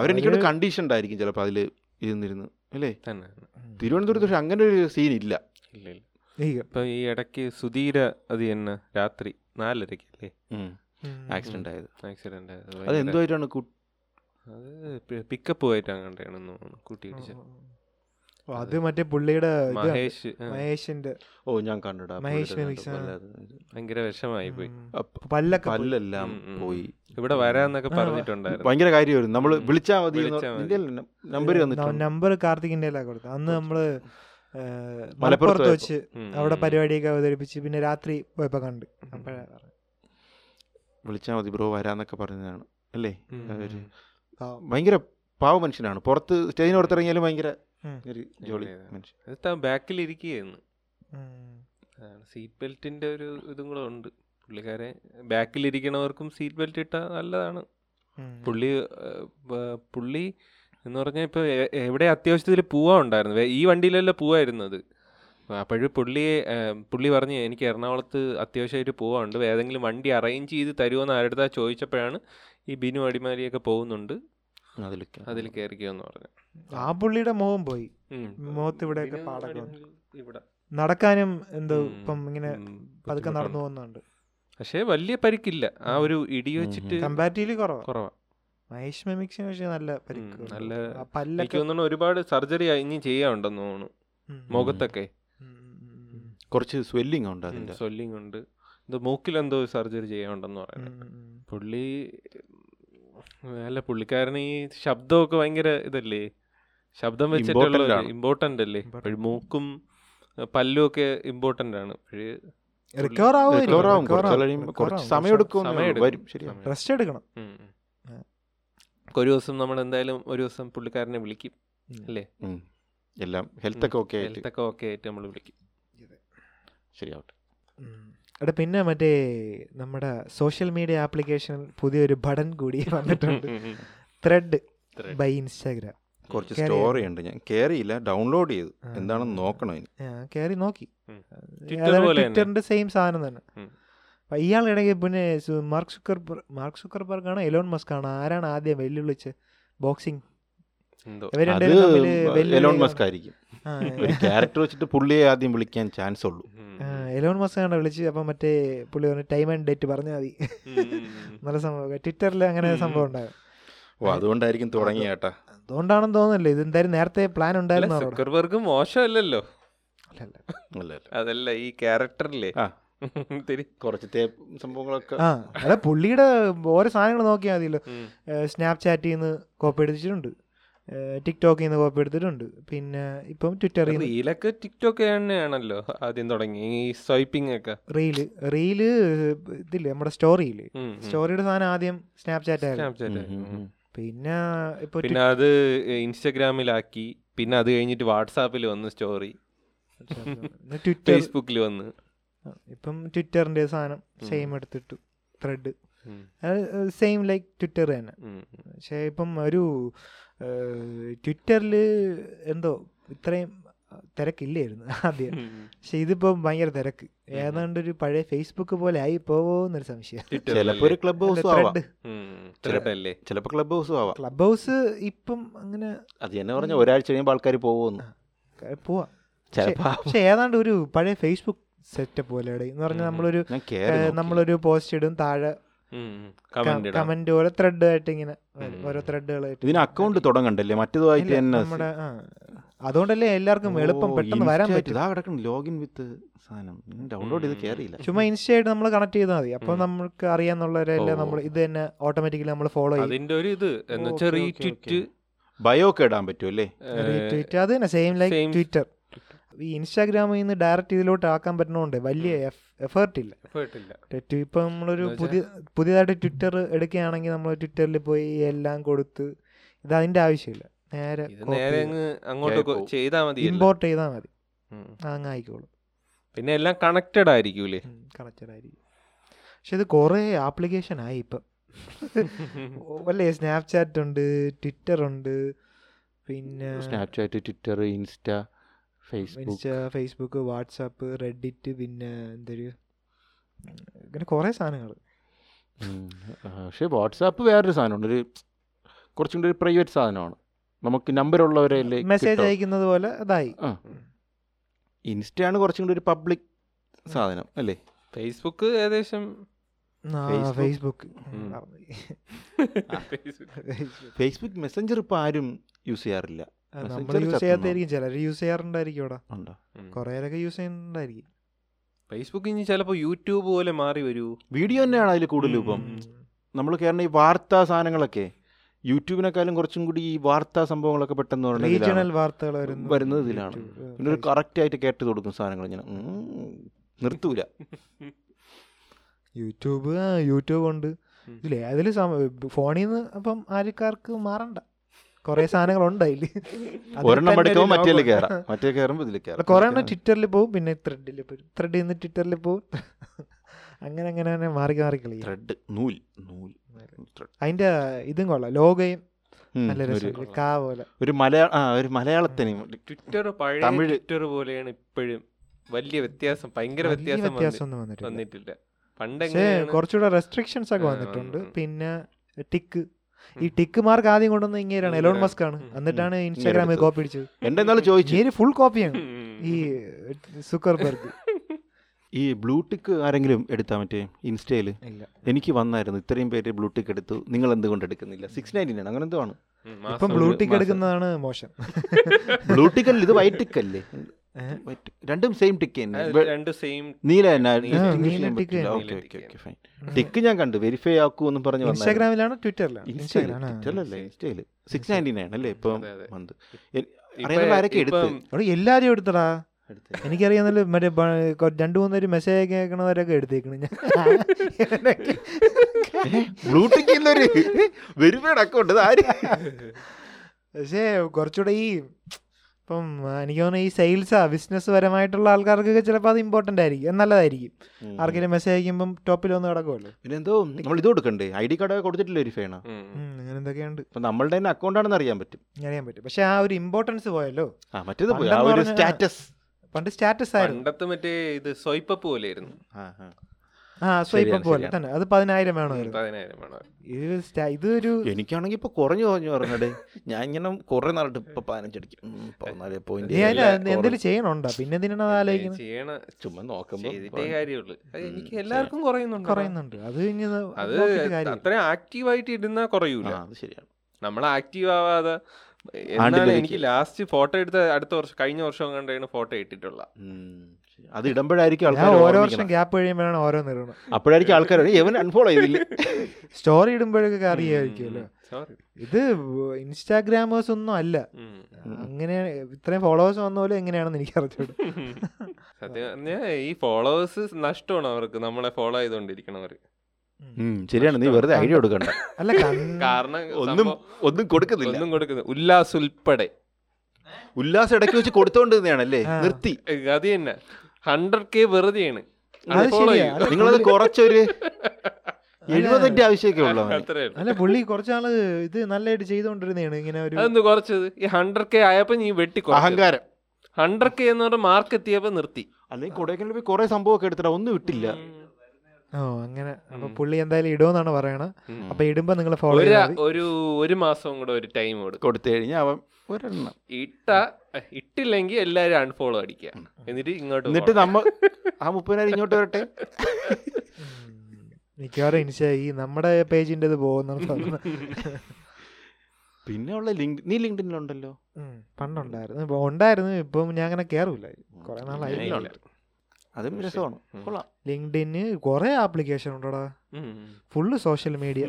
Speaker 2: അവരെനിക്കോട് കണ്ടീഷൻഡ് ആയിരിക്കും ചിലപ്പോൾ അതിൽ ഇരുന്നിരുന്ന് അല്ലേ
Speaker 1: തന്നെ
Speaker 2: തിരുവനന്തപുരത്ത് പക്ഷെ അങ്ങനെ ഒരു സീൻ ഇല്ല
Speaker 1: ഇല്ല ഇല്ല
Speaker 3: ഇരിക്കും.
Speaker 1: ഇപ്പൊ ഈ ഇടയ്ക്ക് സുധീര അത് തന്നെ രാത്രി നാലരയ്ക്ക് അല്ലേ
Speaker 3: ഉം.
Speaker 2: ആക്സിഡന്റ് ആയത്
Speaker 1: ആക്സിഡന്റ്
Speaker 2: അത് എന്തുമായിട്ടാണ് കു-
Speaker 1: അത് പിക്കപ്പ് ആയിട്ട് അങ്ങോട്ടാണെന്ന് തോന്നുന്നു കൂട്ടി ഇടിച്ച
Speaker 3: ഓ, അത് മറ്റേ പുള്ളിയുടെ ഇത് കണ്ടു.
Speaker 1: മഹേഷ് ആ,
Speaker 3: മഹേഷിന്റെ
Speaker 2: ഓ ഞാൻ കണ്ടിടാ
Speaker 3: മഹേഷ് മിമിക്സ് ആണ്.
Speaker 1: ഭയങ്കര വിഷമായി പോയി
Speaker 3: ഉം.
Speaker 2: അപ്പ-
Speaker 3: പല്ലൊക്കെ പോയി.
Speaker 2: പല്ലെല്ലാം
Speaker 1: ഉം, ഉം.
Speaker 2: പോയി
Speaker 1: ഇവിടെ വരാന്നൊക്കെ
Speaker 3: ആ,
Speaker 1: പറഞ്ഞിട്ടുണ്ടായിരുന്നു
Speaker 2: ഭയങ്കര കാര്യമായിരുന്നു നമ്മൾ
Speaker 1: ഉം.
Speaker 2: വിളിച്ചാൽ മതി
Speaker 1: വിളിച്ചാ മതി.
Speaker 2: നമ്പർ
Speaker 3: ന-
Speaker 2: തന്നിട്ടുണ്ട്
Speaker 3: നമ്പർ കാർത്തികിന്റെ അല്ല കൊടുത്തത് അന്ന് നമ്മള് ഏ,
Speaker 2: മലപ്പുറത്ത്
Speaker 3: മലപ്പുറത്ത്
Speaker 2: പോയപ്പോ.
Speaker 3: വെച്ച്
Speaker 1: ഉം,
Speaker 3: അവിടെ
Speaker 1: ഉം.
Speaker 3: പരിപാടിയൊക്കെ അവതരിപ്പിച്ച് പിന്നെ രാത്രി പോയപ്പോ കണ്ട് അപ്പോഴാ പറഞ്ഞത്.
Speaker 2: വിളിച്ചാൽ മതി ബ്രോ വരാന്നൊക്കെ പറഞ്ഞതാണ് അല്ലേ
Speaker 1: ഉം.
Speaker 2: അവര്
Speaker 3: ആ,
Speaker 2: ഭയങ്കര പാവ മനുഷ്യനാണ് പുറത്ത് സ്റ്റേജിന് പുറത്തിറങ്ങിയാലും ഭയങ്കര
Speaker 3: ഉം.
Speaker 2: ഒരു ജോളി
Speaker 1: ഇല്ല.
Speaker 2: മനുഷ്യൻ
Speaker 1: അത് താൻ ബാക്കിൽ ഇരിക്കുകയായിരുന്നു
Speaker 3: ഉം.
Speaker 1: സീറ്റ് ബെൽറ്റിന്റെ ഒരു ഇതും കൂടെ ഉണ്ട് പുള്ളിക്കാരെ ബാക്കിൽ ഇരിക്കണവർക്കും സീറ്റ് ബെൽറ്റ് ഇട്ടാൽ നല്ലതാണ്
Speaker 3: ഉം.
Speaker 1: പുള്ളി ഏ, ബ- പുള്ളി എന്ന് പറഞ്ഞാൽ ഇപ്പോൾ എവിടെ അത്യാവശ്യത്തിൽ പൂവാ ഉണ്ടായിരുന്നു വേ- ഈ വണ്ടിയിലല്ല പൂവായിരുന്നത് അപ്പോഴും പുള്ളി പുള്ളി പറഞ്ഞു എനിക്ക് എറണാകുളത്ത് അത്യാവശ്യമായിട്ട് പോവാണ്ട് ഏതെങ്കിലും വണ്ടി അറേഞ്ച് ചെയ്ത് തരുമോയെന്ന് ആരുടെ ചോദിച്ചപ്പോഴാണ് ഈ ബിനു അടിമാലിയൊക്കെ പോകുന്നുണ്ട്
Speaker 2: അതിലൊക്കെ
Speaker 1: അതിൽ കയറിക്കുമെന്ന് പറഞ്ഞു
Speaker 3: ആ പുള്ളിയുടെ മുഖം പോയി
Speaker 1: ഉം.
Speaker 3: മുഖത്ത് ഇവിടെയൊക്കെ
Speaker 1: ബിനു
Speaker 3: പാടൊക്കെ
Speaker 1: അടിമാലി ഇവിടെ.
Speaker 3: നടക്കാനും എന്തോ
Speaker 1: ഉം.
Speaker 3: ഇപ്പം ഇങ്ങനെ
Speaker 1: ഉം.
Speaker 3: പതുക്കെ
Speaker 1: ബുദ്ധിമുട്ടുണ്ട്.
Speaker 3: നടന്നു പോകുന്നുണ്ട്
Speaker 1: പക്ഷേ വലിയ പരിക്കില്ല ആ ഒരു ഇടി വെച്ചിട്ട്
Speaker 3: കമ്പാരിറ്റീവ്ലി കുറവാ
Speaker 1: കുറവാ
Speaker 3: മഹേഷ് മെമിക്സിന് പക്ഷേ നല്ല പരിക്ക്
Speaker 1: ഉം,
Speaker 3: ഉണ്ട്.
Speaker 1: നല്ല
Speaker 3: ആ
Speaker 1: എനിക്ക്
Speaker 3: പല്ലൊക്കെ
Speaker 1: തോന്നുന്നു ഒരുപാട് സർജറി ഇനി ചെയ്യാറുണ്ടെന്ന് തോന്നുന്നു
Speaker 3: ഉം.
Speaker 1: മുഖത്തൊക്കെ
Speaker 3: ഉം, ഉം, ഉം, ഉം.
Speaker 2: കുറച്ച് സ്വെല്ലിംഗ് ഉണ്ട് അതിന്റെ
Speaker 1: സ്വെല്ലിംഗ് ഉണ്ട് ഇത് മൂക്കിലെന്തോ സർജറി ചെയ്യാനുണ്ടെന്ന് പറയുന്നത്
Speaker 3: ഉം, ഉം, ഉം.
Speaker 1: പുള്ളി അല്ല പുള്ളിക്കാരന് ഈ ശബ്ദമൊക്കെ ഭയങ്കര ഇതല്ലേ ശബ്ദം
Speaker 2: Important
Speaker 1: വെച്ചിട്ടുള്ള
Speaker 2: ആണ്.
Speaker 1: ഇമ്പോർട്ടൻ്റ് അല്ലേ അപ്പോഴ് മൂക്കും ഏഹ്, പല്ലും ഒക്കെ ഇമ്പോർട്ടൻ്റ് ആണ് അപ്പോഴ്
Speaker 3: Recover ആവുമായിരിക്കും.
Speaker 2: Recover ആവും.
Speaker 3: Recover
Speaker 2: കുറച്ച്
Speaker 3: ആവും.
Speaker 2: കഴിയുമ്പോ കുറച്ച്
Speaker 3: Recover
Speaker 2: സമയം
Speaker 3: ആവും.
Speaker 1: സമയം
Speaker 2: എടുക്കും
Speaker 1: എടുക്കും.
Speaker 2: വരും ശരിയാണ്
Speaker 1: സമയം.
Speaker 3: റെസ്റ്റ് എടുക്കണം
Speaker 1: ഉം, ഉം.
Speaker 3: ആ.
Speaker 1: ഒരു ദിവസം നമ്മൾ എന്തായാലും ഒരു ദിവസം പുള്ളിക്കാരനെ വിളിക്കും
Speaker 3: ഉം.
Speaker 1: അല്ലേ
Speaker 2: ഉം. എല്ലാം ഹെൽത്ത് ഒക്കെ ഓക്കെ ആയിട്ട്
Speaker 1: ഹെൽത്തൊക്കെ ഓക്കെ ആയിട്ട് നമ്മൾ വിളിക്കും
Speaker 2: ശരിയാവട്ടെ
Speaker 3: ഉം. എടാ പിന്നെ മറ്റേ നമ്മുടെ സോഷ്യൽ മീഡിയ ആപ്ലിക്കേഷൻ പുതിയൊരു ബട്ടൺ കൂടി വന്നിട്ടുണ്ട് ത്രെഡ്
Speaker 1: Thread.
Speaker 3: ബൈ ഇൻസ്റ്റാഗ്രാം
Speaker 2: കുറച്ച്
Speaker 3: Carry
Speaker 2: സ്റ്റോറി ഉണ്ട് ഞാൻ കയറിയില്ല ഡൗൺലോഡ് ചെയ്തു
Speaker 3: ആ.
Speaker 2: എന്താണെന്ന് നോക്കണം ഇനി
Speaker 3: ഞാൻ കയറി നോക്കി
Speaker 1: ഉം.
Speaker 3: അത്
Speaker 1: Twitter
Speaker 3: അതാണ്
Speaker 1: പോലെ തന്നെ.
Speaker 3: ട്വിറ്ററിന്റെ സെയിം സാധനം തന്നെ
Speaker 1: ഉം.
Speaker 3: അപ്പൊ ഇയാളിടയ്ക്ക് പിന്നെ സു- മാർക്ക് സുക്കർ മാർക്ക് സുക്കർബർഗ് ആണ് എലോൺ മസ്ക് ആണ് ആരാണ് ആദ്യം വെല്ലുവിളിച്ച് ബോക്സിംഗ്
Speaker 1: എന്തോ
Speaker 3: ഇവർ
Speaker 2: അത്
Speaker 3: രണ്ടുപേരും തമ്മിൽ
Speaker 2: എലോൺ
Speaker 3: വെല്ലുവിളി
Speaker 2: മസ്ക് ആയിരിക്കും ഒരു ക്യാരക്ടർ വെച്ചിട്ട് പുള്ളിയെ ആദ്യം വിളിക്കാൻ ചാൻസ് ഉള്ളൂ
Speaker 1: ഉം,
Speaker 3: എലോൺ മസ്ക് ആണ് വിളിച്ച് അപ്പം മറ്റേ പുള്ളി പറഞ്ഞു ടൈം ആൻഡ് ഡേറ്റ് പറഞ്ഞാൽ മതി
Speaker 1: ഉം, ഉം,
Speaker 2: [laughs]
Speaker 1: ഉം.
Speaker 3: നല്ല സംഭവം ട്വിറ്ററിൽ അങ്ങനെ
Speaker 1: ഉം.
Speaker 3: സംഭവം ഉണ്ടാകും
Speaker 2: ഓ അതുകൊണ്ടായിരിക്കും തുടങ്ങി ചേട്ടാ
Speaker 3: അതുകൊണ്ടാണെന്ന് തോന്നുന്നില്ല ഇത് എന്തായാലും നേരത്തെ പ്ലാൻ
Speaker 1: അല്ല
Speaker 3: ഉണ്ടായിരുന്നു അവിടെ
Speaker 1: സുക്കർബർഗ് മോശമല്ലല്ലോ
Speaker 3: അല്ലല്ല.
Speaker 2: അല്ല അല്ല
Speaker 1: അതല്ല ഈ ക്യാരക്ടറില്ലേ
Speaker 2: ആ.
Speaker 1: തിരി
Speaker 2: കുറച്ച് തേപ്പ് സംഭവങ്ങളൊക്കെ
Speaker 3: ആ അല്ല പുള്ളിയുടെ ഓരോ സാധനങ്ങൾ നോക്കിയാൽ മതിയല്ലോ
Speaker 1: ഉം.
Speaker 3: സ്നാപ്ചാറ്റിൽ നിന്ന് കോപ്പി എടുത്തിട്ടുണ്ട് ടിക്ടോക്കിൽ നിന്ന് കോപ്പി എടുത്തിട്ടുണ്ട് പിന്നെ ഇപ്പം ട്വിറ്ററിൽ നിന്ന്
Speaker 1: റീലൊക്കെ ടിക്ടോക്ക് തന്നെയാണല്ലോ ആദ്യം തുടങ്ങി ഈ സ്വൈപ്പിംഗ് ഒക്കെ
Speaker 3: റീല് റീല് ഇതില്ലേ നമ്മുടെ സ്റ്റോറിയിൽ
Speaker 1: ഉം, ഉം.
Speaker 3: സ്റ്റോറിയുടെ സാധനം ആദ്യം സ്നാപ്ചാറ്റ് ആയിരുന്നു
Speaker 1: Snapchat.
Speaker 2: ഉം, ഉം, ഉം.
Speaker 3: പിന്നെ ഇപ്പോൾ
Speaker 1: പിന്നെ അത് ഇൻസ്റ്റഗ്രാമിലാക്കി പിന്നെ അത് കഴിഞ്ഞിട്ട് വാട്സാപ്പിൽ വന്ന് സ്റ്റോറി [laughs]
Speaker 3: ട്വിറ്റർ
Speaker 1: ഫേസ്ബുക്കിൽ വന്ന്
Speaker 3: ഇപ്പം ട്വിറ്ററിൻ്റെ സാധനം സെയിം എടുത്തിട്ടു ത്രെഡ്
Speaker 1: ഉം,
Speaker 3: സെയിം ലൈക്ക് ട്വിറ്റർ തന്നെ
Speaker 1: ഉം,
Speaker 3: പക്ഷേ ഇപ്പം ഒരു ട്വിറ്ററിൽ എന്തോ ഇത്രയും തിരക്കില്ലായിരുന്നു ആദ്യം
Speaker 1: ഉം.
Speaker 3: പക്ഷെ ഇതിപ്പോൾ ഭയങ്കര തിരക്ക് ഏതാണ്ട് ഒരു പഴയ ഫേസ്ബുക്ക് പോലെ ആയി പോവോന്നൊരു സംശയം
Speaker 1: Twitter
Speaker 2: ചിലപ്പോ ഒരു
Speaker 1: അല്ലേ?
Speaker 2: ക്ലബ് ഹൗസും ആവാം
Speaker 1: ഉം, thread അല്ലേ
Speaker 2: ചിലപ്പോ ക്ലബ് ഹൗസും ആവാം
Speaker 3: ക്ലബ് ഹൗസ് ഇപ്പം അങ്ങനെ
Speaker 2: അത് തന്നെ പറഞ്ഞ ഒരാഴ്ച കഴിയുമ്പോൾ ആൾക്കാർ പോകുമെന്ന്
Speaker 3: ക- പോവാം
Speaker 2: ചിലപ്പോ
Speaker 3: പക്ഷെ ഏതാണ്ട് ഒരു പഴയ ഫേസ്ബുക്ക് സെറ്റപ്പ് പോലെ എടേ എന്ന് പറഞ്ഞാൽ നമ്മളൊരു
Speaker 2: ഞാൻ
Speaker 3: ഏ,
Speaker 2: കേറി
Speaker 3: നമ്മളൊരു പോസ്റ്റ് ഇടും താഴെ
Speaker 1: കമന്റ് ഇടാം
Speaker 3: കമന്റ് ഓരോ ത്രെഡ് ആയിട്ട് ഇങ്ങനെ വരും. ഓരോ ത്രെഡുകളായിട്ട്
Speaker 2: ഇതിന് അക്കൗണ്ട് തുടങ്ങണ്ടല്ലേ മറ്റേതുമായിട്ട്
Speaker 3: ഇല്ല,
Speaker 2: തന്നെ
Speaker 3: നമ്മുടെ ആ അതുകൊണ്ടല്ലേ എല്ലാവർക്കും എളുപ്പം പെട്ടെന്ന് വരാൻ പറ്റും
Speaker 2: ഇതാ കിടക്കണം ലോഗിൻ വിത്ത് സാധനം ഡൗൺലോഡ് ചെയ്ത് കയറിയില്ല
Speaker 3: ചുമ്മാ ഇൻസ്റ്റയായിട്ട് നമ്മൾ കണക്ട് ചെയ്താൽ മതി അപ്പോൾ നമുക്ക് അറിയാന്നുള്ളവരെല്ലാം നമ്മൾ ഇത് തന്നെ ഓട്ടോമാറ്റിക്കലി നമ്മൾ ഫോളോ ചെയ്യും
Speaker 1: അതിന്റെ ഒരു ഇത് എന്ന് വെച്ചാൽ റീട്വിറ്റ്
Speaker 2: ബയോ ഒക്കെ ഇടാൻ പറ്റുമല്ലേ
Speaker 3: ട്വിറ്റർ അത് തന്നെ സെയിം ലൈക്ക്
Speaker 1: Same.
Speaker 3: ട്വിറ്റർ ഈ ഇൻസ്റ്റാഗ്രാമിൽ നിന്ന് ഡയറക്റ്റ് ഇതിലോട്ട് ആക്കാൻ പറ്റുന്നതുകൊണ്ട് വലിയ എഫേർട്ട് ഇല്ല
Speaker 1: പോയിട്ടില്ല
Speaker 3: ടെറ്റ് ഇപ്പം നമ്മളൊരു
Speaker 1: എന്ന്
Speaker 3: പുതിയ പുതിയതായിട്ട് ട്വിറ്റർ എടുക്കുകയാണെങ്കിൽ നമ്മൾ ട്വിറ്ററിൽ പോയി എല്ലാം കൊടുത്ത് ഇത് അതിൻ്റെ ആവശ്യമില്ല നേരെ
Speaker 1: ഇത് നേരെ അങ്ങ് അങ്ങോട്ട്
Speaker 2: കേറി പോവും.
Speaker 1: ചെയ്താൽ മതി
Speaker 3: ഇമ്പോർട്ട് ചെയ്താൽ മതി ആ, അങ്ങ് ആയിക്കോളും
Speaker 1: പിന്നെ എല്ലാം കണക്റ്റഡ്
Speaker 2: [laughs]
Speaker 1: ആയിരിക്കൂലേ
Speaker 3: കണക്റ്റഡ് ആയിരിക്കും പക്ഷെ ഇത് കുറേ ആപ്ലിക്കേഷൻ ആയി ഇപ്പം അല്ലേ സ്നാപ്ചാറ്റ് ഉണ്ട് ട്വിറ്റർ ഉണ്ട് പിന്നെ
Speaker 2: Snapchat Twitter Insta
Speaker 3: Insta
Speaker 2: Facebook
Speaker 3: Facebook WhatsApp Reddit പിന്നെ എന്തൊരു ഇങ്ങനെ കുറേ സാധനങ്ങൾ
Speaker 2: പക്ഷേ വാട്സാപ്പ് വേറൊരു സാധനമുണ്ട് ഒരു കുറച്ചും കൂടി ഒരു പ്രൈവറ്റ് സാധനമാണ് നമുക്ക് നമ്പറുള്ളവരെ
Speaker 3: മെസ്സേജ് അയക്കുന്നത് പോലെ അതായി
Speaker 2: ഇൻസ്റ്റയാണ് കുറച്ചും കൂടി ഒരു പബ്ലിക് സാധനം അല്ലേ
Speaker 1: ഫേസ്ബുക്ക് ഏകദേശം
Speaker 2: Facebook.
Speaker 3: ഫേസ്ബുക്ക്
Speaker 1: ഉം.
Speaker 2: ഫേസ്ബുക്ക് മെസ്സഞ്ചർ ഇപ്പോൾ ആരും യൂസ് ചെയ്യാറില്ല
Speaker 3: നമ്മൾ
Speaker 2: Messenger
Speaker 3: യൂസ്
Speaker 2: ചത്തുന്നു.
Speaker 3: ചെയ്യാത്തായിരിക്കും ചിലർ യൂസ് ചെയ്യാറുണ്ടായിരിക്കും ഇവിടെ
Speaker 2: ഉണ്ടോ
Speaker 1: ഉം.
Speaker 3: കുറേരൊക്കെ യൂസ് ചെയ്യുന്നുണ്ടായിരിക്കും
Speaker 1: ഫേസ്ബുക്ക് ഇനി ചിലപ്പോ യൂട്യൂബ് പോലെ മാറി വരൂ
Speaker 2: വീഡിയോ തന്നെയാണ് അതിൽ കൂടുതലും ഇപ്പം
Speaker 1: ഉം.
Speaker 2: നമ്മൾ കയറുന്ന ഈ വാർത്താ സാധനങ്ങളൊക്കെ യൂട്യൂബിനെക്കാളും കുറച്ചും കൂടി ഈ വാർത്താ സംഭവങ്ങളൊക്കെ പെട്ടെന്ന് പറയുന്നത് ഇതിലാണ്.
Speaker 3: റീജിയണൽ വാർത്തകൾ
Speaker 2: വരുന്നത് ഇതിലാണ്. പിന്നെ ഒരു കറക്റ്റ് ആയിട്ട് കേട്ട് കൊടുക്കും സാധനങ്ങൾ ഇങ്ങനെ ഉം, നിർത്തൂല
Speaker 3: യൂട്യൂബ് ആ യൂട്യൂബ് ഉണ്ട്
Speaker 1: ഉം.
Speaker 3: ഇല്ലേ അതിൽ ഫോണിൽ നിന്ന് അപ്പം ആൾക്കാർക്ക് മാറണ്ട കുറേ സാധനങ്ങളുണ്ട് അതിൽ
Speaker 1: [laughs]
Speaker 2: ഒരെണ്ണം
Speaker 1: തന്നെ
Speaker 2: പഠിക്കുമ്പോൾ
Speaker 1: ഒരു
Speaker 2: മറ്റേ
Speaker 1: ലോകം.
Speaker 2: കയറാം മറ്റേ കയറുമ്പോൾ ഇതിൽ കയറാം
Speaker 3: കുറേ എണ്ണം ട്വിറ്ററിൽ പോകും പിന്നെ ത്രെഡിൽ പോരും ത്രെഡിൽ നിന്ന് ട്വിറ്ററിൽ പോകും [laughs] അങ്ങനെ അങ്ങനെ അങ്ങനെ മാറി മാറി കളിക്കും
Speaker 2: ത്രെഡ് നൂൽ നൂൽ thread.
Speaker 3: അതിൻ്റെ ഇതും കൊള്ളാം ലോഗയും
Speaker 2: ഉം,
Speaker 3: നല്ല
Speaker 2: ഒരു-
Speaker 3: രസമില്ലേ കാ പോലെ
Speaker 2: ഒരു മലയാള ആ ഒരു മലയാളത്തിനെയും
Speaker 1: ട്വിറ്റർ പഴയ
Speaker 2: തമിഴ്.
Speaker 1: ട്വിറ്റർ പോലെയാണ് ഇപ്പോഴും വലിയ വ്യത്യാസം ഭയങ്കര
Speaker 3: വലിയ
Speaker 1: വ്യത്യാസം വന്നി-
Speaker 3: വ്യത്യാസമൊന്നും വന്നിട്ടില്ല
Speaker 1: വന്നിട്ടില്ല പണ്ട്
Speaker 3: പക്ഷേ
Speaker 1: എങ്ങനെയാണ്
Speaker 3: കുറച്ചുകൂടെ റെസ്ട്രിക്ഷൻസ് ഒക്കെ
Speaker 1: ആ,
Speaker 3: വന്നിട്ടുണ്ട്
Speaker 1: വന്നു.
Speaker 3: പിന്നെ ടിക്ക് ഈ
Speaker 1: ഉം.
Speaker 3: ടിക്ക് മാർക്ക് ആദ്യം കൊണ്ടുവന്ന ഇങ്ങേരാണ് എലോൺ
Speaker 1: ഇങ്ങേരാണ്.
Speaker 3: മസ്ക് ആണ്
Speaker 1: ഉം.
Speaker 3: എന്നിട്ടാണ് ഇൻസ്റ്റാഗ്രാമിൽ
Speaker 2: ഇങ്ങേരെടുത്തത്.
Speaker 3: കോപ്പി അടിച്ചത്
Speaker 2: എൻ്റെ എന്നാലും ചോദിച്ചു
Speaker 3: ഇങ്ങേര് ഫുൾ കോപ്പിയാണ്
Speaker 1: ഉം.
Speaker 3: ഈ സുക്കർബർഗ്
Speaker 2: ഈ ബ്ലൂ ടിക്ക് ആരെങ്കിലും എടുത്താ മറ്റേ ഇൻസ്റ്റയിൽ
Speaker 3: ഇല്ല
Speaker 2: എനിക്ക് വന്നായിരുന്നു ഇത്രയും പേര് ബ്ലൂ ടിക്ക് എടുത്തു നിങ്ങൾ എന്തുകൊണ്ട് എടുക്കുന്നില്ല സിക്സ് നയൻറ്റീൻ ആണ് അങ്ങനെ എന്തോ ആണ്
Speaker 1: ഉം,
Speaker 3: ഇപ്പം
Speaker 1: മാസം
Speaker 3: ബ്ലൂ
Speaker 2: ഒരു
Speaker 3: ടിക്ക്
Speaker 2: മാസം.
Speaker 3: എടുക്കുന്നതാണ് മോശം
Speaker 2: ബ്ലൂ ടിക്ക് അല്ല ഇത് വൈറ്റ് ടിക്ക് അല്ലേ
Speaker 3: ഏ?
Speaker 2: White tick. രണ്ടും സെയിം ടിക്ക് തന്നെ
Speaker 1: അത്
Speaker 2: വെ-
Speaker 1: രണ്ട് സെയിം
Speaker 2: നീല തന്നെ
Speaker 1: നീല
Speaker 3: tick തന്നെ.
Speaker 2: ഓക്കെ ഓക്കെ ഓക്കെ ഫൈൻ
Speaker 3: ഉം.
Speaker 2: ടിക്ക് ഞാൻ കണ്ടു വെരിഫൈ ആക്കൂ എന്ന് പറഞ്ഞ് വന്നായിരുന്നു.
Speaker 3: ഇൻസ്റ്റാഗ്രാമിലാണ് ട്വിറ്ററിലാണ്
Speaker 2: ഇൻസ്റ്റയില്,
Speaker 3: ഇൻസ്റ്റാഗ്രാമാണ്
Speaker 2: ട്വിറ്ററിലല്ലേ, ഇൻസ്റ്റയില്. 699 ആണല്ലേ ഇപ്പം
Speaker 1: അതെ, അതെ.
Speaker 2: വന്നത്. എ- അറിയാവുന്നവർ ആരൊക്കെ എടുത്ത്?
Speaker 3: അവിടെ എല്ലാവരും എടുത്തടാ
Speaker 2: അടുത്ത്.
Speaker 3: എനിക്കറിയാന്നല്ലോ മറ്റേ ബ- കൊ- രണ്ടു മൂന്നൊരു മെസ്സേജ് ഒക്കെ കേൾക്കണവരൊക്കെ എടുത്തേക്കണ് ഞാൻ [laughs] ഇവനൊക്കെ.
Speaker 2: ഏ? ബ്ലൂ ടിക്ക് ഇല്ലൊരു വെരിഫൈഡ് അക്കൗണ്ട് ഇത് ആര്
Speaker 3: പക്ഷേ കുറച്ചുകൂടെ ഈ ഇപ്പം ആ, എനിക്ക് തോന്നുന്നു ഈ സെയിൽസാ ബിസിനസ് പരമായിട്ടുള്ള ആൾക്കാർക്കൊക്കെ ചിലപ്പോൾ അത് ഇമ്പോർട്ടൻ്റ് ആയിരിക്കും നല്ലതായിരിക്കും ആർക്കെങ്കിലും മെസ്സേജ് അയക്കുമ്പം ടോപ്പിൽ ഒന്ന് കിടക്കുമല്ലോ
Speaker 2: പിന്നെന്തോ നമ്മൾ ഇത് കൊടുക്കണ്ടേ ഐ ഡി കാർഡ് കൊടുത്തിട്ടില്ല വെരിഫൈ ആണ്
Speaker 3: ഉം, അങ്ങനെ എന്തൊക്കെയുണ്ട്
Speaker 2: അപ്പൊ നമ്മളുടെ തന്നെ അക്കൗണ്ട് ആണെന്ന് അറിയാൻ പറ്റും
Speaker 3: അറിയാൻ പറ്റും പക്ഷേ ആ ഒരു ഇമ്പോർട്ടൻസ് പോയല്ലോ
Speaker 2: ആ മറ്റേത് പോയി. ആ
Speaker 3: പണ്ടെന്ന്
Speaker 2: ഒരു
Speaker 3: പറഞ്ഞാ-
Speaker 2: സ്റ്റാറ്റസ്
Speaker 3: പണ്ട് സ്റ്റാറ്റസ് ആയിരുന്നു
Speaker 1: പണ്ടത്തെ മറ്റേ ഇത് സ്വൈപ്പപ്പ് പോലെയായിരുന്നു
Speaker 3: ആ സ്വൈപ്പ്
Speaker 2: ശരിയാണ്,
Speaker 3: പോലെ
Speaker 2: ശരിയാണ്.
Speaker 3: തന്നെ അത് പതിനായിരം വേണമായിരുന്നു
Speaker 1: പതിനായിരം വേണം
Speaker 3: ഇത് സ്റ്റാ- ഇതൊരു
Speaker 2: എനിക്കാണെങ്കിൽ ഇപ്പൊ കുറഞ്ഞു കുറഞ്ഞു പറഞ്ഞടേ ഞാൻ ഇങ്ങനെ കുറെ നാളിട്ട് ഇപ്പൊ പതിനഞ്ചടിക്കും ഉം, പതിനാല് point
Speaker 3: നീ അതിന്
Speaker 2: എല്ലാം
Speaker 3: എന്തെങ്കിലും ചെയ്യണുണ്ടോ പിന്നെ എന്തിനാണ് അത് ആലോചിക്കുന്നത്
Speaker 1: ചെയ്യണ
Speaker 2: കുറഞ്ഞു. ചുമ്മാ നോക്കുമ്പോ
Speaker 1: ചെയ്തിട്ടേ കാര്യമുള്ളൂ അത്
Speaker 2: ഉം,
Speaker 1: എനിക്ക് എല്ലാവർക്കും കുറയുന്നുണ്ട്
Speaker 3: കുറയുന്നുണ്ട് അത് ഇനി ഇത്
Speaker 1: അത്
Speaker 3: നോക്കിയിട്ട് കാര്യമില്ല.
Speaker 1: അത്ര ആക്റ്റീവായിട്ട് ഇടുന്ന കുറയൂല
Speaker 2: ആ, അത് ശരിയാണ്
Speaker 1: നമ്മൾ ആക്റ്റീവ് ആവാതെ എന്നാണ്
Speaker 2: ആണ്ടിലൊരിക്കൽ.
Speaker 1: എനിക്ക് ലാസ്റ്റ് ഫോട്ടോ എടുത്ത അടുത്ത വർഷം കഴിഞ്ഞ വർഷം കണ്ടാണ് ഫോട്ടോ ഇട്ടിട്ടുള്ള
Speaker 2: ഉം, ശരി. അത് ഇടുമ്പോഴായിരിക്കും
Speaker 3: ഞാൻ
Speaker 2: ആൾക്കാർ
Speaker 3: ഓരോ വർഷം ഗ്യാപ്പ് കഴിയുമ്പോഴാണ് ഓരോ നിർവണം
Speaker 2: അപ്പോഴായിരിക്കും ആൾക്കാർ എവൻ അൺഫോളോ
Speaker 3: [laughs]
Speaker 2: ചെയ്തില്ല
Speaker 3: സ്റ്റോറി ഇടുമ്പോഴൊക്കെ അറിയായിരിക്കുമല്ലോ
Speaker 1: സോറി
Speaker 3: ഇത് ഇൻസ്റ്റാഗ്രാമേഴ്സ് ഒന്നും അല്ല അങ്ങനെ ഇത്രയും ഫോളോവേഴ്സ് വന്ന പോലെ എങ്ങനെയാണെന്ന് എനിക്ക് അറിഞ്ഞോളൂ
Speaker 1: സത്യം പറഞ്ഞാൽ ഈ ഫോളോവേഴ്സ് നഷ്ടമാണ് അവർക്ക് നമ്മളെ ഫോളോ ചെയ്തുകൊണ്ടിരിക്കണവര്
Speaker 2: ശരിയാണ് നീ വെറുതെ ഐഡിയ കൊടുക്കണ്ട
Speaker 3: അല്ല കൺ-
Speaker 1: കാരണം
Speaker 2: ഒന്നും
Speaker 1: സംഭവം
Speaker 2: ഒന്നും കൊടുക്കുന്നില്ല
Speaker 1: ഒന്നും കൊടുക്കുന്നത് ഉല്ലാസ് ഉൾപ്പെടെ
Speaker 2: ഉല്ലാസം ഇടയ്ക്ക് വെച്ച് കൊടുത്തോണ്ടിരുന്നതാണല്ലേ
Speaker 3: ആ.
Speaker 2: നിർത്തി
Speaker 1: ഏഹ് അത് തന്നെ ഹൺഡ്രഡ് കെ വെറുതെയാണ്
Speaker 3: അത്
Speaker 1: follow
Speaker 3: ശരിയാ.
Speaker 1: ചെയ്യും.
Speaker 3: അല്ല,
Speaker 2: നിങ്ങളത് കുറച്ചൊരു
Speaker 3: അല്ല,
Speaker 2: എഴുപതിന്റെ ആവശ്യമൊക്കെ ഉള്ളൂ അവന്.
Speaker 1: അത്രേ ഉള്ളൂ.
Speaker 3: അല്ല പുള്ളി കുറച്ചാള് ഇത് നല്ലതായിട്ട് ചെയ്തുകൊണ്ടിരുന്നതാണ് ഇങ്ങനെ ഒരു
Speaker 1: അതെന്ത് കുറച്ചത് ഈ ഹൺഡ്രഡ് കെ ആയപ്പോ നീ വെട്ടി
Speaker 2: അഹങ്കാരം
Speaker 1: ഹൺഡ്രഡ് കെ എന്ന് പറഞ്ഞ മാർക്ക് എത്തിയപ്പോ നിർത്തി
Speaker 2: അല്ലെങ്കിൽ കൊടൈക്കനാലിൽ പോയി കുറെ സംഭവമൊക്കെ എടുത്തിട്ട് ഒന്നും വിട്ടില്ല
Speaker 3: ഓ അങ്ങനെ അപ്പൊ പുള്ളി എന്തായാലും ഇടുമെന്നാണ് പറയണത്
Speaker 1: ഉം.
Speaker 3: അപ്പൊ ഇടുമ്പോ നിങ്ങൾ ഫോളോ
Speaker 1: ഒരു
Speaker 3: ചെയ്താൽ മതി.
Speaker 1: ഒരു ഒരു മാസം കൂടെ ഒരു ടൈം കൊടുക്കും
Speaker 2: കൊടുത്തു കഴിഞ്ഞാൽ അവൻ ഒരെണ്ണം
Speaker 1: ഇട്ട ഇട്ടില്ലെങ്കിൽ എല്ലാരും അൺഫോളോ അടിക്കുക എന്നിട്ട് ഇങ്ങോട്ട്
Speaker 2: എന്നിട്ട്
Speaker 1: പോണം.
Speaker 2: നമ്മ ആ മുപ്പതിനായിരം ഇങ്ങോട്ട് വരട്ടെ
Speaker 3: മിക്കവാറും ഇൻസ്റ്റാ ഈ നമ്മുടെ പേജിന്റെ ഇത് പോകുന്ന
Speaker 2: പിന്നെ ഉള്ള ലിങ്ക് നീ ലിങ്ക്ഡിനിലുണ്ടല്ലോ
Speaker 3: പണ്ടുണ്ടായിരുന്നു ഇപ്പൊ ഉണ്ടായിരുന്നു ഇപ്പം ഞാൻ അങ്ങനെ കേറൂല കുറെ
Speaker 1: ഞാൻ
Speaker 3: നാളായി
Speaker 1: ഇല്ല.
Speaker 2: അതും രസമാണ് കൊള്ളാം
Speaker 3: ലിങ്ക്ഡിന് കുറെ ആപ്ലിക്കേഷൻ ഉണ്ടോടാ
Speaker 1: ഉം.
Speaker 3: ഫുള്ള് സോഷ്യൽ മീഡിയ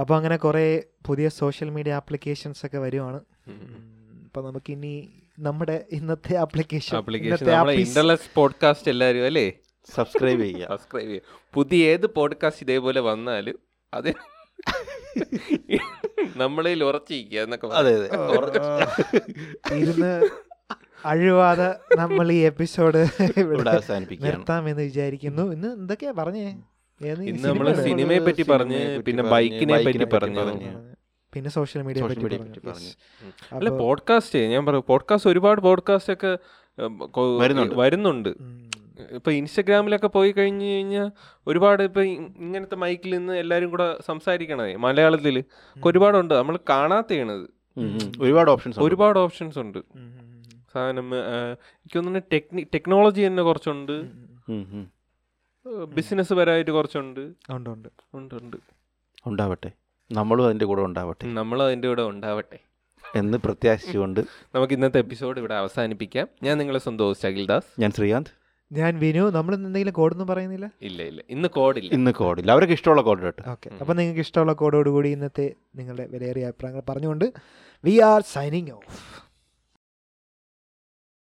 Speaker 3: അപ്പോൾ അങ്ങനെ കുറേ പുതിയ സോഷ്യൽ മീഡിയ ആപ്ലിക്കേഷൻസ് ഒക്കെ വരുവാണ്
Speaker 1: ഉം.
Speaker 3: അപ്പോൾ നമുക്കിനി നമ്മുടെ ഇന്നത്തെ ആപ്ലിക്കേഷൻ
Speaker 1: ആപ്ലിക്കേഷൻ നമ്മളെ ഇന്റർലെസ് പോഡ്കാസ്റ്റ് എല്ലാവരും അല്ലേ
Speaker 2: സബ്സ്ക്രൈബ് ചെയ്യുക
Speaker 1: സബ്സ്ക്രൈബ് ചെയ്യുക പുതിയ ഏത് പോഡ്കാസ്റ്റ് ഇതേപോലെ വന്നാലും അത് നമ്മളിൽ ഉറച്ചിരിക്കുക എന്നൊക്കെ
Speaker 2: അതെ
Speaker 1: പറയും.
Speaker 2: അതെ
Speaker 3: ഇരുന്ന് അഴുവാതെ നമ്മൾ ഈ എപ്പിസോഡ്
Speaker 2: ഇവിടെ
Speaker 3: ഇവിടെ
Speaker 2: അവസാനിപ്പിക്കുകയാണ്
Speaker 3: നിർത്താമെന്ന് വിചാരിക്കുന്നു ഇന്ന് എന്തൊക്കെയാ പറഞ്ഞേ ഏത് ഈ
Speaker 1: ഇന്ന്
Speaker 3: സിനിമയുടെ?
Speaker 1: നമ്മള് സിനിമയെ പറ്റി പറഞ്ഞ്
Speaker 2: സിനിമയെ പറ്റി
Speaker 1: പിന്നെ
Speaker 2: പറഞ്ഞ്,
Speaker 1: ബൈക്കിനെ പറ്റി
Speaker 2: ബൈക്കിനെ പറ്റി
Speaker 1: പറഞ്ഞു
Speaker 2: പറഞ്ഞു.
Speaker 3: പിന്നെ സോഷ്യൽ മീഡിയ
Speaker 2: Social
Speaker 3: പറ്റി
Speaker 2: media
Speaker 3: പറഞ്ഞു.
Speaker 2: പറ്റി പറഞ്ഞു.
Speaker 3: Yes.
Speaker 1: അല്ല
Speaker 3: അപ്പൊ,
Speaker 1: പോഡ്കാസ്റ്റ് ഞാൻ പറയും പോഡ്കാസ്റ്റ് ഒരുപാട് പോഡ്കാസ്റ്റ് ഒക്കെ ഉം, കൊ-
Speaker 2: വരുന്നുണ്ട്.
Speaker 1: വരുന്നുണ്ട്
Speaker 3: ഉം,
Speaker 1: ഇപ്പൊ ഇൻസ്റ്റഗ്രാമിലൊക്കെ പോയി കഴിഞ്ഞു കഴിഞ്ഞാൽ ഒരുപാട് ഇപ്പൊ ഇ- ഇങ്ങനത്തെ മൈക്കിൽ നിന്ന് എല്ലാരും കൂടെ സംസാരിക്കണേ മലയാളത്തിൽ ഒരുപാടുണ്ട് നമ്മൾ കാണാത്തയാണത്
Speaker 2: ഉം, ഉം. ഒരുപാട് ഓപ്ഷൻസ്
Speaker 1: ഒരുപാട് ഓപ്ഷൻസ് ഉണ്ട്
Speaker 3: ഉം, ഉം, ഉം,
Speaker 1: സാധനം ആ, എനിക്ക് തോന്നുന്നു ടെക്നി ടെക്നോളജി തന്നെ കുറച്ചുണ്ട്
Speaker 3: ഉം, ഉം.
Speaker 1: ബിസിനസ് പരമായിട്ട് കുറച്ചുണ്ട്
Speaker 3: ഉണ്ട് ഉണ്ട്
Speaker 1: ഉണ്ട് ഉണ്ട്
Speaker 2: ഉണ്ടാവട്ടെ നമ്മളും അതിൻ്റെ കൂടെ ഉണ്ടാവട്ടെ
Speaker 1: നമ്മൾ അതിൻ്റെ കൂടെ ഉണ്ടാവട്ടെ
Speaker 2: എന്ന് പ്രത്യാശിച്ചുകൊണ്ട്
Speaker 1: നമുക്ക് ഇന്നത്തെ എപ്പിസോഡ് ഇവിടെ അവസാനിപ്പിക്കാം ഞാൻ നിങ്ങളെ സ്വന്തം host അഖിൽ ദാസ്
Speaker 2: ഞാൻ ശ്രീകാന്ത്
Speaker 3: ഞാൻ വിനു നമ്മൾ എന്തെങ്കിലും കോഡൊന്നും പറയുന്നില്ല
Speaker 1: ഇല്ല ഇല്ല ഇന്ന് കോഡില്ല
Speaker 2: ഇന്ന് കോഡില്ല അവർക്ക് ഇഷ്ടമുള്ള കോഡ് കേട്ടോ
Speaker 3: ഓക്കെ അപ്പം നിങ്ങൾക്ക് ഇഷ്ടമുള്ള കോഡോടുകൂടി ഇന്നത്തെ നിങ്ങളുടെ വിലയേറിയ അഭിപ്രായങ്ങൾ പറഞ്ഞുകൊണ്ട് വി ആർ സൈനിങ് ഓഫ്